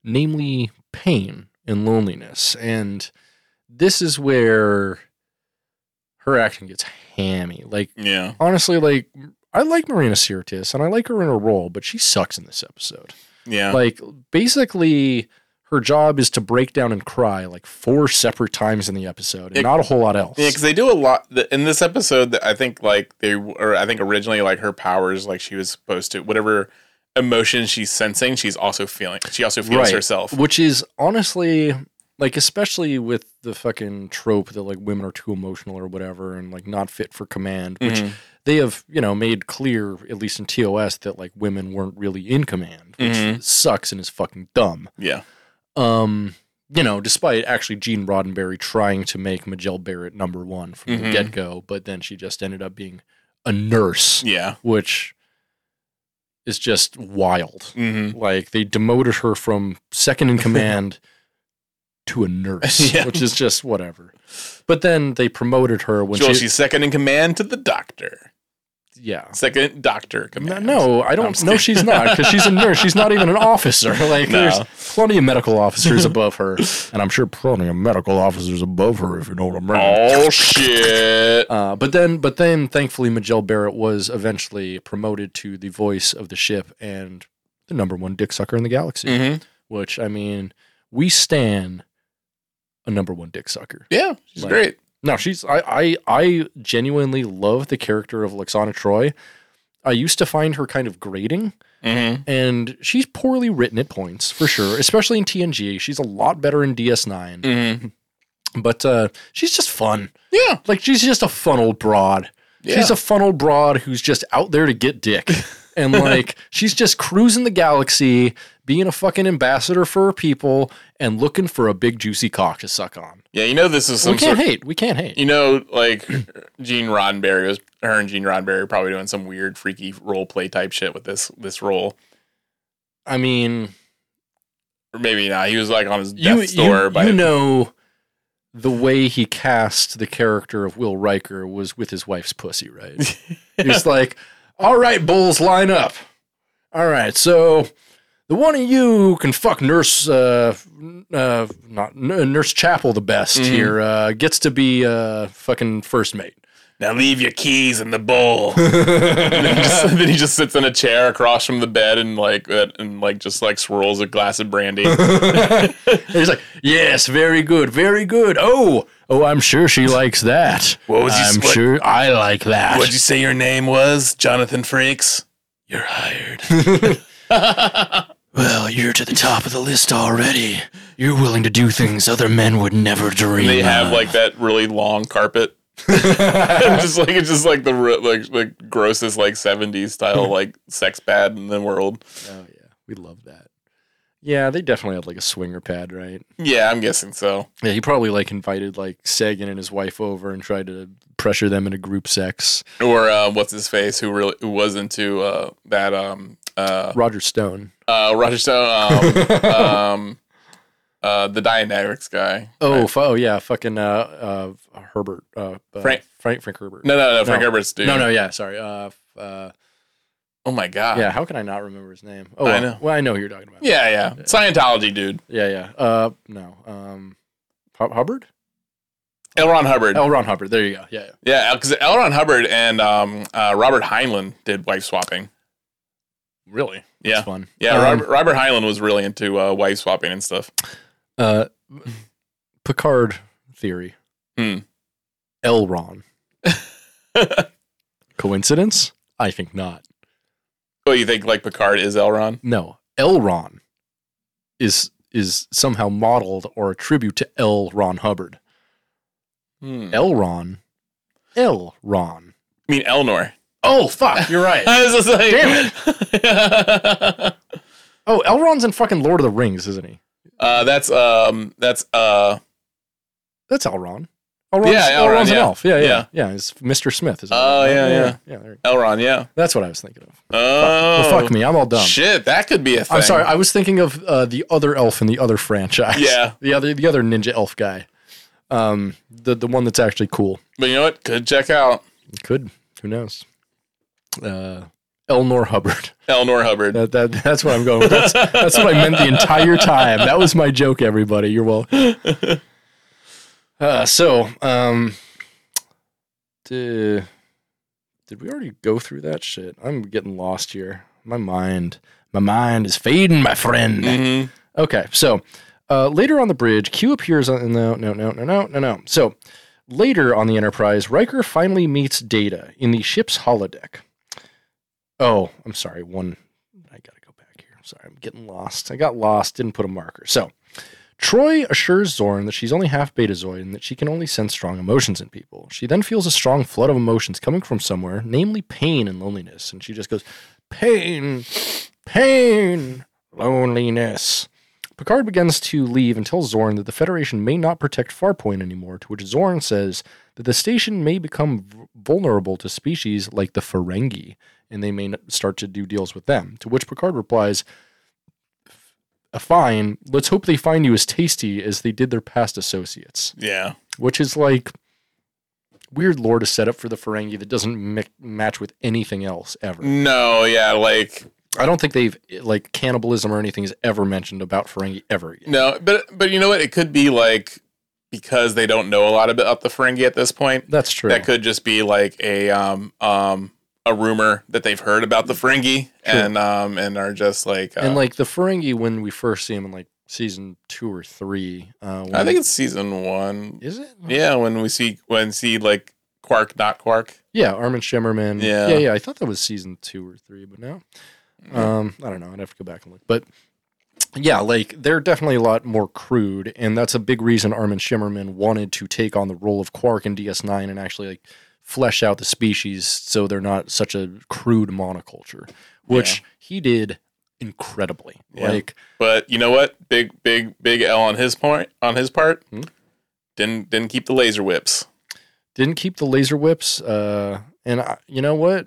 namely pain and loneliness. And this is where her acting gets hammy. Like,
Yeah.
honestly, like I like Marina Sirtis and I like her in her role, but she sucks in this episode.
Yeah.
Like basically her job is to break down and cry like four separate times in the episode and
Yeah.
not a whole lot else.
Yeah, because they do a lot th- in this episode. th- I think like they, or I think originally like her powers, like she was supposed to whatever emotion she's sensing, she's also feeling. She also feels
Right.
herself.
Which is honestly like especially with the fucking trope that like women are too emotional or whatever and like not fit for command, which
Mhm.
they have, you know, made clear, at least in TOS, that like women weren't really in command, which
Mhm.
sucks and is fucking dumb.
Yeah,
um, you know, despite actually Gene Roddenberry trying to make Majel Barrett number one from the
Mhm.
get go, but then she just ended up being a nurse,
yeah,
which is just wild.
hmm
Like they demoted her from second in command to a nurse,
Yeah.
which is just whatever. But then they promoted her when
Well,
she,
she's second in command to the doctor.
yeah.
Second doctor
No,
command.
no, I don't.
just
No,
kidding.
she's not because she's a nurse. She's not even an officer. Like
No.
there's plenty of medical officers above her, and I'm sure plenty of medical officers above her, if you know what I'm mean.
Oh shit!
Uh, but then, but then, thankfully, Majel Barrett was eventually promoted to the voice of the ship and the number one dick sucker in the galaxy.
hmm
Which I mean, we stan a number one dick sucker.
Yeah, she's
Like-
great.
No, she's I I I genuinely love the character of Lexana Troy. I used to find her kind of grating.
Mm-hmm.
and she's poorly written at points for sure, especially in TNG. She's a lot better in DS9,
Mm-hmm.
but uh, she's just fun.
Yeah,
Like she's just a fun old broad.
yeah.
She's a fun old broad who's just out there to get dick, and like she's just cruising the galaxy, being a fucking ambassador for her people, and looking for a big juicy cock to suck on.
yeah, you know this is some
we can't
sort.
hate. We can't hate.
You know, like Gene Roddenberry was her and Gene Roddenberry were probably doing some weird, freaky role play type shit with this this role.
I mean,
or maybe not. He was like on his
you,
death's door.
you,
by
you know. The way he cast the character of Will Riker was with his wife's pussy, right? He's like, all right, bulls, line up. All right, so the one of you can fuck Nurse, uh, uh, not N- Nurse Chapel, the best
Mhm.
here uh, gets to be uh, fucking first mate.
now leave your keys in the bowl. and then, just, then he just sits in a chair across from the bed and like uh, and like just like swirls a glass of brandy.
And he's like, yes, very good, very good. Oh, oh, I'm sure she likes that.
What was he-
I'm
what-
sure I like that.
What'd you say your name was? Jonathan Frakes. You're hired.
well, you're to the top of the list already. You're willing to do things other men would never dream.
they have
of.
like that really long carpet. just like it's just like the re- like like grossest like 70s style like sex pad in the world.
Oh yeah, We love that. Yeah, they definitely had like a swinger pad, right?
Yeah, I'm guessing so.
Yeah, he probably like invited like Sagan and his wife over and tried to pressure them into group sex.
Or uh, what's his face? Who really who was into uh, that? Um, uh,
Roger Stone.
uh, Roger Stone. Um, um, uh, the Dianetics guy.
Oh, fu- oh yeah, fucking uh, uh, Herbert. Uh, uh,
Frank-
Frank. Frank Herbert.
No, no, no. Frank
No.
Herbert's dude.
no, no, yeah, sorry. Uh, f- uh,
Oh my god.
yeah, how can I not remember his name? Oh,
I
well,
know.
well, I know who you're talking about.
Yeah, yeah. Scientology dude.
yeah, yeah. Uh, no, um, Hu- Hubbard.
L. Ron Hubbard.
L. Ron Hubbard. There you go. Yeah, yeah.
Yeah, because L. Ron Hubbard and um, uh, Robert Heinlein did wife swapping.
really.
Yeah.
That's fun.
Yeah,
Um,
Robert, Robert Heinlein was really into uh, wife swapping and stuff.
Uh, Picard theory.
Hmm.
L. Ron. Coincidence? I think not.
Oh, you think like Picard is Elron?
No, Elron is is somehow modeled or a tribute to L. Ron Hubbard.
Hmm.
Elron, L. Ron.
I mean, Elnor.
Oh fuck, you're right.
I was just like,
Damn
it.
oh, Elron's in fucking Lord of the Rings, isn't he?
uh, that's um, that's uh,
That's Elron. Elron's,
Yeah, Elrond,
Elron's an
yeah.
elf. Yeah, yeah, yeah.
Yeah.
it's Mr. Smith. Is
Oh,
Elrond.
yeah, yeah.
yeah. there you go.
Elron. Yeah.
That's what I was thinking of.
Oh,
well, fuck me, I'm all dumb.
Shit, that could be a thing.
I'm sorry. I was thinking of uh, the other elf in the other franchise.
Yeah.
the other the other ninja elf guy, um, the the one that's actually cool.
but you know what? Could check out
Could who knows? Uh, Elnor Hubbard.
Elnor Hubbard.
That, that that's what I'm going. With. That's that's what I meant the entire time. That was my joke. Everybody, you're welcome. Uh, so, um, did, did we already go through that shit? I'm getting lost here. My mind, my mind is fading, my friend.
hmm
Okay, so uh, later on the bridge, Q appears on no, no, no, no, no, no, no. So later on the Enterprise, Riker finally meets Data in the ship's holodeck. Oh, I'm sorry. One, I gotta go back here. I'm sorry, I'm getting lost. I got lost. Didn't put a marker. So Troy assures Zorn that she's only half Betazoid and that she can only sense strong emotions in people. She then feels a strong flood of emotions coming from somewhere, namely pain and loneliness, and she just goes, "Pain, pain, loneliness." Picard begins to leave and tells Zorn that the Federation may not protect Farpoint anymore, to which Zorn says that the station may become v- vulnerable to species like the Ferengi, and they may n- start to do deals with them. To which Picard replies, "Uh, Fine, let's hope they find you as tasty as they did their past associates.
Yeah.
Which is like weird lore to set up for the Ferengi that doesn't mi- match with anything else ever.
Mm. No. Yeah. Like
I don't think they've, like, cannibalism or anything is ever mentioned about Ferengi ever again.
no. But but you know what? It could be like because they don't know a lot about the Ferengi at this point.
That's true.
That could just be like a um um a rumor that they've heard about the Ferengi and um and are just like uh,
and like the Ferengi, when we first see him in like season two or three, uh, when
I think it's season one.
is it?
Yeah, when we see when see like Quark not Quark.
yeah, Armin Shimmerman.
Yeah.
yeah, I thought that was season two or three, but no, um, I don't know. I'd have to go back and look, but yeah, like they're definitely a lot more crude, and that's a big reason Armin Shimmerman wanted to take on the role of Quark in DS9 and actually like flesh out the species so they're not such a crude monoculture, which he did incredibly.
Yeah.
Like
But you know what? Big big big L on his point on his part.
Hmm.
Didn't didn't keep the laser whips.
didn't keep the laser whips uh and I, you know what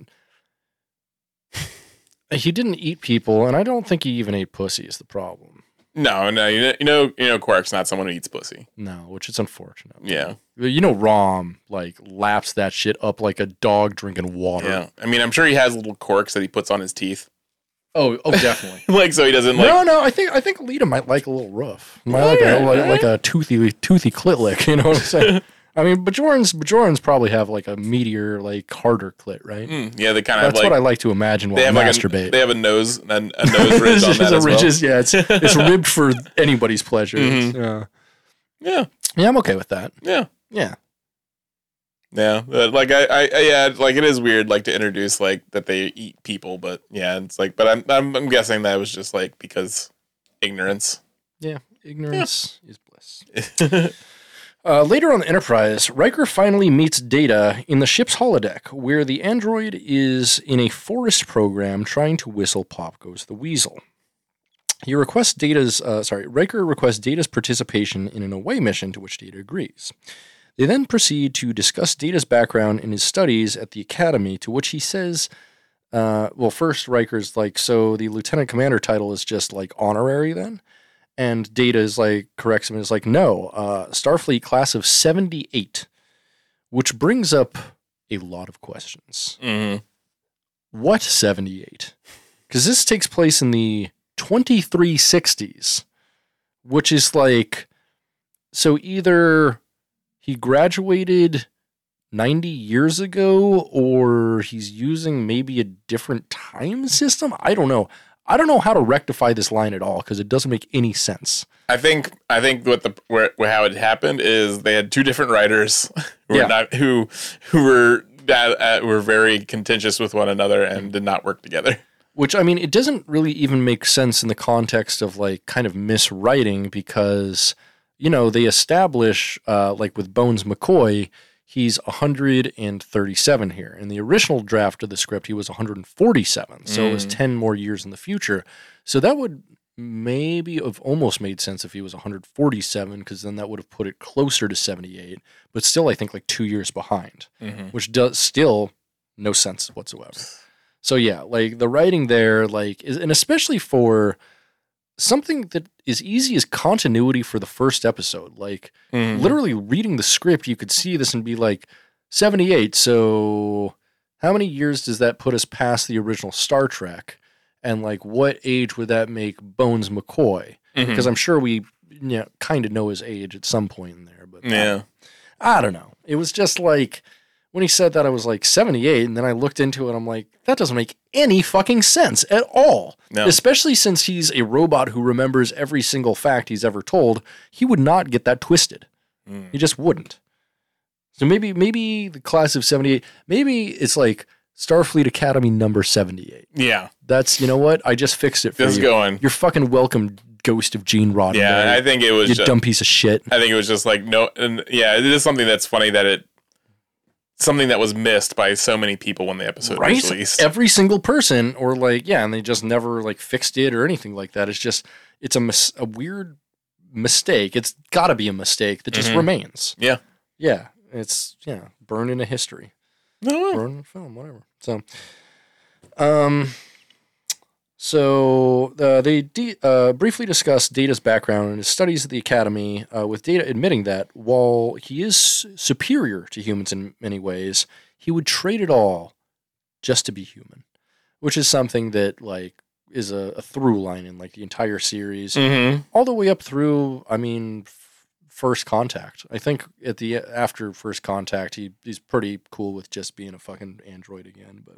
he didn't eat people and i don't think he even ate pussy is the problem
No, no, you know, you know, you know, Quark's not someone who eats pussy.
no which is unfortunate
Yeah,
But you know rom like laps that shit up like a dog drinking water
yeah. I mean, I'm sure he has little corks that he puts on his teeth,
oh oh definitely
like so he doesn't like.
no, no. I think I think Lita might like a little rough. Might like, a,
Yeah,
like, like a toothy toothy clit lick. You know what I'm saying? I mean, Bajorans Bajorans probably have like a meteor like harder clit, right?
Mm, yeah, they kind of
That's
like
what I like to imagine while
they
I
have like
masturbate.
a, they have a nose a, a nose ridge on
It's just
that
a
as well.
ridges- Yeah, it's it's ribbed for anybody's pleasure.
Mhm.
Yeah.
Yeah,
yeah, I'm okay with that.
yeah,
Yeah,
yeah. But, like I, I, I, yeah, like it is weird like to introduce like that they eat people, but yeah, it's like, but I'm, I'm, I'm guessing that was just like because ignorance.
yeah. Ignorance is bliss.
mm-hmm.
Uh, later on the Enterprise, Riker finally meets Data in the ship's holodeck, where the android is in a forest program trying to whistle "Pop Goes the Weasel." He requests Data's, uh, sorry, Riker requests Data's participation in an away mission to which Data agrees. They then proceed to discuss Data's background and his studies at the academy, to which he says, uh, well, first Riker's like, so the lieutenant commander title is just like honorary then? And Data is like, corrects him and is like, no, uh, Starfleet class of 78, which brings up a lot of questions
Mm-hmm.
what 78? Because this takes place in the 2360s, which is like, so either he graduated 90 years ago or he's using maybe a different time system. I don't know. I don't know how to rectify this line at all because it doesn't make any sense.
I think I think what the where, where how it happened is they had two different writers who
Yeah.
were not who who were uh, uh, were very contentious with one another and did not work together.
Which, I mean, it doesn't really even make sense in the context of like kind of miswriting because, you know, they establish, uh, like with Bones McCoy, he's 137 here. In the original draft of the script, he was 147. So it was 10 more years in the future. So that would maybe have almost made sense if he was 147 because then that would have put it closer to 78, but still, I think like two years behind
Mm-hmm.
which does still no sense whatsoever. So yeah, like the writing there, like, is, and especially for something that is easy as continuity for the first episode. Like,
Mm-hmm.
literally reading the script, you could see this and be like, 78. So how many years does that put us past the original Star Trek? And like, what age would that make Bones McCoy? Because I'm sure we, you know, kind of know his age at some point in there, but
yeah,
I don't know. It was just like when he said that I was like 78 and then I looked into it I'm like that doesn't make any fucking sense at all.
No.
Especially since he's a robot who remembers every single fact he's ever told, he would not get that twisted.
Mm.
He just wouldn't. So maybe maybe the class of 78 maybe it's like Starfleet Academy number 78.
yeah,
That's you know what? I just fixed it for
this is
you.
going.
You're fucking welcome ghost of Gene Roddenberry.
Yeah, and I think it was
you
ju-
dumb piece of shit.
I think it was just like no, and yeah, it is something that's funny that it something that was missed by so many people when the episode was released.
Every single person, or like, yeah, and they just never like fixed it or anything like that. It's just, it's a mis- a weird mistake. It's got to be a mistake that just
Mhm.
remains.
Yeah.
yeah, it's yeah, burned into history,
No,
burned in film, whatever. So, um, so uh, they de- uh, briefly discuss Data's background and his studies at the academy, uh, with Data admitting that while he is superior to humans in many ways, he would trade it all just to be human, which is something that like is a, a through line in like the entire series,
mm-hmm.
all the way up through. I mean, f- first contact. I think at the after first contact, he he's pretty cool with just being a fucking android again. But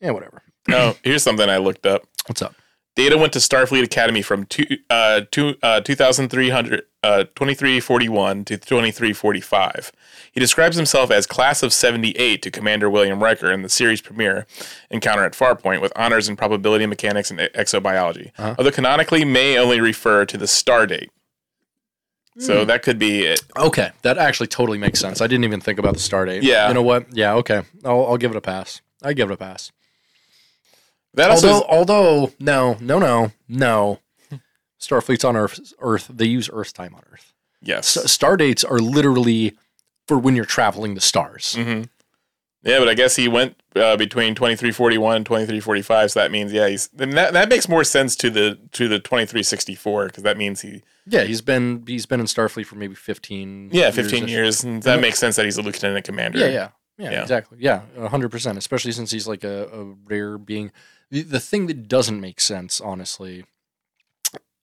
yeah, whatever.
no. Oh, Here's something I looked up.
What's up?
Data went to Starfleet Academy from two, uh, two, uh, 2300, uh, 2341 to 2345. He describes himself as Class of 78 to Commander William Riker in the series premiere encounter at Farpoint with honors in probability mechanics and e- exobiology.
Uh-huh.
Although canonically may only refer to the star date. So
Hmm.
that could be it.
Okay, that actually totally makes sense. I didn't even think about the start date.
Yeah.
you know what? Yeah, okay. I'll, I'll give it a pass. I give it a pass.
That also
Although, although, no, no, no, no. Starfleet's on Earth. Earth. They use Earth time on Earth.
yes.
S- star dates are literally for when you're traveling the stars.
hmm Yeah, but I guess he went uh, between 2341 and 2345, so that means yeah, he's then that, that makes more sense to the to the 2364 cuz that means he
Yeah, he's been he's been in Starfleet for maybe fifteen.
yeah, 15
years-ish.
years and that makes sense that he's a lieutenant commander.
Mm-hmm. Yeah, yeah, yeah,
Yeah.
exactly. Yeah, a hundred percent. Especially since he's like a, a rare being. The, the thing that doesn't make sense, honestly,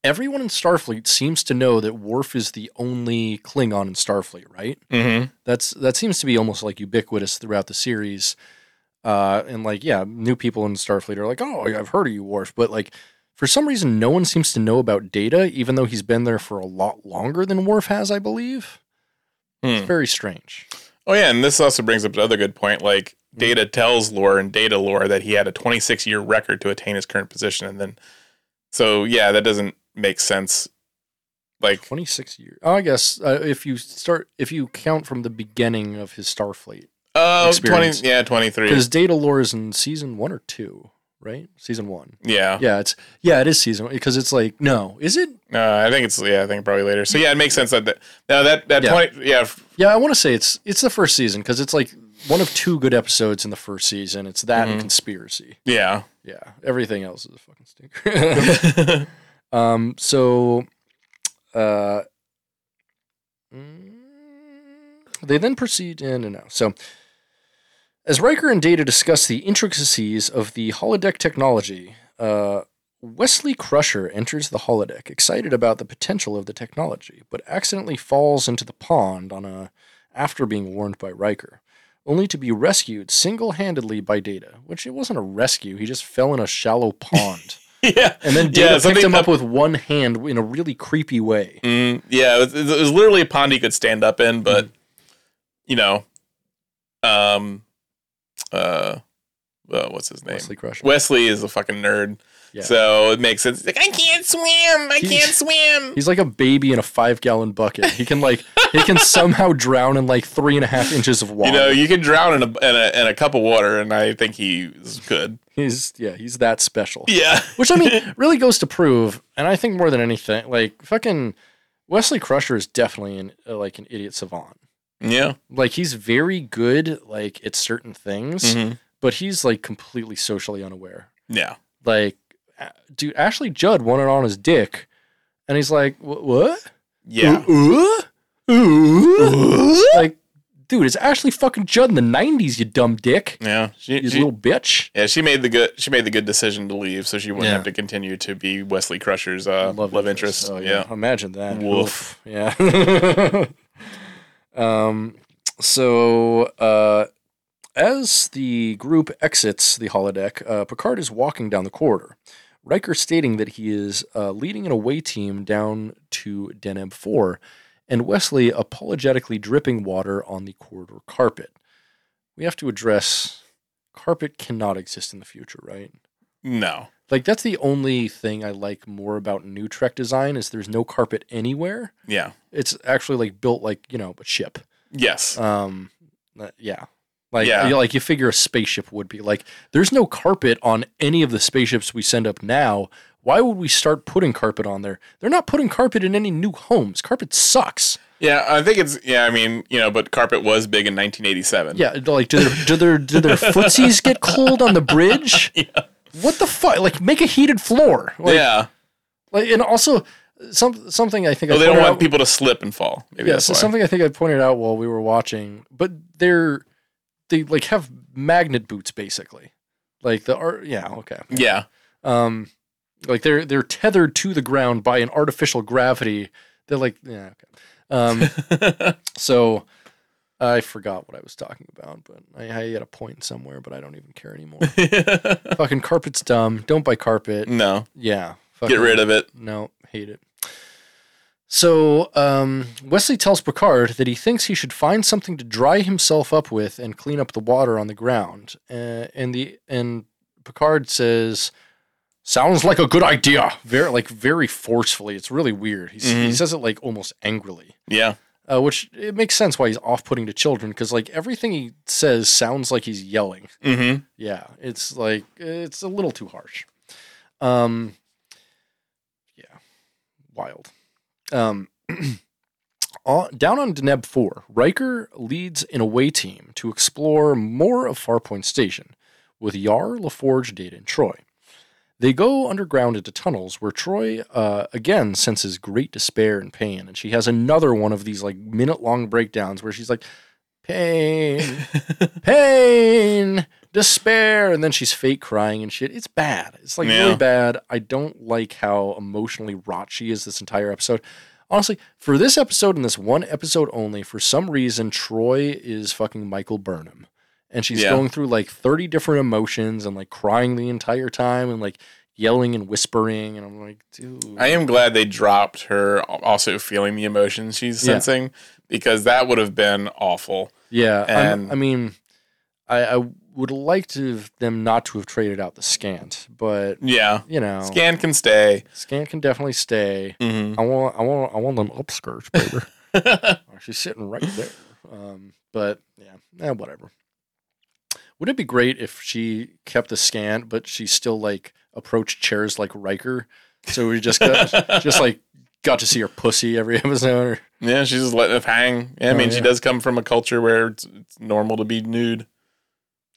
everyone in Starfleet seems to know that Worf is the only Klingon in Starfleet, right?
Mhm.
That's that seems to be almost like ubiquitous throughout the series. Uh, and like, yeah, new people in Starfleet are like, oh, I've heard of you, Worf, but like. For some reason, no one seems to know about Data, even though he's been there for a lot longer than Worf has, I believe.
Hmm.
It's very strange.
Oh yeah, and this also brings up another good point like
Mm-hmm.
Data tells Lore and Data Lore that he had a 26 year record to attain his current position and then so yeah, that doesn't make sense like
26 years. Oh, I guess uh, if you start, if you count from the beginning of his Starfleet,
oh
Experience.
20 yeah, 23.
because Data Lore is in season one or two, right? Season one.
Yeah.
Yeah, it's yeah, it is season one because it's like no, is it?
Uh, I think it's yeah. I think probably later. So yeah, it makes sense that that no, that that
Yeah.
twenty yeah f-
Yeah, I want to say it's it's the first season because it's like one of two good episodes in the first season. It's that and conspiracy.
yeah
Yeah, everything else is a fucking stinker. um, so, uh, mm, they then proceed in and out. So, as Riker and Data discuss the intricacies of the holodeck technology, uh, Wesley Crusher enters the holodeck, excited about the potential of the technology, but accidentally falls into the pond on a after being warned by Riker only to be rescued single-handedly by Data, which it wasn't a rescue. He just fell in a shallow pond.
yeah
And then
Yeah,
Data picked
something
him up
up-
with one hand in a really creepy way.
mm, yeah. It was, it was literally a pond he could stand up in, but
Mm-hmm.
you know, um, uh, uh, what's his name?
Wesley Crusher.
Wesley is a fucking nerd.
Yeah.
So it makes sense. He's like, I can't swim. I
He-
can't swim.
He's like a baby in a five-gallon bucket. He can like he can somehow drown in like three and a half inches of water.
You know, you can drown in a, in a in a cup of water, and I think he's good.
he's yeah, he's that special.
Yeah.
Which I mean really goes to prove, and I think more than anything, like fucking Wesley Crusher is definitely an uh, like an idiot savant.
Yeah.
Like he's very good like at certain things.
Mm-hmm.
but he's like completely socially unaware.
Yeah.
Like, a- dude, Ashley Judd wanted on his dick, and he's like, "Wha- "What?
Yeah.
Ooh, ooh, ooh." Like, dude, it's Ashley fucking Judd in the '90s, you dumb dick,
Yeah. She,
you
she-
little bitch."
yeah, she made the good she made the good decision to leave, so she wouldn't
Yeah.
have to continue to be Wesley Crusher's uh, love, interest.
Oh,
yeah.
imagine that.
Woof.
Oof. Yeah. um. So, uh, as the group exits the holodeck, uh, Picard is walking down the corridor. Riker stating that he is uh, leading an away team down to Deneb Four, and Wesley apologetically dripping water on the corridor carpet. We have to address carpet cannot exist in the future, right?
No.
Like that's the only thing I like more about new Trek design is there's no carpet anywhere.
Yeah.
It's actually like built like you know a ship.
Yes.
Um, uh, yeah, like
Yeah.
you- like you figure a spaceship would be like. There's no carpet on any of the spaceships we send up now. Why would we start putting carpet on there? They're not putting carpet in any new homes. Carpet sucks.
yeah, I think it's yeah, I mean, you know, but carpet was big in 1987.
Yeah, like do their do their do their footsies get cold on the bridge? What the fuck? Like make a heated floor. Like,
yeah.
Like, and also some something I think
Oh,
I
they don't
pointed
want
out-
people to slip and fall. Maybe
Yeah,
that's
so
why.
something I think I pointed out while we were watching, but they're they like have magnet boots basically, like the art. Yeah, okay.
Yeah.
Um, like they're they're tethered to the ground by an artificial gravity. They're like yeah. Okay. Um, so I forgot what I was talking about, but I, I had a point somewhere, but I don't even care anymore. fucking carpet's dumb. Don't buy carpet.
no.
Yeah.
Mm. Get
fucking-
rid of it.
no, hate it. So um, Wesley tells Picard that he thinks he should find something to dry himself up with and clean up the water on the ground. Uh, and the and Picard says, "Sounds like a good idea." Very like very forcefully. It's really weird. He s- he
Mhm.
says it like almost angrily,
Yeah.
uh, which it makes sense why he's off-putting to children because like everything he says sounds like he's yelling.
Mhm.
Yeah, it's like it's a little too harsh. Um yeah. Wild. Um on, down on Deneb 4, Riker leads an away team to explore more of Farpoint Station with Yar, LaForge, Data, and Troy. They go underground into tunnels where Troy uh, again senses great despair and pain, and she has another one of these like minute-long breakdowns where she's like, "Pain, pain, despair, and then she's fake crying and shit. It's bad. It's like
Yeah.
really bad. I don't like how emotionally rot she is this entire episode. Honestly, for this episode and this one episode only, for some reason, Troy is fucking Michael Burnham. And she's
Yeah.
going through like 30 different emotions and like crying the entire time and like yelling and whispering. And I'm like, dude.
I am glad they dropped her also feeling the emotions she's
Yeah.
sensing because that would have been awful.
Yeah, I'm-
And-
I mean, I, I would like to have them not to have traded out the scant, but
Yeah.
you know, scant,
Scan can stay.
can definitely stay.
Mm-hmm.
I want, I want, I want them upskirts, baby. Oh, She's sitting right there. Um, but yeah, eh, whatever. Would it be great if she kept the scan, but she still like approached chairs like Riker? So we just got, just like got to see her pussy every episode. Or,
Yeah, she's just letting it hang. Yeah, I
Oh,
mean, she
yeah.
does come from a culture where it's, it's normal to be nude,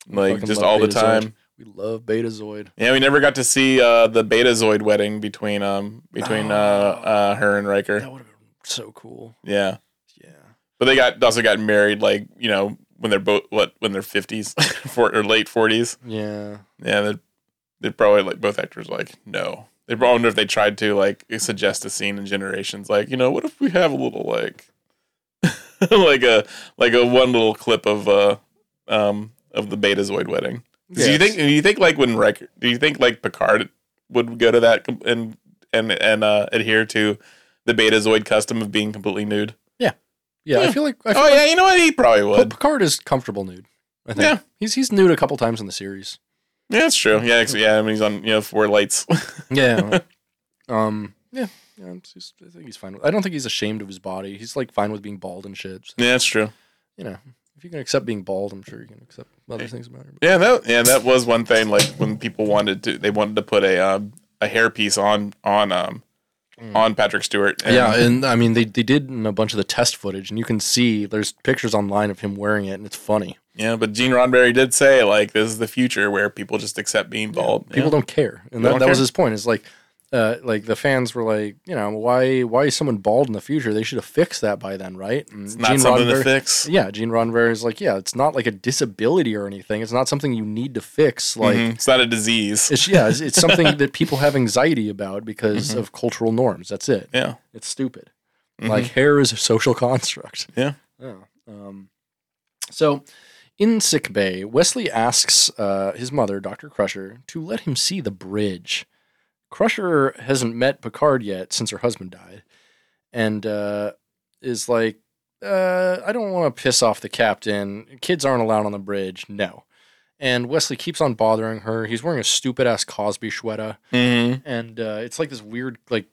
like
Fucking
just
love
all the
Betazoid.
time.
We love Betazoid.
Yeah, we never got to see uh, the Betazoid wedding between um between
Oh.
uh, uh her and
That
Riker.
would have been so cool.
Yeah,
Yeah.
but they got also got married like you know when they're both what when they're fifties for or late forties.
Yeah.
Yeah, they they probably like both actors were like no. They probably wonder if they tried to like suggest a scene in Generations, like you know what if we have a little like like a like a one little clip of uh um of the Betazoid wedding. Do you
Yes.
think? Do you think like when Riker? Do you think like Picard would go to that com- and and and uh, adhere to the Betazoid custom of being completely nude?
Yeah, I
Yeah.
feel like I feel
Oh
like
yeah, you know what? He probably
But
would.
Picard is comfortable nude. I think.
Yeah.
He's he's nude a couple times in the series.
Yeah, that's true. Yeah, 'cause- yeah. I mean, he's on you know four lights.
Yeah. um. Yeah. yeah I'm just- I think he's fine. With, I don't think he's ashamed of his body. He's like fine with being bald and shit. So,
yeah, that's true.
you know, if you can accept being bald, I'm sure you can accept other things about it.
Yeah, that yeah that was one thing. Like when people wanted to, they wanted to put a um, a hairpiece on on um on Patrick Stewart. And
yeah, and I mean they, they did in a bunch of the test footage, and you can see there's pictures online of him wearing it, and it's funny.
yeah. But Gene Roddenberry did say like this is the future where people just accept being bald. Yeah.
People don't care, and that,
don't
that was
care.
his point. It's like, uh, like the fans were like, you know, why why is someone bald in the future? They should have fixed that by then, right? And
It's not something to fix.
Yeah, Gene Roddenberry is like, yeah, it's not like a disability or anything. It's not something you need to fix. Like,
Mhm. it's not a disease.
it's yeah, it's, it's something that people have anxiety about because of cultural norms. That's it.
yeah.
It's stupid. Like hair is a social construct.
Yeah.
Yeah. Um, so, in sick bay, Wesley asks uh, his mother, Doctor Crusher, to let him see the bridge. Crusher hasn't met Picard yet since her husband died, and uh, is like, uh, "I don't want to piss off the captain. Kids aren't allowed on the bridge. No." And Wesley keeps on bothering her. He's wearing a stupid ass Cosby sweater
Mm-hmm.
and uh, it's like this weird, like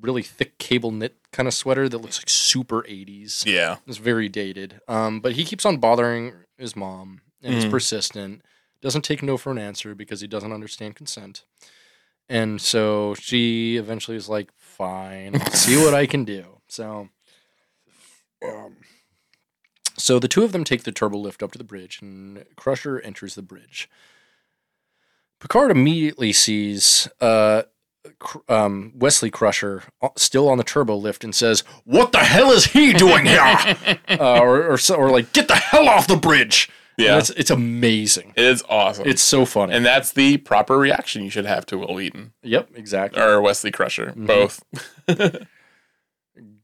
really thick cable knit kind of sweater that looks like super 80s.
Yeah.
It's very dated. Um, but he keeps on bothering his mom, and he's
Mm.
persistent. Doesn't take no for an answer because he doesn't understand consent. And so she eventually is like, "Fine, I'll see what I can do." So, um, so the two of them take the turbo lift up to the bridge, and Crusher enters the bridge. Picard immediately sees uh, Cr- um, Wesley Crusher uh, still on the turbo lift and says, "What the hell is he doing here?" uh, or, or so- or like, "Get the hell off the bridge!" And
Yeah.
it's, it's amazing.
It is awesome.
It's so funny.
and that's the proper reaction you should have to Will Wheaton
yep, exactly.
or Wesley Crusher,
Mm-hmm.
both.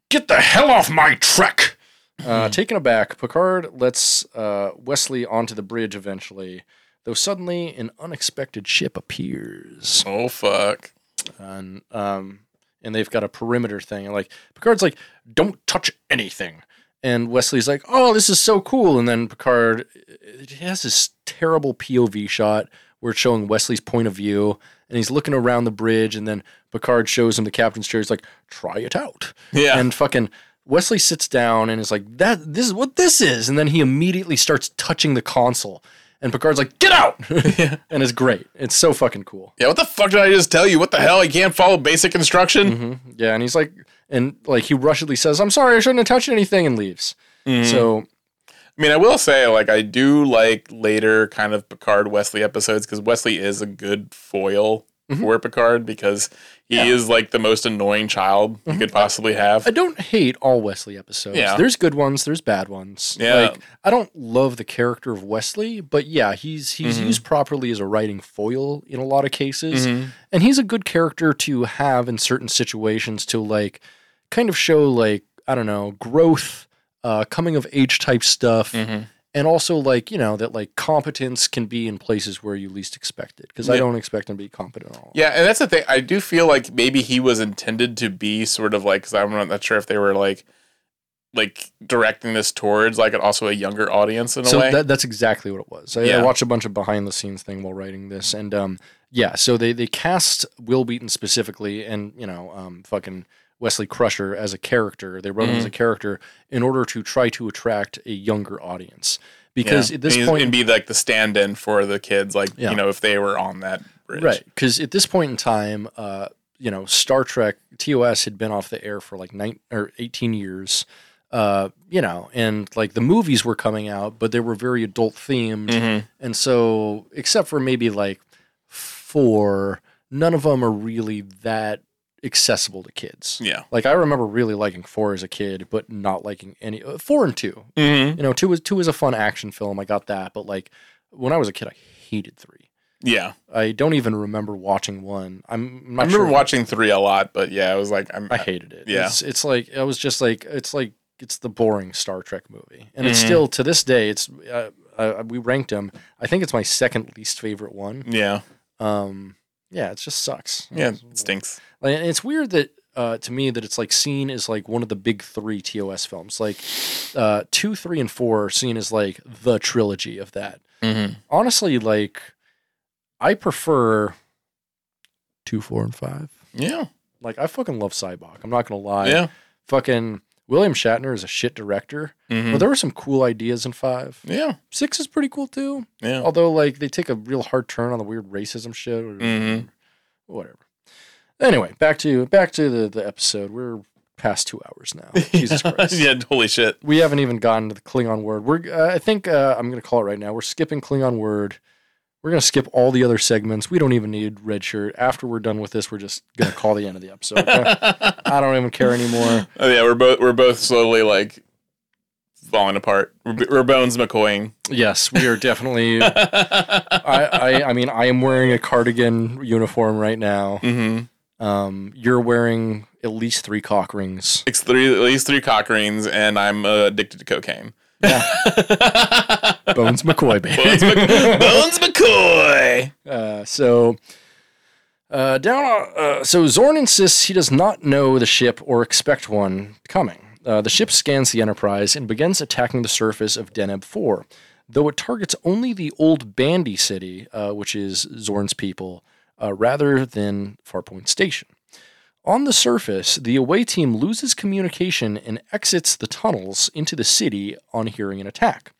Get the hell off my trek! Uh, taken aback, Picard lets uh, Wesley onto the bridge eventually, though suddenly an unexpected ship appears.
Oh fuck.
and um, and they've got a perimeter thing. And like Picard's like, "Don't touch anything," and Wesley's like, "Oh, this is so cool." And then Picard it has this terrible POV shot where it's showing Wesley's point of view, and he's looking around the bridge, and then Picard shows him the captain's chair. He's like, "Try it out,"
Yeah.
and fucking. Wesley sits down and is like, "That this is what this is," and then he immediately starts touching the console, and Picard's like, "Get out!" and it's great. It's so fucking cool.
yeah. What the fuck did I just tell you? What the hell? You can't follow basic instruction.
Mm-hmm. Yeah, and he's like, and like he rushedly says, "I'm sorry, I shouldn't have touched anything," and leaves. So
I mean, I will say, like, I do like later kind of Picard Wesley episodes because Wesley is a good foil
Mm-hmm.
for Picard because he is like the most annoying child
Mm-hmm.
you could possibly have.
I don't hate all Wesley episodes.
Yeah.
There's good ones, there's bad ones.
Yeah.
Like I don't love the character of Wesley, but yeah, he's he's
Mm-hmm.
used properly as a writing foil in a lot of cases.
Mm-hmm.
And he's a good character to have in certain situations to like kind of show like, I don't know, growth, uh coming of age type stuff.
Mm-hmm.
And also, like you know, that like competence can be in places where you least expect it. Because I
Yeah.
don't expect him to be competent at all.
Yeah, and that's the thing. I do feel like maybe he was intended to be sort of like because I'm not sure if they were like like directing this towards like also a younger audience in a
so
way.
that, that's exactly what it was. I, I
Yeah.
watched a bunch of behind the scenes thing while writing this, and um, yeah, so they they cast Will Wheaton specifically, and you know, um, fucking Wesley Crusher
Mm-hmm.
as a character. They wrote him as a character in order to try to attract a younger audience because
Yeah.
at this
and,
point
and be like the stand-in for the kids, like
Yeah.
you know, if they were on that bridge,
Right. Because at this point in time, uh, you know, Star Trek TOS had been off the air for like nine or 18 years. Uh, you know, and like the movies were coming out, but they were very adult themed.
Mhm.
And so, except for maybe like four, none of them are really that accessible to kids.
Yeah.
Like I remember really liking four as a kid, but not liking any uh, four and two.
Mm-hmm.
You know, two was two was a fun action film. I got that, but like when I was a kid, I hated three.
Yeah.
I don't even remember watching one. I'm not
I
sure.
remember watching three a lot, but yeah, I was like, I'm,
I hated it.
Yeah.
It's, it's like I was just like it's like it's the boring Star Trek movie, and it's
Mhm.
still to this day. It's uh, uh, we ranked them. I think it's my second least favorite one.
yeah,
Um, yeah, it just sucks.
yeah, it stinks.
Like, and it's weird that uh, to me that it's like seen as like one of the big three TOS films. Like uh, two, three, and four are seen as like the trilogy of that.
Mm-hmm.
Honestly, like I prefer two, four, and five.
Yeah,
Like I fucking love Cyborg. I'm not gonna lie.
yeah,
Fucking William Shatner is a shit director,
Mhm.
but there were some cool ideas in five.
yeah,
Six is pretty cool too.
yeah.
Although like they take a real hard turn on the weird racism shit. Or,
Mhm.
Whatever. Anyway, back to back to the, the episode. We're past two hours now. Jesus Christ.
yeah, holy shit.
We haven't even gotten to the Klingon word. We're uh, I think uh, I'm gonna call it right now. We're skipping Klingon word. We're gonna skip all the other segments. We don't even need red shirt. After we're done with this, we're just gonna call the end of the episode. okay? I don't even care anymore.
Oh, yeah, we're both we're both slowly like falling apart. We're, we're bones McCoying.
Yes, we are definitely. I, I, I mean, I am wearing a cardigan uniform right now.
Mm-hmm.
Um, you're wearing at least three cock rings.
It's three at least three cock rings, and I'm uh, addicted to cocaine.
Bones McCoy,
Bones,
baby.
Mc- bones McCoy.
Uh, so, uh, down. on- Uh, so Zorn insists he does not know the ship or expect one coming. Uh, the ship scans the Enterprise and begins attacking the surface of Deneb Four, though it targets only the old Bandy city, uh, which is Zorn's people, uh, rather than Farpoint Station. On the surface, the away team loses communication and exits the tunnels into the city on hearing an attack.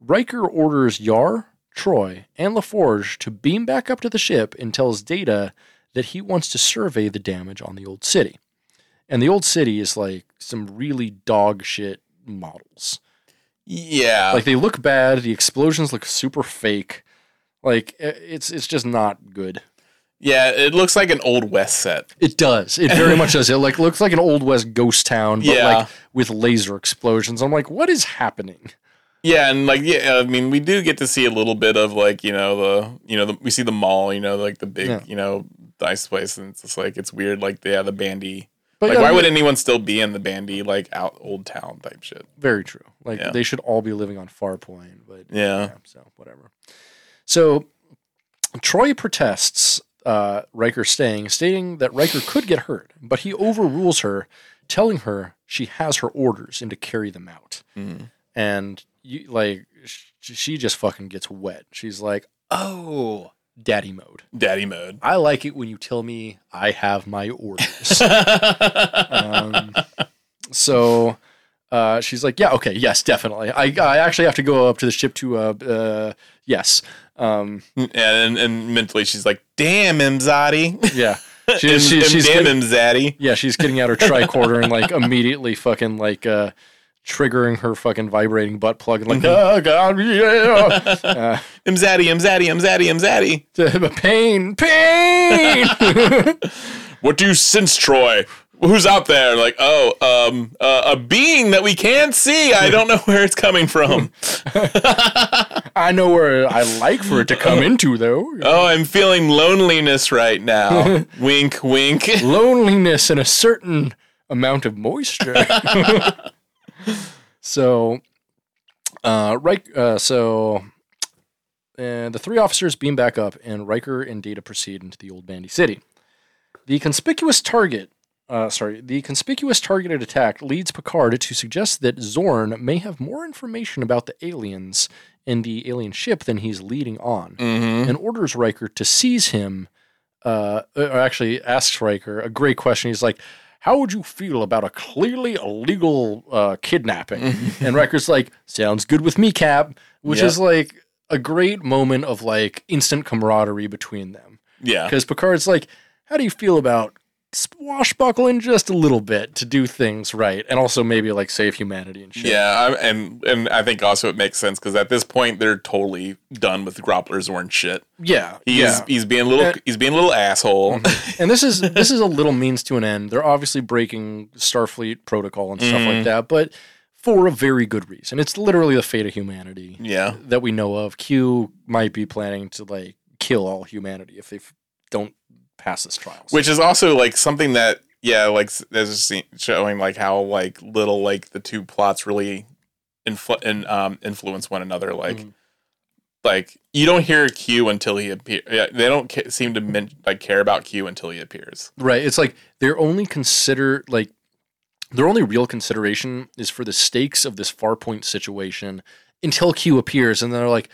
Riker orders Yar, Troy, and LaForge to beam back up to the ship and tells Data that he wants to survey the damage on the old city. And the old city is like some really dog shit models.
Yeah,
Like they look bad, the explosions look super fake. Like i- it's it's just not good.
yeah. It looks like an old west set.
It does. It very much does. It like looks like an old west ghost town, but
Yeah.
like with laser explosions. I'm like, what is happening?
Yeah, and like yeah, I mean, we do get to see a little bit of like you know the you know the, we see the mall, you know, like the big
Yeah.
you know nice place, and it's just like it's weird, like yeah, the bandy.
But
like,
yeah,
why
we-
would anyone still be in the bandy like out old town type shit?
Very true. Like
Yeah.
they should all be living on Farpoint, but
Yeah,
yeah, so whatever. So Troy protests uh, Riker staying, stating that Riker could get hurt, but he overrules her, telling her she has her orders and to carry them out.
Mhm.
And you, like sh- she just fucking gets wet. She's like, "Oh, daddy mode.
daddy mode.
I like it when you tell me I have my orders." um, so uh, she's like, yeah, okay, yes, definitely. I, I actually have to go up to the ship to, uh, uh, yes. Um,
and, and and mentally, she's like, damn Imzadi,
yeah. She,
Im,
she-
Im-
she's
damn
getting,
Imzadi.
yeah, she's getting out her tricorder and like immediately fucking like, uh, triggering her fucking vibrating butt plug and like, oh God, yeah.
Imzadi, Imzadi, Imzadi, Imzadi.
Uh, pain, pain.
What do you sense, Troy? Who's out there? Like, oh, um, uh, a being that we can't see. I don't know where it's coming from.
I know where I like for it to come into though.
Oh, I'm feeling loneliness right now. wink, wink.
loneliness and a certain amount of moisture. so, uh, right. Uh, so, uh, the three officers beam back up, and Riker and Data proceed into the old Bandy City. The conspicuous target. Uh, sorry, the conspicuous targeted attack leads Picard to suggest that Zorn may have more information about the aliens and the alien ship than he's leading on,
Mm-hmm.
and orders Riker to seize him uh, or actually asks Riker a great question. He's like, how would you feel about a clearly illegal uh, kidnapping?
Mm-hmm.
and Riker's like, sounds good with me, Cap, which
Yeah.
is like a great moment of like instant camaraderie between them.
Yeah.
Because Picard's like, how do you feel about swashbuckling just a little bit to do things right and also maybe like save humanity and shit?
Yeah, I'm, and and I think also it makes sense because at this point they're totally done with Groppler's orange shit.
Yeah.
He's
yeah. Mm-hmm.
he's being a little
Uh,
he's being a little asshole.
and this is this is a little means to an end. They're obviously breaking Starfleet protocol and stuff like that, but for a very good reason. It's literally the fate of humanity
yeah,
that we know of. Q might be planning to like kill all humanity if they f- don't pass this trial.
which is also like something that yeah, like s- there's a scene showing like how like little like the two plots really influ- in, um, influence one another. Like
Mhm.
like you don't hear Q until he appears. Yeah, they don't ca- seem to men- like care about Q until he appears.
Right. It's like they're only consider like their only real consideration is for the stakes of this farpoint situation until Q appears and they're like,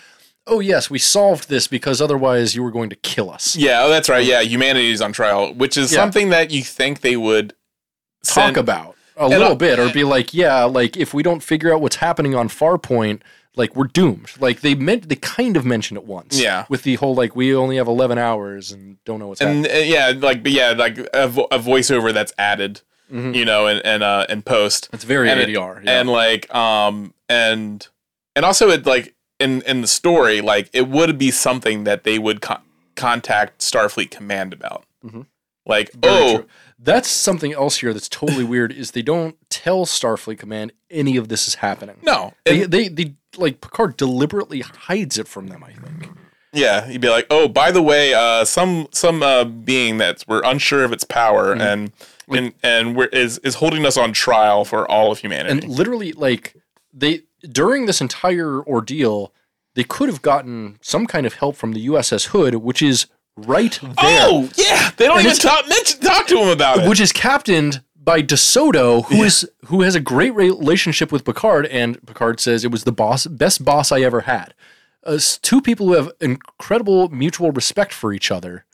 "Oh yes, we solved this because otherwise you were going to kill us."
Yeah, oh, that's right. Yeah, humanity is on trial, which is
Yeah.
something that you think they would
Talk
send-
about a little
I'll-
bit or be like, "Yeah, like if we don't figure out what's happening on farpoint, like we're doomed." Like they meant they kind of mentioned it once.
Yeah.
With the whole like we only have 11 hours and don't know what's happening.
and uh, yeah, like but yeah, like a, vo- a voiceover that's added,
Mhm.
you know, and and uh, and post
It's very
and it-
ADR.
and like um and and also it like in in the story like it would be something that they would con- contact Starfleet Command about,
Mhm.
like
Very
oh
true. that's something else here that's totally weird is they don't tell Starfleet Command any of this is happening.
no,
They,
And-
they, they, like, Picard deliberately hides it from them, I think.
yeah, you'd be like oh by the way, uh some some uh being that we're unsure of its power and. And and we're, is is holding us on trial for all of humanity.
And literally, like, they, during this entire ordeal, they could have gotten some kind of help from the USS Hood, which is right there.
Oh yeah, they don't
And
even
it's-
talk mention, talk to him about it.
Which is captained by DeSoto, who is who has a great relationship with Picard, and Picard says it was the boss, best boss I ever had. Uh, s- two people who have incredible mutual respect for each other,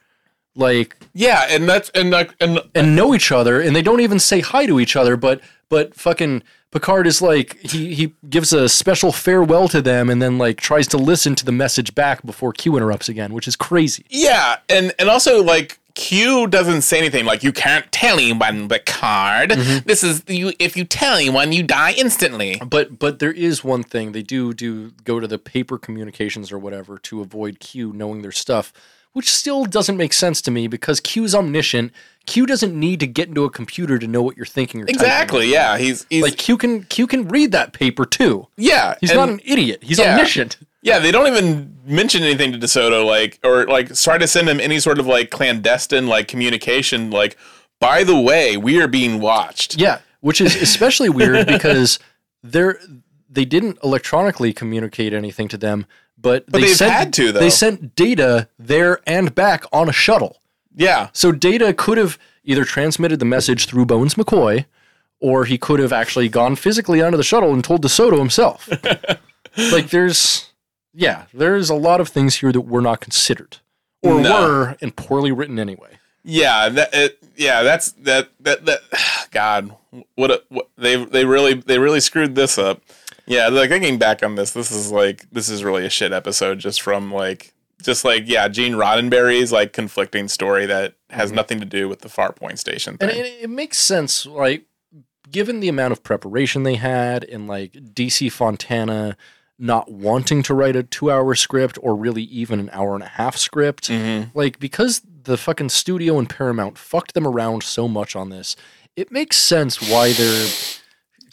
like
yeah, and that's and like and
and know each other, and they don't even say hi to each other. But but fucking Picard is like he he gives a special farewell to them, and then like tries to listen to the message back before Q interrupts again, which is crazy.
yeah, and and also like Q doesn't say anything. Like you can't tell anyone, Picard. This is you. If you tell anyone, you die instantly.
But but there is one thing they do do go to the paper communications or whatever to avoid Q knowing their stuff, which still doesn't make sense to me because Q's omniscient. Q doesn't need to get into a computer to know what you're thinking or typing.
Exactly. Yeah, he's he's
Like Q can Q can read that paper too.
yeah.
He's
and-
not an idiot. He's
Yeah.
omniscient.
yeah, they don't even mention anything to DeSoto, like or like try to send him any sort of like clandestine like communication, like. By the way, we are being watched.
Yeah, which is especially weird because they're they didn't electronically communicate anything to them, but, they
they've
sent,
had to, though.
They sent data there and back on a shuttle.
Yeah.
So Data could have either transmitted the message through Bones McCoy, or he could have actually gone physically onto the shuttle and told DeSoto himself. like there's yeah, there's a lot of things here that were not considered. Or
No.
were and poorly written anyway.
Yeah, that it, yeah, that's that that that God, what, a, what they they really they really screwed this up. Yeah, like thinking back on this, this is like this is really a shit episode just from like just like yeah, Gene Roddenberry's like conflicting story that has nothing to do with the Farpoint Station thing.
Mm-hmm. And it, it makes sense, like, given the amount of preparation they had and, like, DC Fontana not wanting to write a two hour script or really even an hour and a half script.
Mm. Mm-hmm.
Like, because the fucking studio and Paramount fucked them around so much on this, it makes sense why there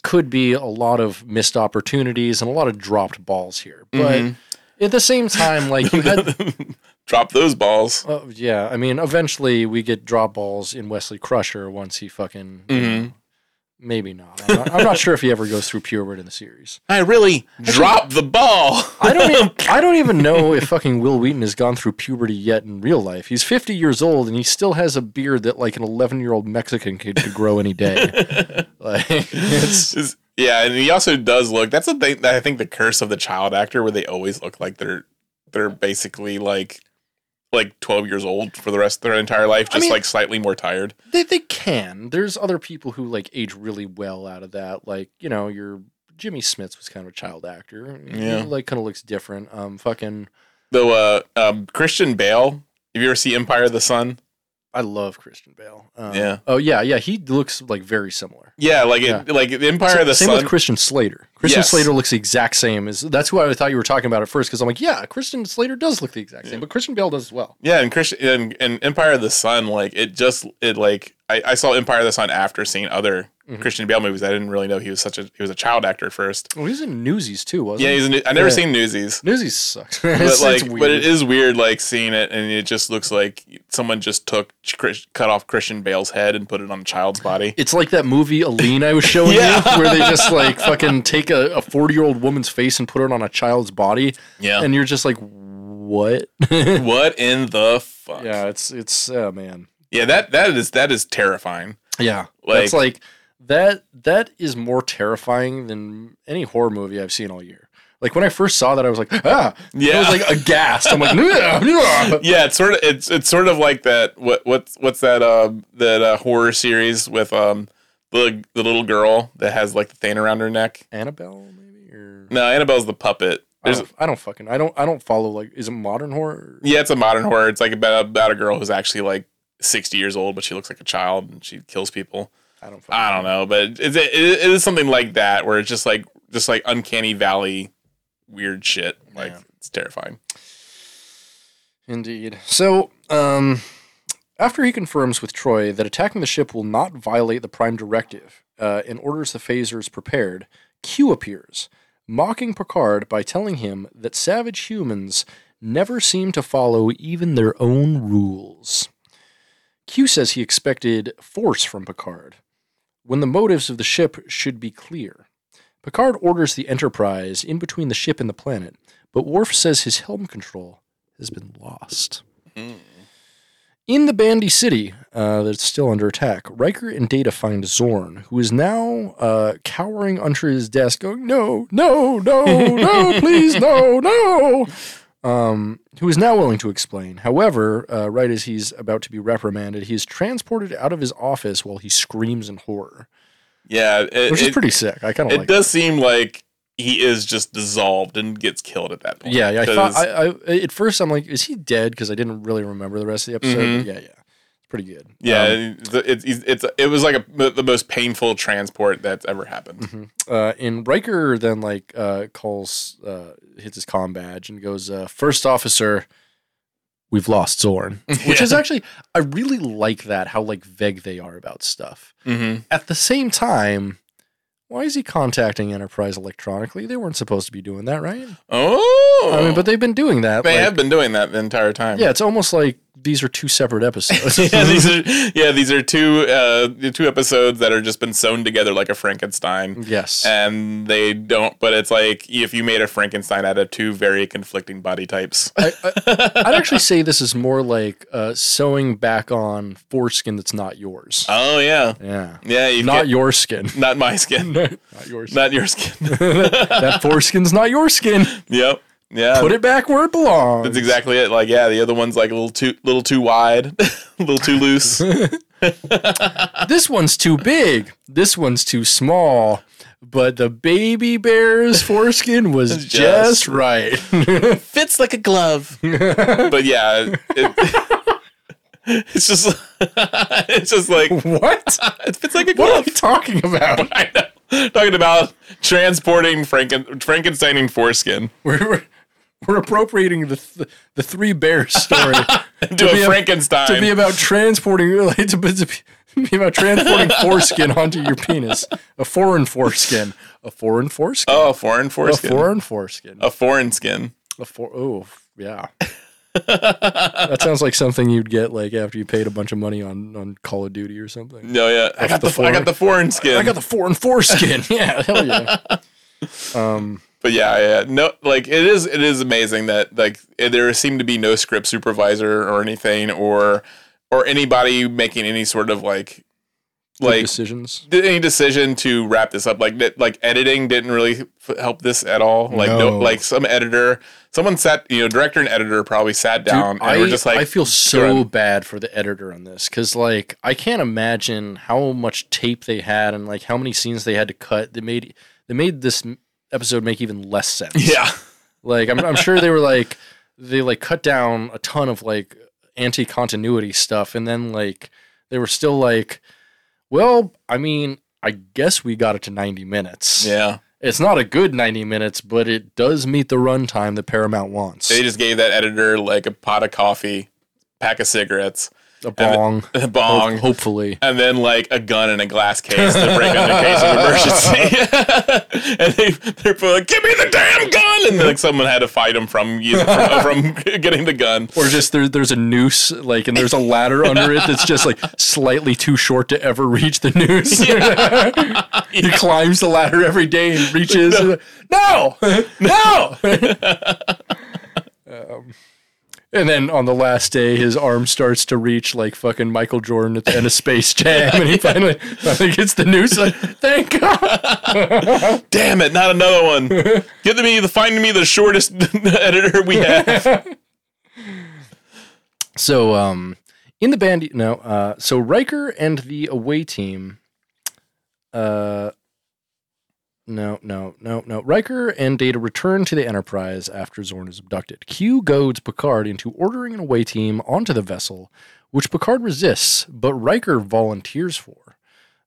could be a lot of missed opportunities and a lot of dropped balls here. But at the same time, like, you had
Drop those balls.
uh, yeah, I mean, eventually we get drop balls in Wesley Crusher once he fucking. you know, maybe not. I'm, not. I'm not sure if he ever goes through purebird in the series.
I really drop the ball.
I don't. Even, I don't even know if fucking Will Wheaton has gone through puberty yet in real life. He's 50 years old and he still has a beard that like an 11 year old Mexican kid could grow any day. like it's
Just- yeah, and he also does look. That's the thing that I think the curse of the child actor, where they always look like they're they're basically like like 12 years old for the rest of their entire life, just
mean-
like slightly more tired.
They they can. There's other people who like age really well out of that. Like you know, your Jimmy Smits was kind of a child actor.
Yeah.
He, like kind of looks different. Um, fucking,
Though uh, um, Christian Bale, if you ever see Empire of the Sun,
I love Christian Bale. Um,
Yeah.
Oh yeah, yeah. He looks like very similar.
yeah, like it, like Empire of the
same
Sun.
with Christian Slater. Christian
Yes.
Slater looks the exact same as that's who I thought you were talking about at first because I'm like, yeah, Christian Slater does look the exact same, but Christian Bale does as well.
yeah, and Christian and, and Empire of the Sun, like it just it like I, I saw Empire of the Sun after seeing other
Mhm.
Christian Bale movies. I didn't really know he was such a he was a child actor at first.
Well, he was in Newsies too, wasn't
Yeah,
he?
he's a new, I never
Mm-hmm. Yeah.
seen Newsies.
Newsies sucks.
But
It's-
like,
it's
but
weird.
it is weird, like seeing it, and it just looks like someone just took Chris- cut off Christian Bale's head and put it on a child's body.
It's like that movie Aline I was showing
Yeah.
you, where they just like fucking take a 40 year old woman's face and put it on a child's body,
Yeah,
and you're just like, what?
what in the fuck?
yeah, it's it's oh man,
Yeah, that that is that is terrifying.
yeah, that's like that that is more terrifying than any horror movie I've seen all year. Like when I first saw that, I was like, ah, I
Yeah.
was like aghast. I'm like, yeah, yeah.
Yeah, it's sort of it's it's sort of like that. What what's what's that um that uh, horror series with um the the little girl that has like the thing around her neck?
Annabelle maybe or
No, Annabelle's the puppet.
I
There's
don't, I don't fucking I don't I don't follow like is it modern horror?
yeah, it's a modern horror. It's like about about a girl who's actually like sixty years old, but she looks like a child and she kills people.
I don't. Fucking
I don't know, but it's, it, it is something like that where it's just like just like uncanny valley weird shit. Like
Yeah.
it's terrifying.
Indeed. So, um, after he confirms with Troy that attacking the ship will not violate the Prime Directive uh, and orders the phasers prepared, Q appears, mocking Picard by telling him that savage humans never seem to follow even their own rules. Q says he expected force from Picard, when the motives of the ship should be clear. Picard orders the Enterprise in between the ship and the planet, but Worf says his helm control has been lost.
Mm.
In the Bandy City, uh, that's still under attack, Riker and Data find Zorn, who is now uh, cowering under his desk, going, No, no, no, no, please, no, no. Um, who is now willing to explain. However, uh, right as he's about to be reprimanded, he is transported out of his office while he screams in horror,
Yeah, it,
which is
it-
pretty sick. I kind of
it
like
does seem like he is just dissolved and gets killed at that point.
Yeah, yeah. I thought
'Cause-
I, I at first I'm like, is he dead? Because I didn't really remember the rest of the episode.
Mhm.
Yeah, yeah. It's pretty good.
yeah.
Um,
it's, it's, it's it was like a, the most painful transport that's ever happened.
mhm. Uh, and Riker then like uh, calls, uh, hits his comm badge and goes, uh, First officer, we've lost Zorn. Which is actually, I really like that, how like vague they are about stuff.
Mhm.
At the same time, why is he contacting Enterprise electronically? They weren't supposed to be doing that, right?
Oh,
I mean, but they've been doing that.
they
like-
have been doing that the entire time.
yeah, it's almost like these are two separate episodes.
yeah, these are yeah, these are two uh, the two episodes that are just been sewn together like a Frankenstein,
yes.
and they don't. But it's like if you made a Frankenstein out of two very conflicting body types.
I, I, I'd actually say this is more like uh, sewing back on foreskin that's not yours.
Oh yeah,
yeah.
yeah, you
Not
get-
your skin.
not my skin,
not your skin.
not your skin.
that foreskin's not your skin.
Yep. Yeah.
Put it back where it belongs.
That's exactly it. Like, yeah, the other one's like a little too, little too wide, a little too loose.
This one's too big. This one's too small. But the baby bear's foreskin was just,
Just
right.
Fits like a glove. but yeah, it, it's just, it's just like
what?
it fits like
What are
a glove.
we talking about?
I know. Talking about transporting Franken, Frankensteining foreskin
We're, we're, we're appropriating the, th- the three bears story.
to,
be
a
a-
Frankenstein.
to be about transporting like, to, be- to be- be about transporting foreskin onto your penis. A foreign foreskin. A foreign foreskin.
oh, foreign
a
foreskin.
foreign foreskin.
a foreign skin.
A for oh yeah. that sounds like something you'd get like after you paid a bunch of money on on Call of Duty or something.
No, yeah, I got
the
the, I got the foreign skin.
I got the foreign foreskin. yeah, hell yeah. Um
But yeah, yeah, no, like it is, it is amazing that like eh, there seemed to be no script supervisor or anything, or or anybody making any sort of like
good
like
decisions.
did any decision to wrap this up. Like that, like editing didn't really f- help this at all. Like no,
No.
like some editor someone sat, you know, director and editor probably sat
Dude,
down um, and
I,
were just like,
I feel
"Go
so
ahead."
bad for the editor on this because like I can't imagine how much tape they had and like how many scenes they had to cut. They made they made this m- episode make even less sense.
yeah,
like I'm, I'm sure they were like they like cut down a ton of like anti continuity stuff, and then like they were still like, well, I mean, I guess we got it to 90 minutes.
yeah.
It's not a good 90 minutes, but it does meet the runtime that Paramount wants.
They just gave that editor like a pot of coffee, pack of cigarettes,
a bong.
a bong,
Ho- hopefully.
and then like a gun in a glass case to break under case of emergency. and they they're both like, "Give me the damn gun!" And like someone had to fight him from using, from, from getting the gun.
Or just there, there's a noose, like, and there's a ladder under it that's just like slightly too short to ever reach the noose. he climbs the ladder every day and reaches. No, no. um, and then on the last day, his arm starts to reach like fucking Michael Jordan at the end of Space Jam, and he finally, finally gets the noose. Like, thank God.
Damn it! Not another one. Give me the find me the shortest editor we have.
So, um, in the band, no. Uh, so Riker and the away team. Uh, no, no, no, no. Riker and Data return to the Enterprise after Zorn is abducted. Q goads Picard into ordering an away team onto the vessel, which Picard resists, but Riker volunteers for,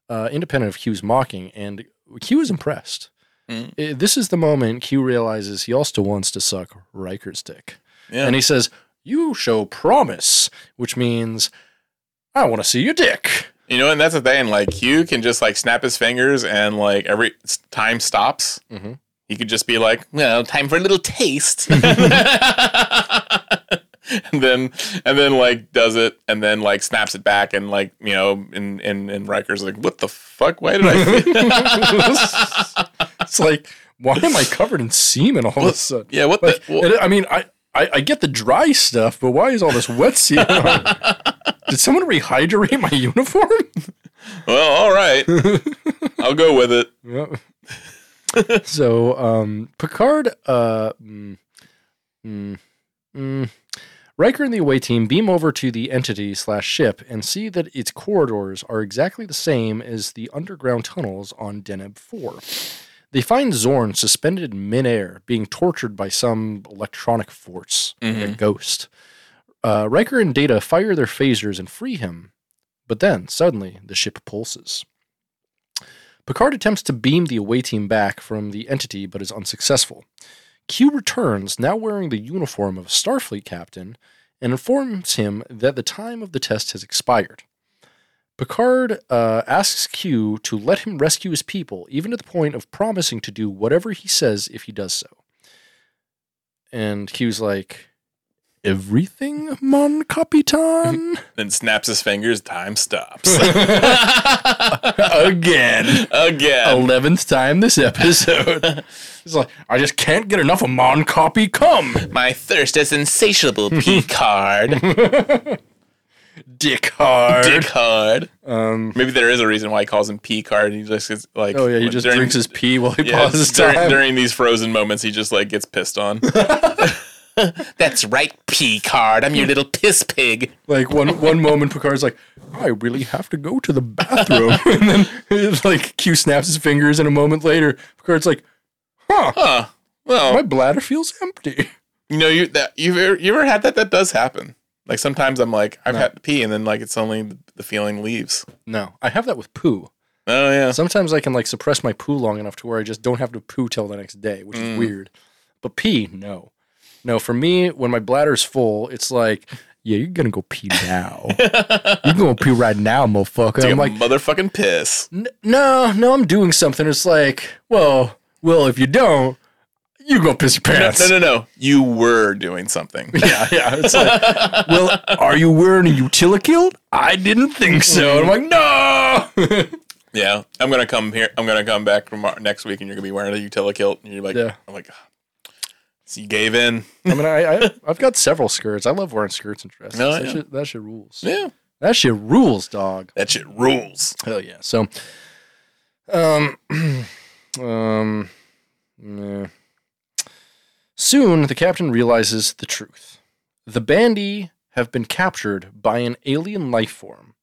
uh, independent of Q's mocking, and Q is impressed. Uh, This is the moment Q realizes he also wants to suck Riker's dick.
Yeah.
And he says, You show promise, which means I want to see your dick.
You know, and that's the thing. Like Hugh can just like snap his fingers, and like every s- time stops,
Mhm.
he could just be like, "Well, time for a little taste," and then and then like does it, and then like snaps it back, and like you know, and and and Riker's like, "What the fuck? Why did I?
it's like, why am I covered in semen all of a sudden?
yeah, what
Like,
the?
and I mean, I, I, I get the dry stuff, but why is all this wet semen? on? Did someone rehydrate my uniform?
Well, all right, I'll go with it."
Yep. so um, Picard, uh, mm, mm, mm. Riker and the away team beam over to the entity slash ship and see that its corridors are exactly the same as the underground tunnels on Deneb Four. They find Zorn suspended in midair, being tortured by some electronic force, like a ghost. Uh, Riker and Data fire their phasers and free him, but then suddenly the ship pulses. Picard attempts to beam the away team back from the entity but is unsuccessful. Q returns, now wearing the uniform of a Starfleet captain, and informs him that the time of the test has expired. Picard uh, asks Q to let him rescue his people, even to the point of promising to do whatever he says if he does so. And Q's like, Everything, mon capitan?
Then snaps his fingers. Time stops
Again.
again.
eleventh time this episode. it's like I just can't get enough of Mon Copy Come
My thirst is insatiable, Picard.
Dick Hard.
Dick Hard. Maybe there is a reason why he calls him P Card. And he just gets like,
Oh yeah, he just
during-
drinks his pee while he
yeah,
pauses
during,
time.
during these frozen moments. He just like gets pissed on. That's right, P Card. I'm your little piss pig.
Like one one moment, Picard's like, "I really have to go to the bathroom," and then it's like Q snaps his fingers, and a moment later, Picard's like, "Huh,
Huh. Well,
my bladder feels empty."
you know, you that you've ever, you ever had that? That does happen. Like sometimes I'm like, I've
No.
had to pee, and then like it's only the feeling leaves.
No, I have that with poo.
Oh yeah.
Sometimes I can like suppress my poo long enough to where I just don't have to poo till the next day, which
Mm.
is weird. But pee, no. No, for me, when my bladder's full, it's like, yeah, you're gonna go pee now. you're gonna pee right now, motherfucker.
Take
I'm
a
like,
motherfucking piss.
"N- no, no, I'm doing something. It's like, well, well, if you don't, you go piss your pants.
No, no, no. You were doing something.
Yeah, yeah. It's like, well, are you wearing a utilikilt? I didn't think so. And I'm like, no.
Yeah, I'm gonna come here. I'm gonna come back tomorrow, next week, and you're gonna be wearing a utilikilt, and you're like,
Yeah.
I'm like, "Ah." so you gave in.
I mean, I, I I've got several skirts. I love wearing skirts and dresses.
Oh,
that,
yeah.
shit, that shit rules.
Yeah,
That shit rules, dog.
that shit rules.
Hell yeah. So, um, um, yeah. Soon, the captain realizes the truth. The Bandi have been captured by an alien life form,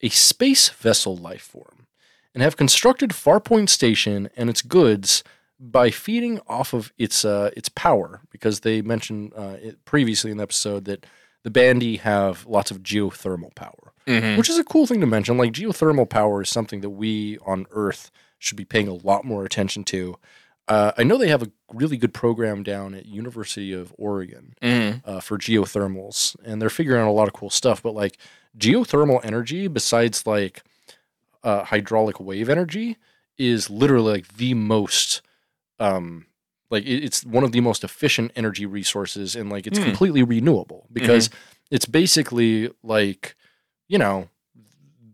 a space vessel life form, and have constructed Farpoint Station and its goods by feeding off of its uh, its power. Because they mentioned uh, it previously in the episode that the Bandi have lots of geothermal power,
Mhm.
which is a cool thing to mention. Like geothermal power is something that we on Earth should be paying a lot more attention to. Uh, I know they have a really good program down at University of Oregon
Mhm.
uh, for geothermals, and they're figuring out a lot of cool stuff. But like geothermal energy, besides like uh, hydraulic wave energy, is literally like the most, um, like it- it's one of the most efficient energy resources, and like it's
Hmm. Mm-hmm.
completely renewable because it's basically like you know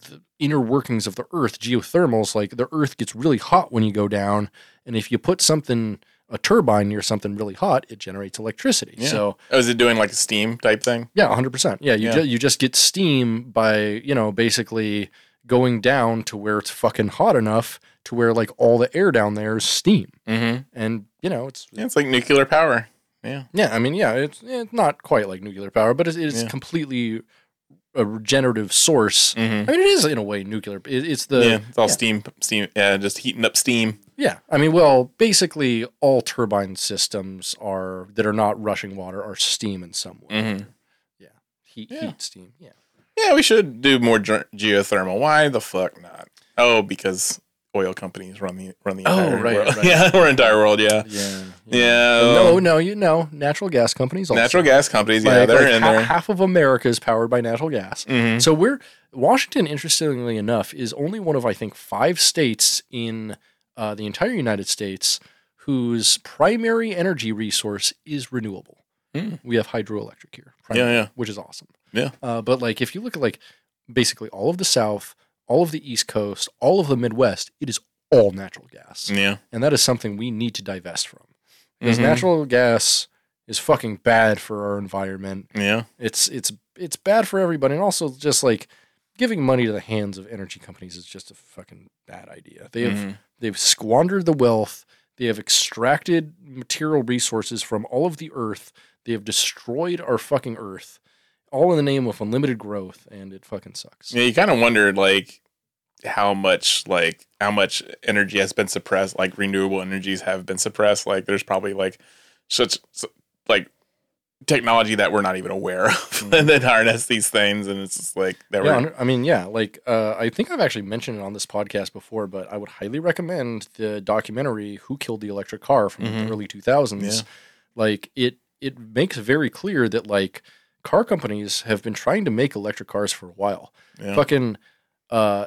the inner workings of the earth geothermals like the earth gets really hot when you go down and if you put something a turbine near something really hot it generates electricity
Yeah.
so
Oh, is it doing like a steam type thing?
yeah, 100%. Yeah, you
Yeah.
Ju- you just get steam by, you know, basically going down to where it's fucking hot enough to where like all the air down there is steam.
Mm-hmm.
And, you know, it's
Yeah, it's like nuclear power.
yeah, I mean, yeah, it's, eh, it's not quite like nuclear power, but it's, it's
Yeah.
completely a regenerative source.
Mm-hmm.
I mean, it is in a way nuclear. It, it's the
yeah, it's all steam, steam, yeah, just heating up steam.
Yeah, I mean, well, basically, all turbine systems are that are not rushing water are steam in some way.
Mhm.
Yeah, heat,
Yeah.
heat, steam. Yeah,
Yeah, we should do more ge- geothermal. Why the fuck not? Oh, because oil companies run the run the
Oh,
entire
right,
world.
right.
Yeah, our entire world. Yeah,
yeah,
yeah.
No, no, you know, natural gas companies. Also.
natural gas companies. Yeah,
Like-
they're
like
in
ha-
there.
Half of America is powered by natural gas.
Mhm.
So we're Washington, interestingly enough, is only one of I think five states in uh, the entire United States whose primary energy resource is renewable.
Mm.
We have hydroelectric here,
Yeah, yeah.
which is awesome.
Yeah.
uh, but like if you look at like basically all of the South, all of the East Coast, all of the Midwest, it is all natural gas,
Yeah,
and that is something we need to divest from because
Mhm.
natural gas is fucking bad for our environment
yeah.
it's it's it's bad for everybody and also just like giving money to the hands of energy companies is just a fucking bad idea they have
Mhm.
they've squandered the wealth they have extracted material resources from all of the earth they have destroyed our fucking earth all in the name of unlimited growth and it fucking sucks
Yeah, you kind of wondered like how much like how much energy has been suppressed, like renewable energies have been suppressed. Like there's probably like such s- like technology that we're not even aware of and that harness these things, and it's just like that.
Mm-hmm. Yeah,
we're,
I mean, yeah, like uh, I think I've actually mentioned it on this podcast before, but I would highly recommend the documentary "Who Killed the Electric Car" from
Mhm.
the early two thousands.
Yeah.
Like it, it makes very clear that like car companies have been trying to make electric cars for a while.
Yeah.
Fucking uh,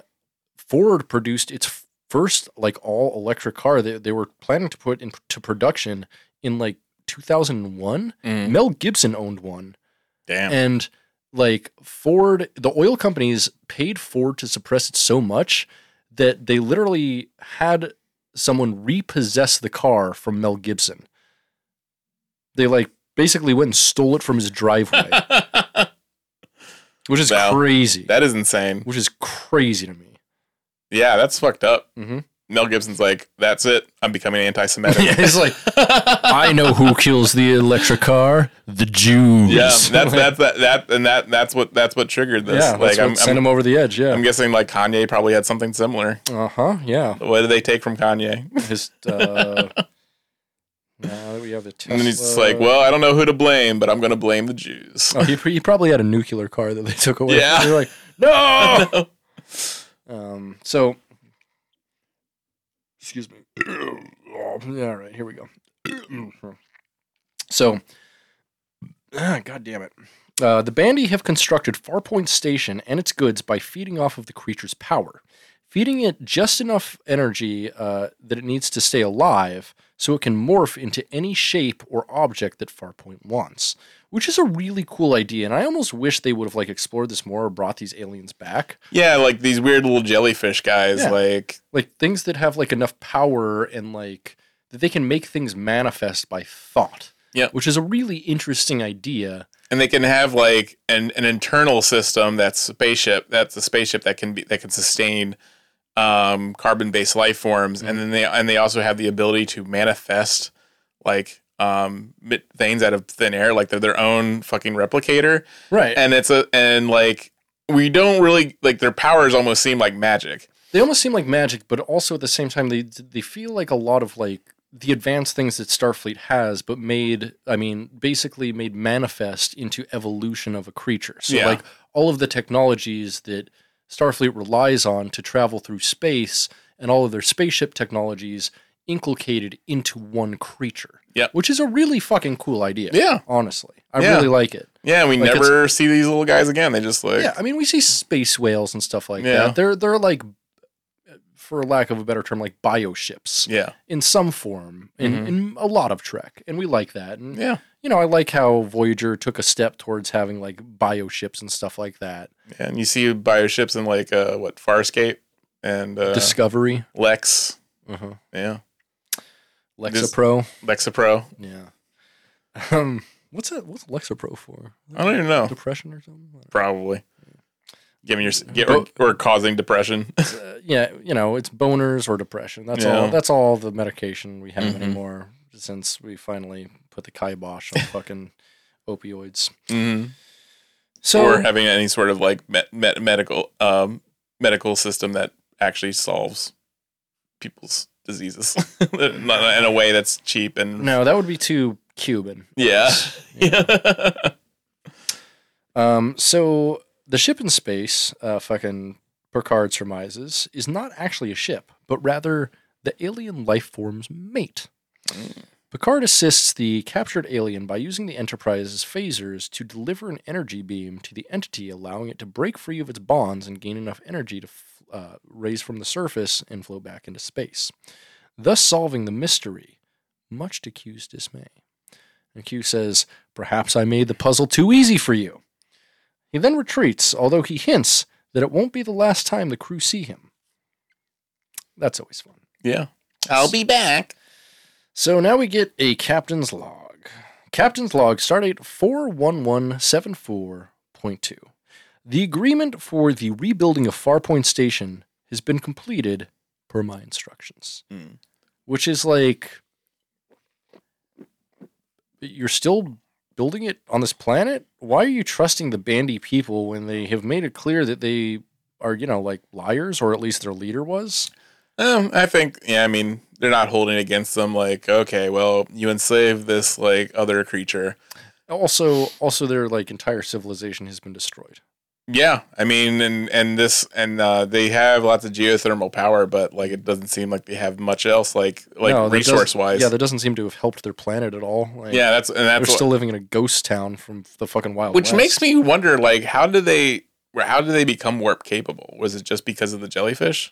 Ford produced its first like all electric car that they were planning to put into production in like two thousand and one.
Mm.
Mel Gibson owned one.
damn.
And like Ford, the oil companies paid Ford to suppress it so much that they literally had someone repossess the car from Mel Gibson. They like basically went and stole it from his driveway, which is
Wow.
crazy.
that is insane.
which is crazy to me.
Yeah, that's fucked up.
Mhm.
Mel Gibson's like, that's it. I'm becoming anti-Semitic.
Yeah, it's like I know who kills the electric car, the Jews.
Yeah, that's that's that, that and that that's what that's what triggered
yeah.
this. like
that's what
I'm,
sent
I'm,
him over the edge.
I'm
Yeah.
guessing like Kanye probably had something similar.
Uh huh. Yeah.
What did they take from Kanye?
His uh, now that we have the Tesla.
And then he's just like, "Well, I don't know who to blame, but I'm gonna blame the Jews."
oh, he, he probably had a nuclear car that they took away.
Yeah.
they're like,
no.
um, so. Excuse me. All right, here we go. so, ah, god damn it. Uh, the Bandi have constructed Farpoint Station and its goods by feeding off of the creature's power, feeding it just enough energy uh, that it needs to stay alive so it can morph into any shape or object that Farpoint wants, which is a really cool idea. And I almost wish they would have like explored this more or brought these aliens back.
Yeah, like these weird little jellyfish guys.
Yeah.
Like,
Like things that have like enough power and like that they can make things manifest by thought.
Yeah.
Which is a really interesting idea.
and they can have like an, an internal system that's spaceship. That's a spaceship that can be that can sustain
Mm-hmm.
um, carbon based life forms, and then they and they also have the ability to manifest like um mi- things out of thin air like they're their own fucking replicator
Right.
and it's a and like we don't really like their powers almost seem like magic
they almost seem like magic, but also at the same time, they they feel like a lot of like the advanced things that Starfleet has, but made I mean, basically made manifest into evolution of a creature. So
Yeah.
like all of the technologies that Starfleet relies on to travel through space and all of their spaceship technologies inculcated into one creature.
Yep.
Which is a really fucking cool idea.
Yeah.
Honestly. I
Yeah.
really like it.
yeah and we
Like, it's-
never see these little guys again they just like
Yeah, I mean, we see space whales and stuff like
Yeah.
that. They're they're like, for lack of a better term, like bioships
yeah
in some form in,
Mhm.
in a lot of Trek, and we like that. And
yeah
you know, I like how Voyager took a step towards having like bioships and stuff like that.
and you see bioships in like uh what farscape and uh
Discovery,
lex
uh-huh.
yeah
Lexapro,
lexapro
yeah. Um, what's that? What's Lexapro for?
i don't even know
Depression or something?
probably giving your get, or, or causing depression
uh, yeah, you know, it's boners or depression. That's all.
Yeah.
That's all the medication we have
Mhm.
anymore since we finally put the kibosh on fucking opioids.
mm-hmm.
So
or having any sort of like me- me- medical um, medical system that actually solves people's diseases Not in a way that's cheap and
no, that would be too Cuban.
yeah yeah
Um, so the ship in space, uh, fucking Picard surmises, is not actually a ship, but rather the alien life form's mate. Picard assists the captured alien by using the Enterprise's phasers to deliver an energy beam to the entity, allowing it to break free of its bonds and gain enough energy to f- uh, raise from the surface and flow back into space, thus solving the mystery, much to Q's dismay. And Q says, Perhaps I made the puzzle too easy for you. He then retreats, although he hints that it won't be the last time the crew see him. That's always fun.
yeah i'll be back
So now we get a captain's log. Captain's log stardate 41174.2. The agreement for the rebuilding of Farpoint Station has been completed per my instructions.
Hmm.
Which is like you're still building it on this planet? Why are you trusting the bandy people when they have made it clear that they are, you know, like liars or at least their leader was?
um, i think yeah i mean they're not holding against them like okay well you enslaved this like other creature
Also, also their like entire civilization has been destroyed.
yeah i mean and and this and uh, they have lots of geothermal power but like it doesn't seem like they have much else like like
No, that doesn't-
resource wise
Yeah, that doesn't seem to have helped their planet at all. Like,
yeah that's and that's
they're
what-
still living in a ghost town from the fucking wild.
Which
West.
makes me wonder, like, how did they, or how did they become warp capable? Was it just because of the jellyfish?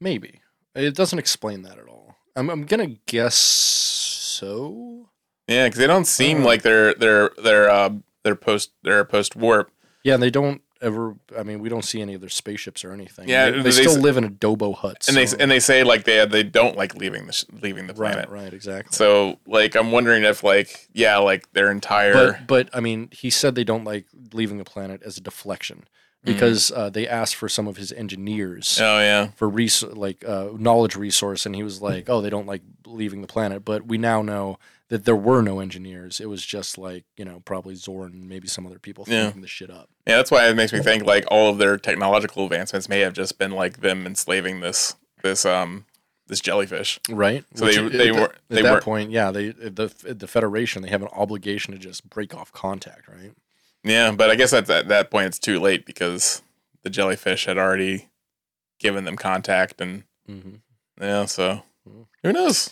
maybe it doesn't explain that at all. I'm, I'm gonna guess so.
Yeah, because they don't seem
Uh.
like they're they're they're uh, they're post they're post warp.
Yeah, they don't ever. I mean, we don't see any of their spaceships or anything.
Yeah,
they, they
they
still
s-
live in adobo huts.
And they
so-
and they say like they they don't like leaving the sh- leaving the
right,
planet.
right, exactly.
So like, I'm wondering if like yeah, like their entire
but but I mean, he said they don't like leaving the planet as a deflection
Mm.
because uh, they asked for some of his engineers.
oh yeah
for res- like uh, knowledge resource, and he was like, "Oh, they don't like leaving the planet." But we now know that there were no engineers. It was just like you know probably Zorn and maybe some other people
Yeah.
thinking the shit up.
yeah that's why it makes me think like all of their technological advancements may have just been like them enslaving this this um this jellyfish.
Right.
So they-
at
they
th-
were-
at
they
that
were-
point, yeah. They the the Federation they have an obligation to just break off contact, right?
Yeah, but I guess at that, that point it's too late because the jellyfish had already given them contact, and
Mm-hmm.
yeah, so who knows?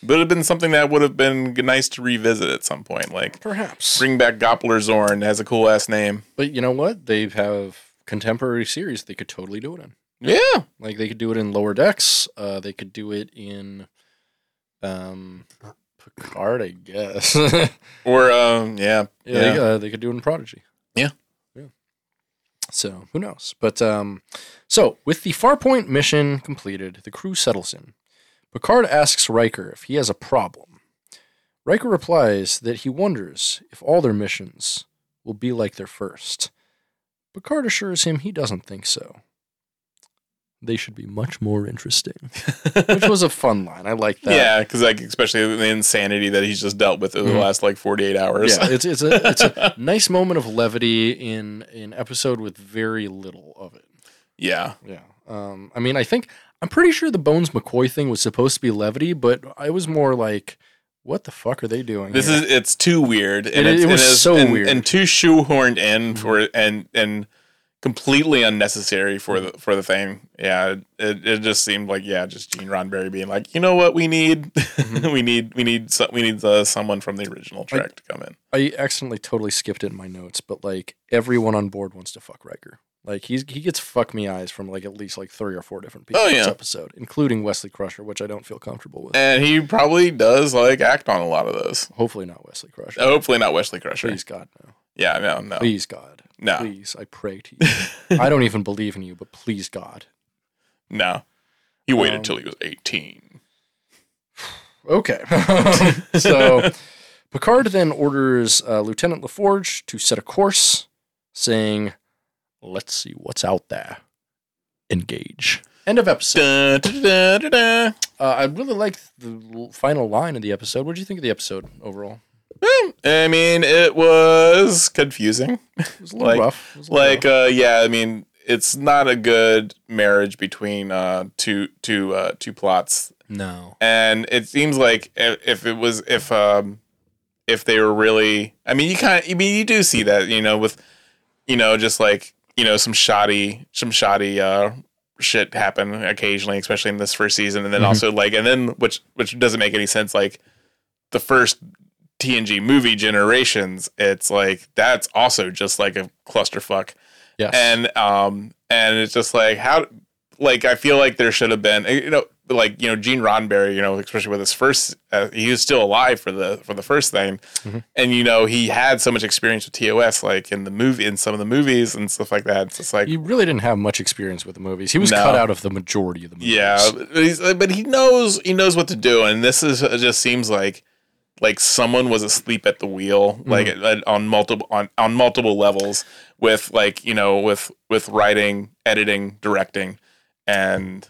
But it'd been something that would have been g- nice to revisit at some point. Like
Perhaps.
bring back Goppler Zorn has a cool ass name.
but you know what? They have contemporary series they could totally do it in.
Yeah,
Like they could do it in lower decks. Uh, they could do it in um, Picard, I guess.
or um, yeah,
Yeah, They, uh, they could do it in Prodigy.
Yeah.
Yeah. So who knows? But um, so with the Farpoint mission completed, the crew settles in. Picard asks Riker if he has a problem. Riker replies that he wonders if all their missions will be like their first. Picard assures him he doesn't think so. They should be much more interesting. Which was a fun line. I like that.
yeah, because like especially the insanity that he's just dealt with over the last like forty eight hours.
Mm-hmm. Yeah, it's it's a it's a nice moment of levity in an episode with very little of it.
yeah.
Yeah. Um, I mean, I think I'm pretty sure the Bones McCoy thing was supposed to be levity, but I was more like, what the fuck are they doing?
This
here?
is it's too weird.
It-
it's,
it was
is-
so
and,
weird. Mm-hmm.
and too shoehorned in for and and completely unnecessary for the for the thing. Yeah, it, it just seemed like yeah, just Gene Roddenberry being like, you know what we need,
Mm-hmm.
we need we need so, we need uh, someone from the original track to come in.
I accidentally totally skipped it in my notes, but like everyone on board wants to fuck Riker. Like he's he gets fuck me eyes from like at least like three or four different people
Oh,
this
yeah.
episode, including Wesley Crusher, which I don't feel comfortable with.
And he probably does like act on a lot of those.
Hopefully not Wesley Crusher.
Hopefully not Wesley Crusher.
Please God no.
Yeah, no, no,
Please God.
no,
Please, I pray to you. I don't even believe in you, but please God.
no. He waited
Um,
till he was eighteen.
Okay. so Picard then orders uh, Lieutenant LaForge to set a course, saying, Let's see what's out there. Engage. End of episode.
Da, da, da, da, da.
Uh, I really like the l- final line of the episode. What do you think of the episode overall?
Well, I mean, it was confusing.
It was a little
Like-
rough. It was a little
Like,
rough.
uh, yeah, I mean, it's not a good marriage between uh, two two uh, two plots,
no.
and it seems like if, if it was if um if they were really, I mean, you kind of, I mean, you do see that, you know, with you know, just like you know, some shoddy, some shoddy uh, shit happen occasionally, especially in this first season, and then
Mhm.
also like, and then which which doesn't make any sense, like the first TNG movie generations, it's like that's also just like a clusterfuck,
Yes.
and um, and it's just like how, like I feel like there should have been, you know, like you know Gene Roddenberry, you know, especially with his first, uh, he was still alive for the for the first thing,
Mhm.
and you know he had so much experience with TOS, like in the movie, in some of the movies and stuff like that. It's just like
he really didn't have much experience with the movies. He was
No.
cut out of the majority of the movies.
Yeah, but, he's, but he knows he knows what to do, and this is it just seems like like someone was asleep at the wheel, like
Mm-hmm.
uh, on multiple on on multiple levels with like you know with with writing, editing, directing, and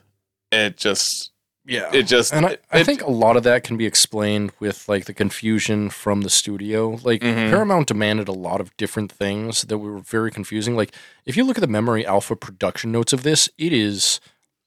it just
Yeah.
it just
and I, I
it-
think a lot of that can be explained with like the confusion from the studio. Like
Mhm.
Paramount demanded a lot of different things that were very confusing. Like if you look at the Memory Alpha production notes of this, it is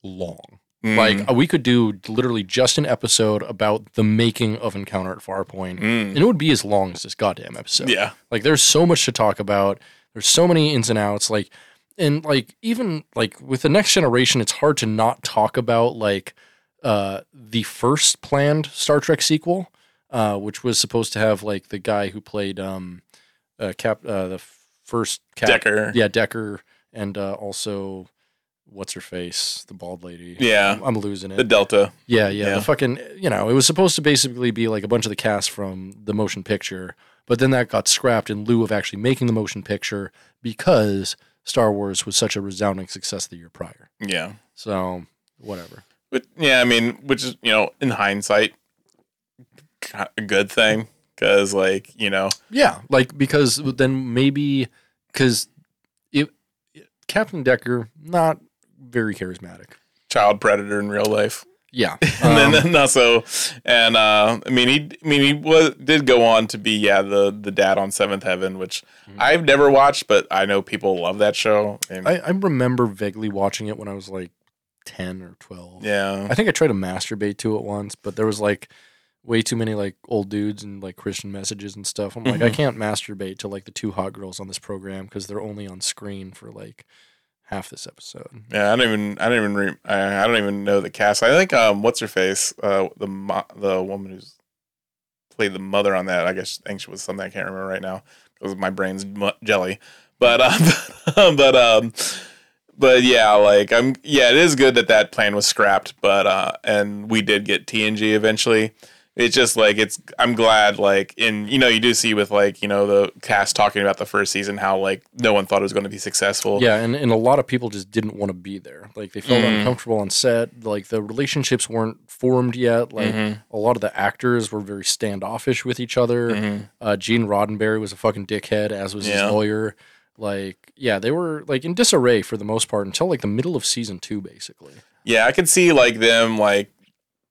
long.
mm,
Like uh, we could do literally just an episode about the making of Encounter at Farpoint,
mm,
and it would be as long as this goddamn episode.
yeah
Like there's so much to talk about. There's so many ins and outs. Like and like even like with the next generation, it's hard to not talk about like uh the first planned Star Trek sequel, uh, which was supposed to have like the guy who played um uh cap uh the first cap
Decker
Yeah, Decker and uh also what's her face? The bald lady.
yeah
I'm, I'm losing it.
the Delta
Yeah, yeah,
Yeah.
The fucking, you know, it was supposed to basically be like a bunch of the cast from the motion picture, but then that got scrapped in lieu of actually making the motion picture because Star Wars was such a resounding success the year prior.
yeah
So, whatever.
But yeah, I mean, which is you know, in hindsight, ki- a good thing because like you know,
Yeah, like because then maybe because it, Captain Decker not very charismatic.
child predator in real life,
Yeah,
and
um,
then and also, and uh, I mean, he, I mean, he was did go on to be yeah the the dad on Seventh Heaven, which I've never watched, but I know people love that show. And,
Hmm. I, I remember vaguely watching it when I was like ten or twelve.
yeah,
I think I tried to masturbate to it once, but there was like way too many like old dudes and like Christian messages and stuff. I'm like, I can't masturbate to like the two hot girls on this program because they're only on screen for like half this episode.
yeah, I don't even I don't even re- I, I don't even know the cast. I think um, what's her face, uh, the mo- the woman who's played the mother on that. I guess I think she was something I can't remember right now because my brain's mu- jelly. But um, but um, but yeah, like I'm yeah, it is good that that plan was scrapped, but uh, and we did get TNG eventually. It's just like it's. I'm glad, like, and you know, you do see with like you know the cast talking about the first season how like no one thought it was going to be successful.
Yeah, and, and a lot of people just didn't want to be there. Like they felt
Mm.
uncomfortable on set. Like the relationships weren't formed yet. Like
Mhm.
a lot of the actors were very standoffish with each other.
Mhm.
Uh, Gene Roddenberry was a fucking dickhead, as was
Yeah.
his lawyer. like yeah, they were like in disarray for the most part until like the middle of season two, basically.
Yeah, I could see like them like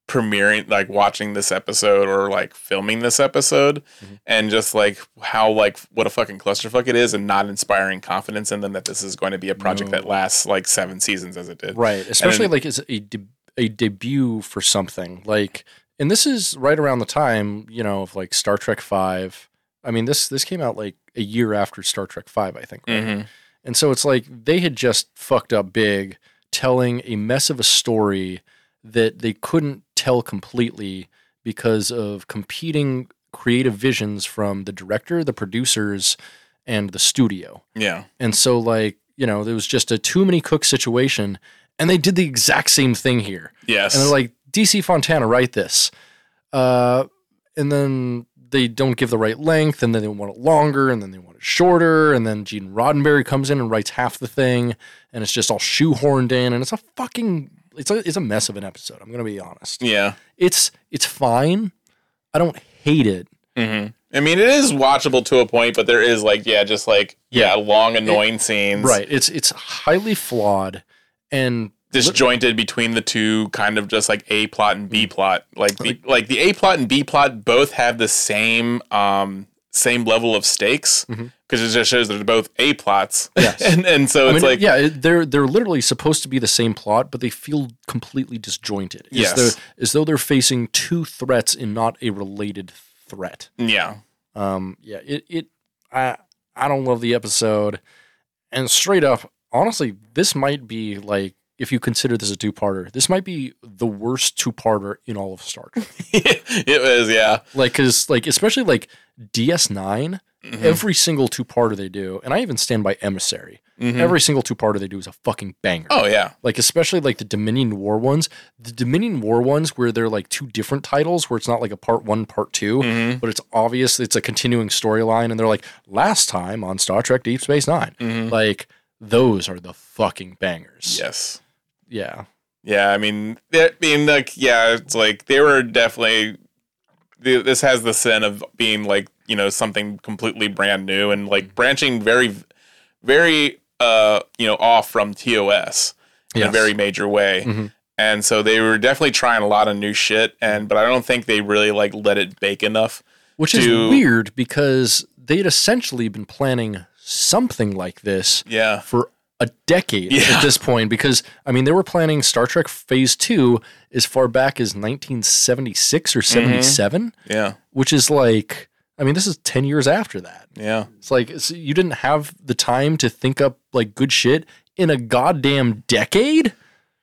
premiering like watching this episode or like filming this episode
Mhm.
and just like how like what a fucking clusterfuck it is and not inspiring confidence in them that this is going to be a project
No.
that lasts like seven seasons as it did.
Right. Especially
then-
like it's a de- a debut for something. Like and this is right around the time, you know, of like Star Trek 5. I mean, this this came out like a year after Star Trek 5, I think, right?
Mhm.
And so it's like they had just fucked up big telling a mess of a story that they couldn't tell completely because of competing creative visions from the director, the producers, and the studio.
Yeah.
And so, like, you know, there was just a too many cooks situation. And they did the exact same thing here.
Yes.
And they're like, DC Fontana, write this. Uh, and then they don't give the right length, and then they want it longer, and then they want it shorter. And then Gene Roddenberry comes in and writes half the thing, and it's just all shoehorned in. And it's a fucking, it's a, it's a mess of an episode. I'm going to be honest.
yeah.
It's, it's fine. I don't hate it.
hmm I mean, it is watchable to a point, but there is like, yeah, just like, yeah, long, annoying scenes,
Right. It's, it's highly flawed. And
Disjointed between the two, kind of just like a plot and
Mm.
b plot. Like the like the a plot and b plot both have the same um same level of stakes because
Mhm.
it just shows that they're both a plots.
Yes.
and and so
I
it's
mean,
like
yeah, it- they're they're literally supposed to be the same plot, but they feel completely disjointed. As
Yes.
though- as though they're facing two threats and not a related threat.
yeah,
Um, yeah, it it I I don't love the episode, and straight up, honestly, this might be like if you consider this a two parter, this might be the worst two parter in all of Star Trek.
it was yeah.
like, because like especially like DS 9
Mhm.
every single two parter they do, and I even stand by Emissary.
Mhm.
Every single two parter they do is a fucking banger
oh yeah,
like especially like the Dominion War ones. The Dominion War ones where they're like two different titles, where it's not like a part one, part 2
Mhm.
but it's obvious it's a continuing storyline. And they're like, last time on Star Trek Deep Space 9
Mhm.
like those are the fucking bangers.
yes.
yeah,
Yeah, I mean, I mean, like, yeah, it's like they were definitely. th- This has the sin of being like you know something completely brand new and like branching very, very uh you know off from TOS in a
Yes.
very major way.
Mhm.
And so they were definitely trying a lot of new shit, and but I don't think they really like let it bake enough.
which
To-
is weird because they'd essentially been planning something like this
Yeah,
for a decade
Yeah.
at this point because I mean they were planning Star Trek Phase 2 as far back as 1976 or
Mm-hmm.
77.
yeah,
which is like i mean this is 10 years after that
yeah,
it's like it's, you didn't have the time to think up like good shit in a goddamn decade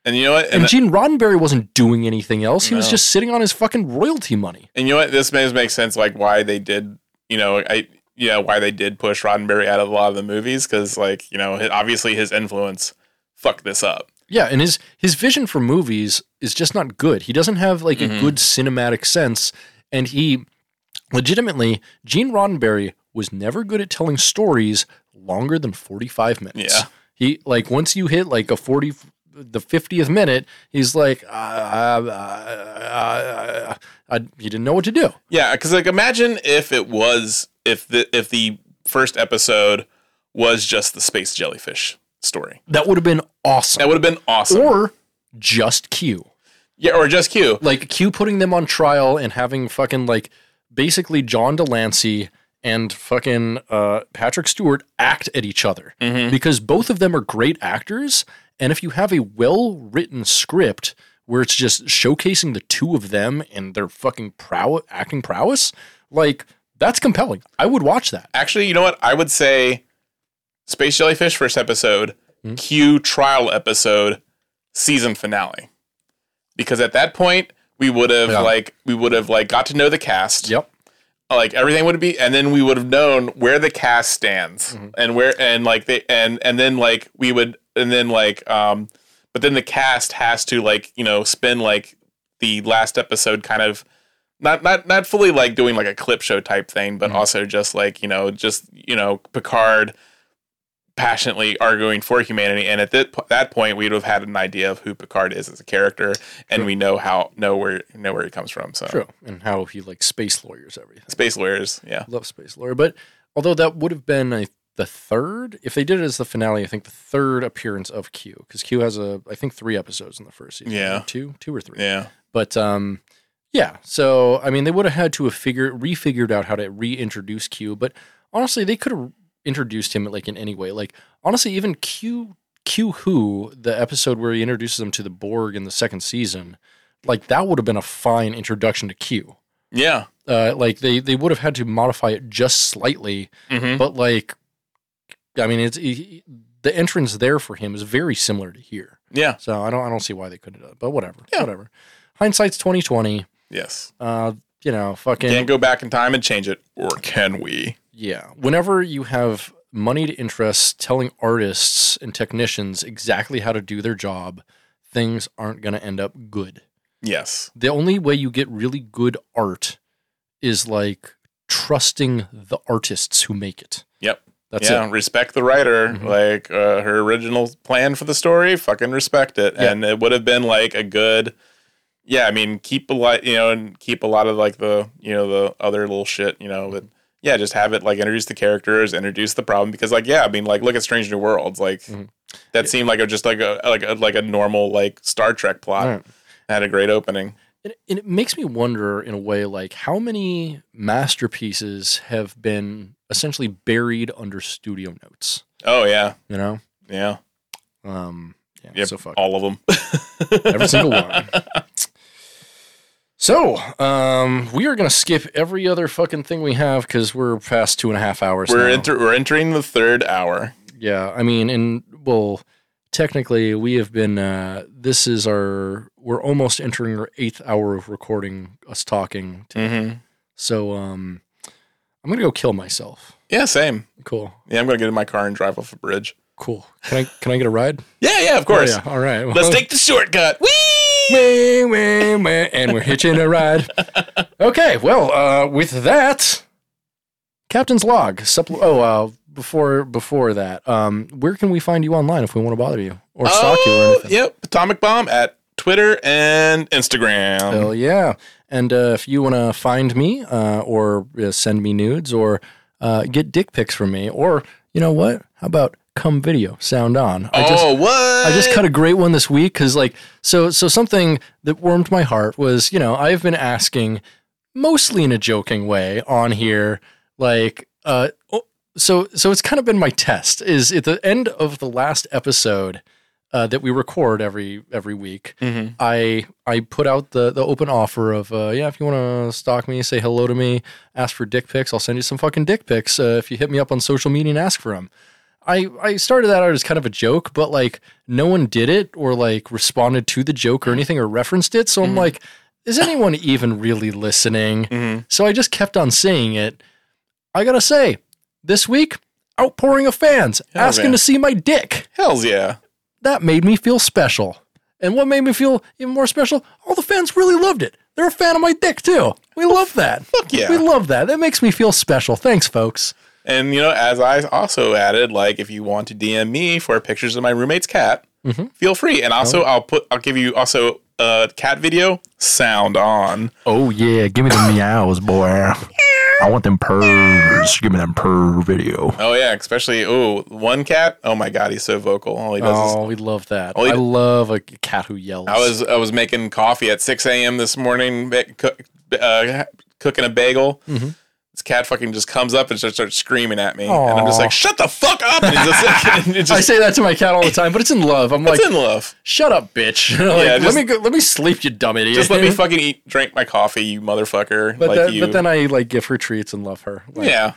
and you know what?
and
And,
gene roddenberry wasn't doing anything else he was
No.
just sitting on his fucking royalty money
and you know what? This makes make sense, like why they did, you know, I yeah, why they did push Roddenberry out of a lot of the movies because, like, you know, hi- obviously his influence fucked this up.
yeah and his his vision for movies is just not good he doesn't have like a
Mhm.
good cinematic sense and he legitimately gene roddenberry was never good at telling stories longer than 45 minutes
Yeah.
he like once you hit like a 40 the 50th minute he's like uh, uh, uh, uh, uh, he didn't know what to do
Yeah, because like imagine if it was if the if the first episode was just the space jellyfish story,
that would have been awesome
that would have been awesome.
or just q
yeah, or just Q.
like Q putting them on trial and having fucking like basically John Delancey and fucking uh, Patrick Stewart act at each other because both of them are great actors. And if you have a well written script where it's just showcasing the two of them and their fucking prow- acting prowess, like that's compelling. I would watch that.
Actually, you know what? I would say space jellyfish first episode, Q trial episode, season finale, because at that point we would have
Yeah.
like we would have like got to know the cast.
Yep.
like everything would be and then we would have known where the cast stands and where and like they and and then like we would and then like um but then the cast has to like you know spend like the last episode kind of not not not fully like doing like a clip show type thing but also just like you know just you know Picard passionately arguing for humanity and at that, po- that point we would have had an idea of who Picard is as a character and we know how know where know where he comes from so
True. And how he like space lawyers everything.
space lawyers yeah
Love space lawyer. But although that would have been, I the third, if they did it as the finale, I think the third appearance of Q, because Q has a, I think three episodes in the first season.
Yeah.
two, two or three.
Yeah.
But um, yeah. So I mean, they would have had to have figured refigured out how to reintroduce Q. But honestly, they could have introduced him like in any way. Like honestly, even Q Q Who the episode where he introduces him to the Borg in the second season, like that would have been a fine introduction to Q.
Yeah.
Uh, like they they would have had to modify it just slightly,
Mm-hmm.
but like, I mean, it's he- the entrance there for him is very similar to here.
Yeah.
So I don't I don't see why they couldn't do it, but whatever.
Yeah.
Whatever. Hindsight's twenty twenty.
Yes.
Uh, you know, fucking
Can't go back in time and change it, or can we?
yeah. Whenever you have moneyed interests telling artists and technicians exactly how to do their job, things aren't going to end up good.
Yes.
The only way you get really good art is like trusting the artists who make it.
Yep.
That's
yeah,
it.
respect the writer.
Mhm.
Like uh, her original plan for the story, fucking respect it.
Yeah.
And it would have been like a good, yeah. I mean, keep a lot, you know, and keep a lot of like the, you know, the other little shit, you know. But yeah, just have it like introduce the characters, introduce the problem. Because like, yeah, I mean, like look at Strange New Worlds, like
Mhm.
that seemed like a just like a like a like a normal like Star Trek plot.
Right.
Had a great opening.
And and it makes me wonder, in a way, like how many masterpieces have been essentially buried under studio notes,
Oh yeah,
you know?
yeah,
Um, yeah,
Yep.
so fuck.
all of them.
every single one. So, um, we are going to skip every other fucking thing we have because we're past two and a half hours.
We're
now.
enter- we're entering the third hour.
yeah, I mean, and well, technically, we have been. Uh, this is our. We're almost entering our eighth hour of recording us talking.
Mm-hmm.
So, um, I'm gonna go kill myself.
Yeah, same.
Cool,
Yeah, I'm gonna get in my car and drive off a bridge.
cool. Can I can I get a ride? Of
Yeah, yeah, of course.
All right.
Let's take the shortcut. Whee!
Wah, wah, wah, and we're hitching a ride. Okay, well, uh, with that, Captain's Log. Supple- oh, uh, before before that, um, where can we find you online if we want to bother you or stalk you or
Oh,
anything?
Yep, Atomic Bomb at Twitter and Instagram.
Hell yeah! And uh, if you want to find me uh, or uh, send me nudes or uh, get dick pics from me, or you know what? How about come video sound on? I just-
oh, what?
I just cut a great one this week because, like, so so something that warmed my heart was, you know, I've been asking, mostly in a joking way, on here, like, uh, oh, so so it's kind of been my test. Is at the end of the last episode uh, that we record every every week,
Mhm.
I I put out the the open offer of, uh, yeah, if you want to stalk me, say hello to me, ask for dick pics, I'll send you some fucking dick pics uh, if you hit me up on social media and ask for them. I, I started that out as kind of a joke, but like no one did it or like responded to the joke or anything or referenced it. So I'm like, is anyone even really listening?
Mhm.
So I just kept on saying it. I gotta say, this week, outpouring of fans
Hell
asking
yeah.
to see my dick.
Hell's yeah.
That made me feel special. And what made me feel even more special? All the fans really loved it. They're a fan of my dick too. We love that. Fuck
yeah.
We love that. That makes me feel special. Thanks, folks.
And, you know, as I also added, like, if you want to DM me for pictures of my roommate's cat,
Mhm.
feel free. And also, I'll put, I'll give you also a cat video sound on.
Oh yeah, give me the meows, boy.
I want them purrs. Give me them purr video.
Oh, yeah, especially, oh, one cat. Oh, my God, he's so vocal. All he does is
Oh, we love that.
All he-
I love a cat who yells.
I was I was making coffee at 6 a.m. this morning, ma- cook, uh, cooking a bagel.
Mhm.
This cat fucking just comes up and just starts screaming at me, and I'm just
Aw.
like, "Shut the fuck up!" And he's just, like, and it
I
just
say that to my cat all the time, but it's in love. I'm like,
it's in love.
shut up, bitch. Like, let
just-
me go, let me sleep, you dumb idiot.
Just let me fucking eat, drink my coffee, you motherfucker.
But,
like
then,
you,
but then I like give her treats and love her. Like,
yeah,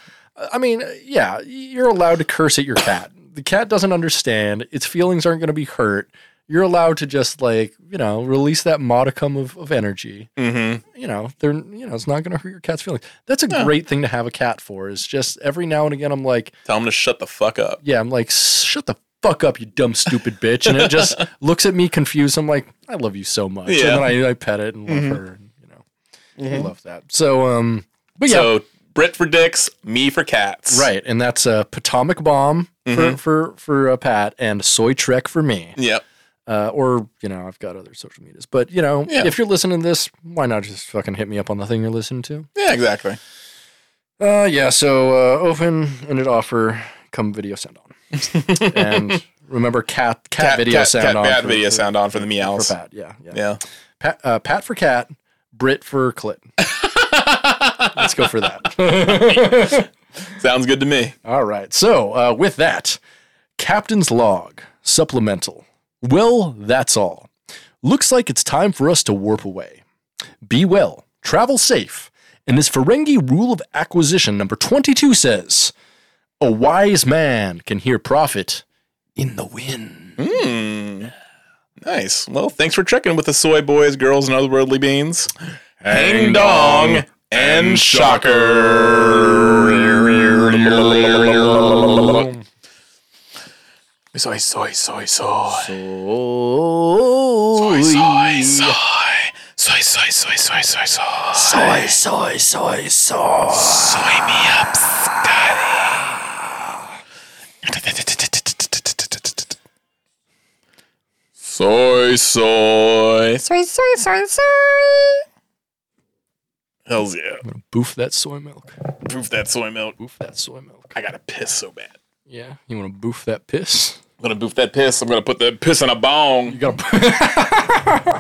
I mean, yeah, you're allowed to curse at your cat. The cat doesn't understand. Its feelings aren't going to be hurt. You're allowed to just like you know release that modicum of, of energy.
mm-hmm.
you know, they're you know, it's not gonna hurt your cat's feelings. That's a great thing to have a cat for, is just every now and again I'm like,
tell him to shut the fuck up.
yeah, I'm like, shut the fuck up, you dumb stupid bitch. And it just looks at me confused. I'm like, I love you so much.
Yeah.
And then I, I pet it and love her and you know I love that. So um but yeah,
So Brit for dicks, me for cats.
right. And that's uh Potomac bomb
Mhm.
for for for uh, Pat and Soy Trek for me.
Yep.
uh, or you know I've got other social medias. But you know,
Yeah.
if you're listening to this, why not just fucking hit me up on the thing you're listening to?
Yeah. Exactly.
Uh, yeah. So uh, open ended offer come video sound on. and remember cat cat, video sound
cat,
on.
cat
for-
video
for-
sound on for the
for
meows.
Pat. Yeah, yeah.
Yeah.
Pat, uh, Pat for cat, Brit for clit. Let's go for that.
Sounds good to me.
All right. So, uh, with that, Captain's Log, supplemental. Well, that's all. Looks like it's time for us to warp away. Be well, travel safe. And this Ferengi rule of acquisition number 22 says a wise man can hear profit in the wind.
Hmm. Nice. Well, thanks for checking with the soy boys, girls, and other worldly beans. Hang dong and shocker. Soy, soy, soy, soy. Soy, soy, soy. Soy, soy, soy, soy, soy, soy. Soy,
soy, soy, soy.
soy me up, Scotty. Soy, soy. Soy, soy, soy, soy. Hells yeah.
Boof that soy milk.
Proof that soy milk.
Boof that soy milk.
I gotta piss so bad.
Yeah. You want to boof that piss?
I'm gonna boof that piss. I'm gonna put that piss in a bong.
You got to.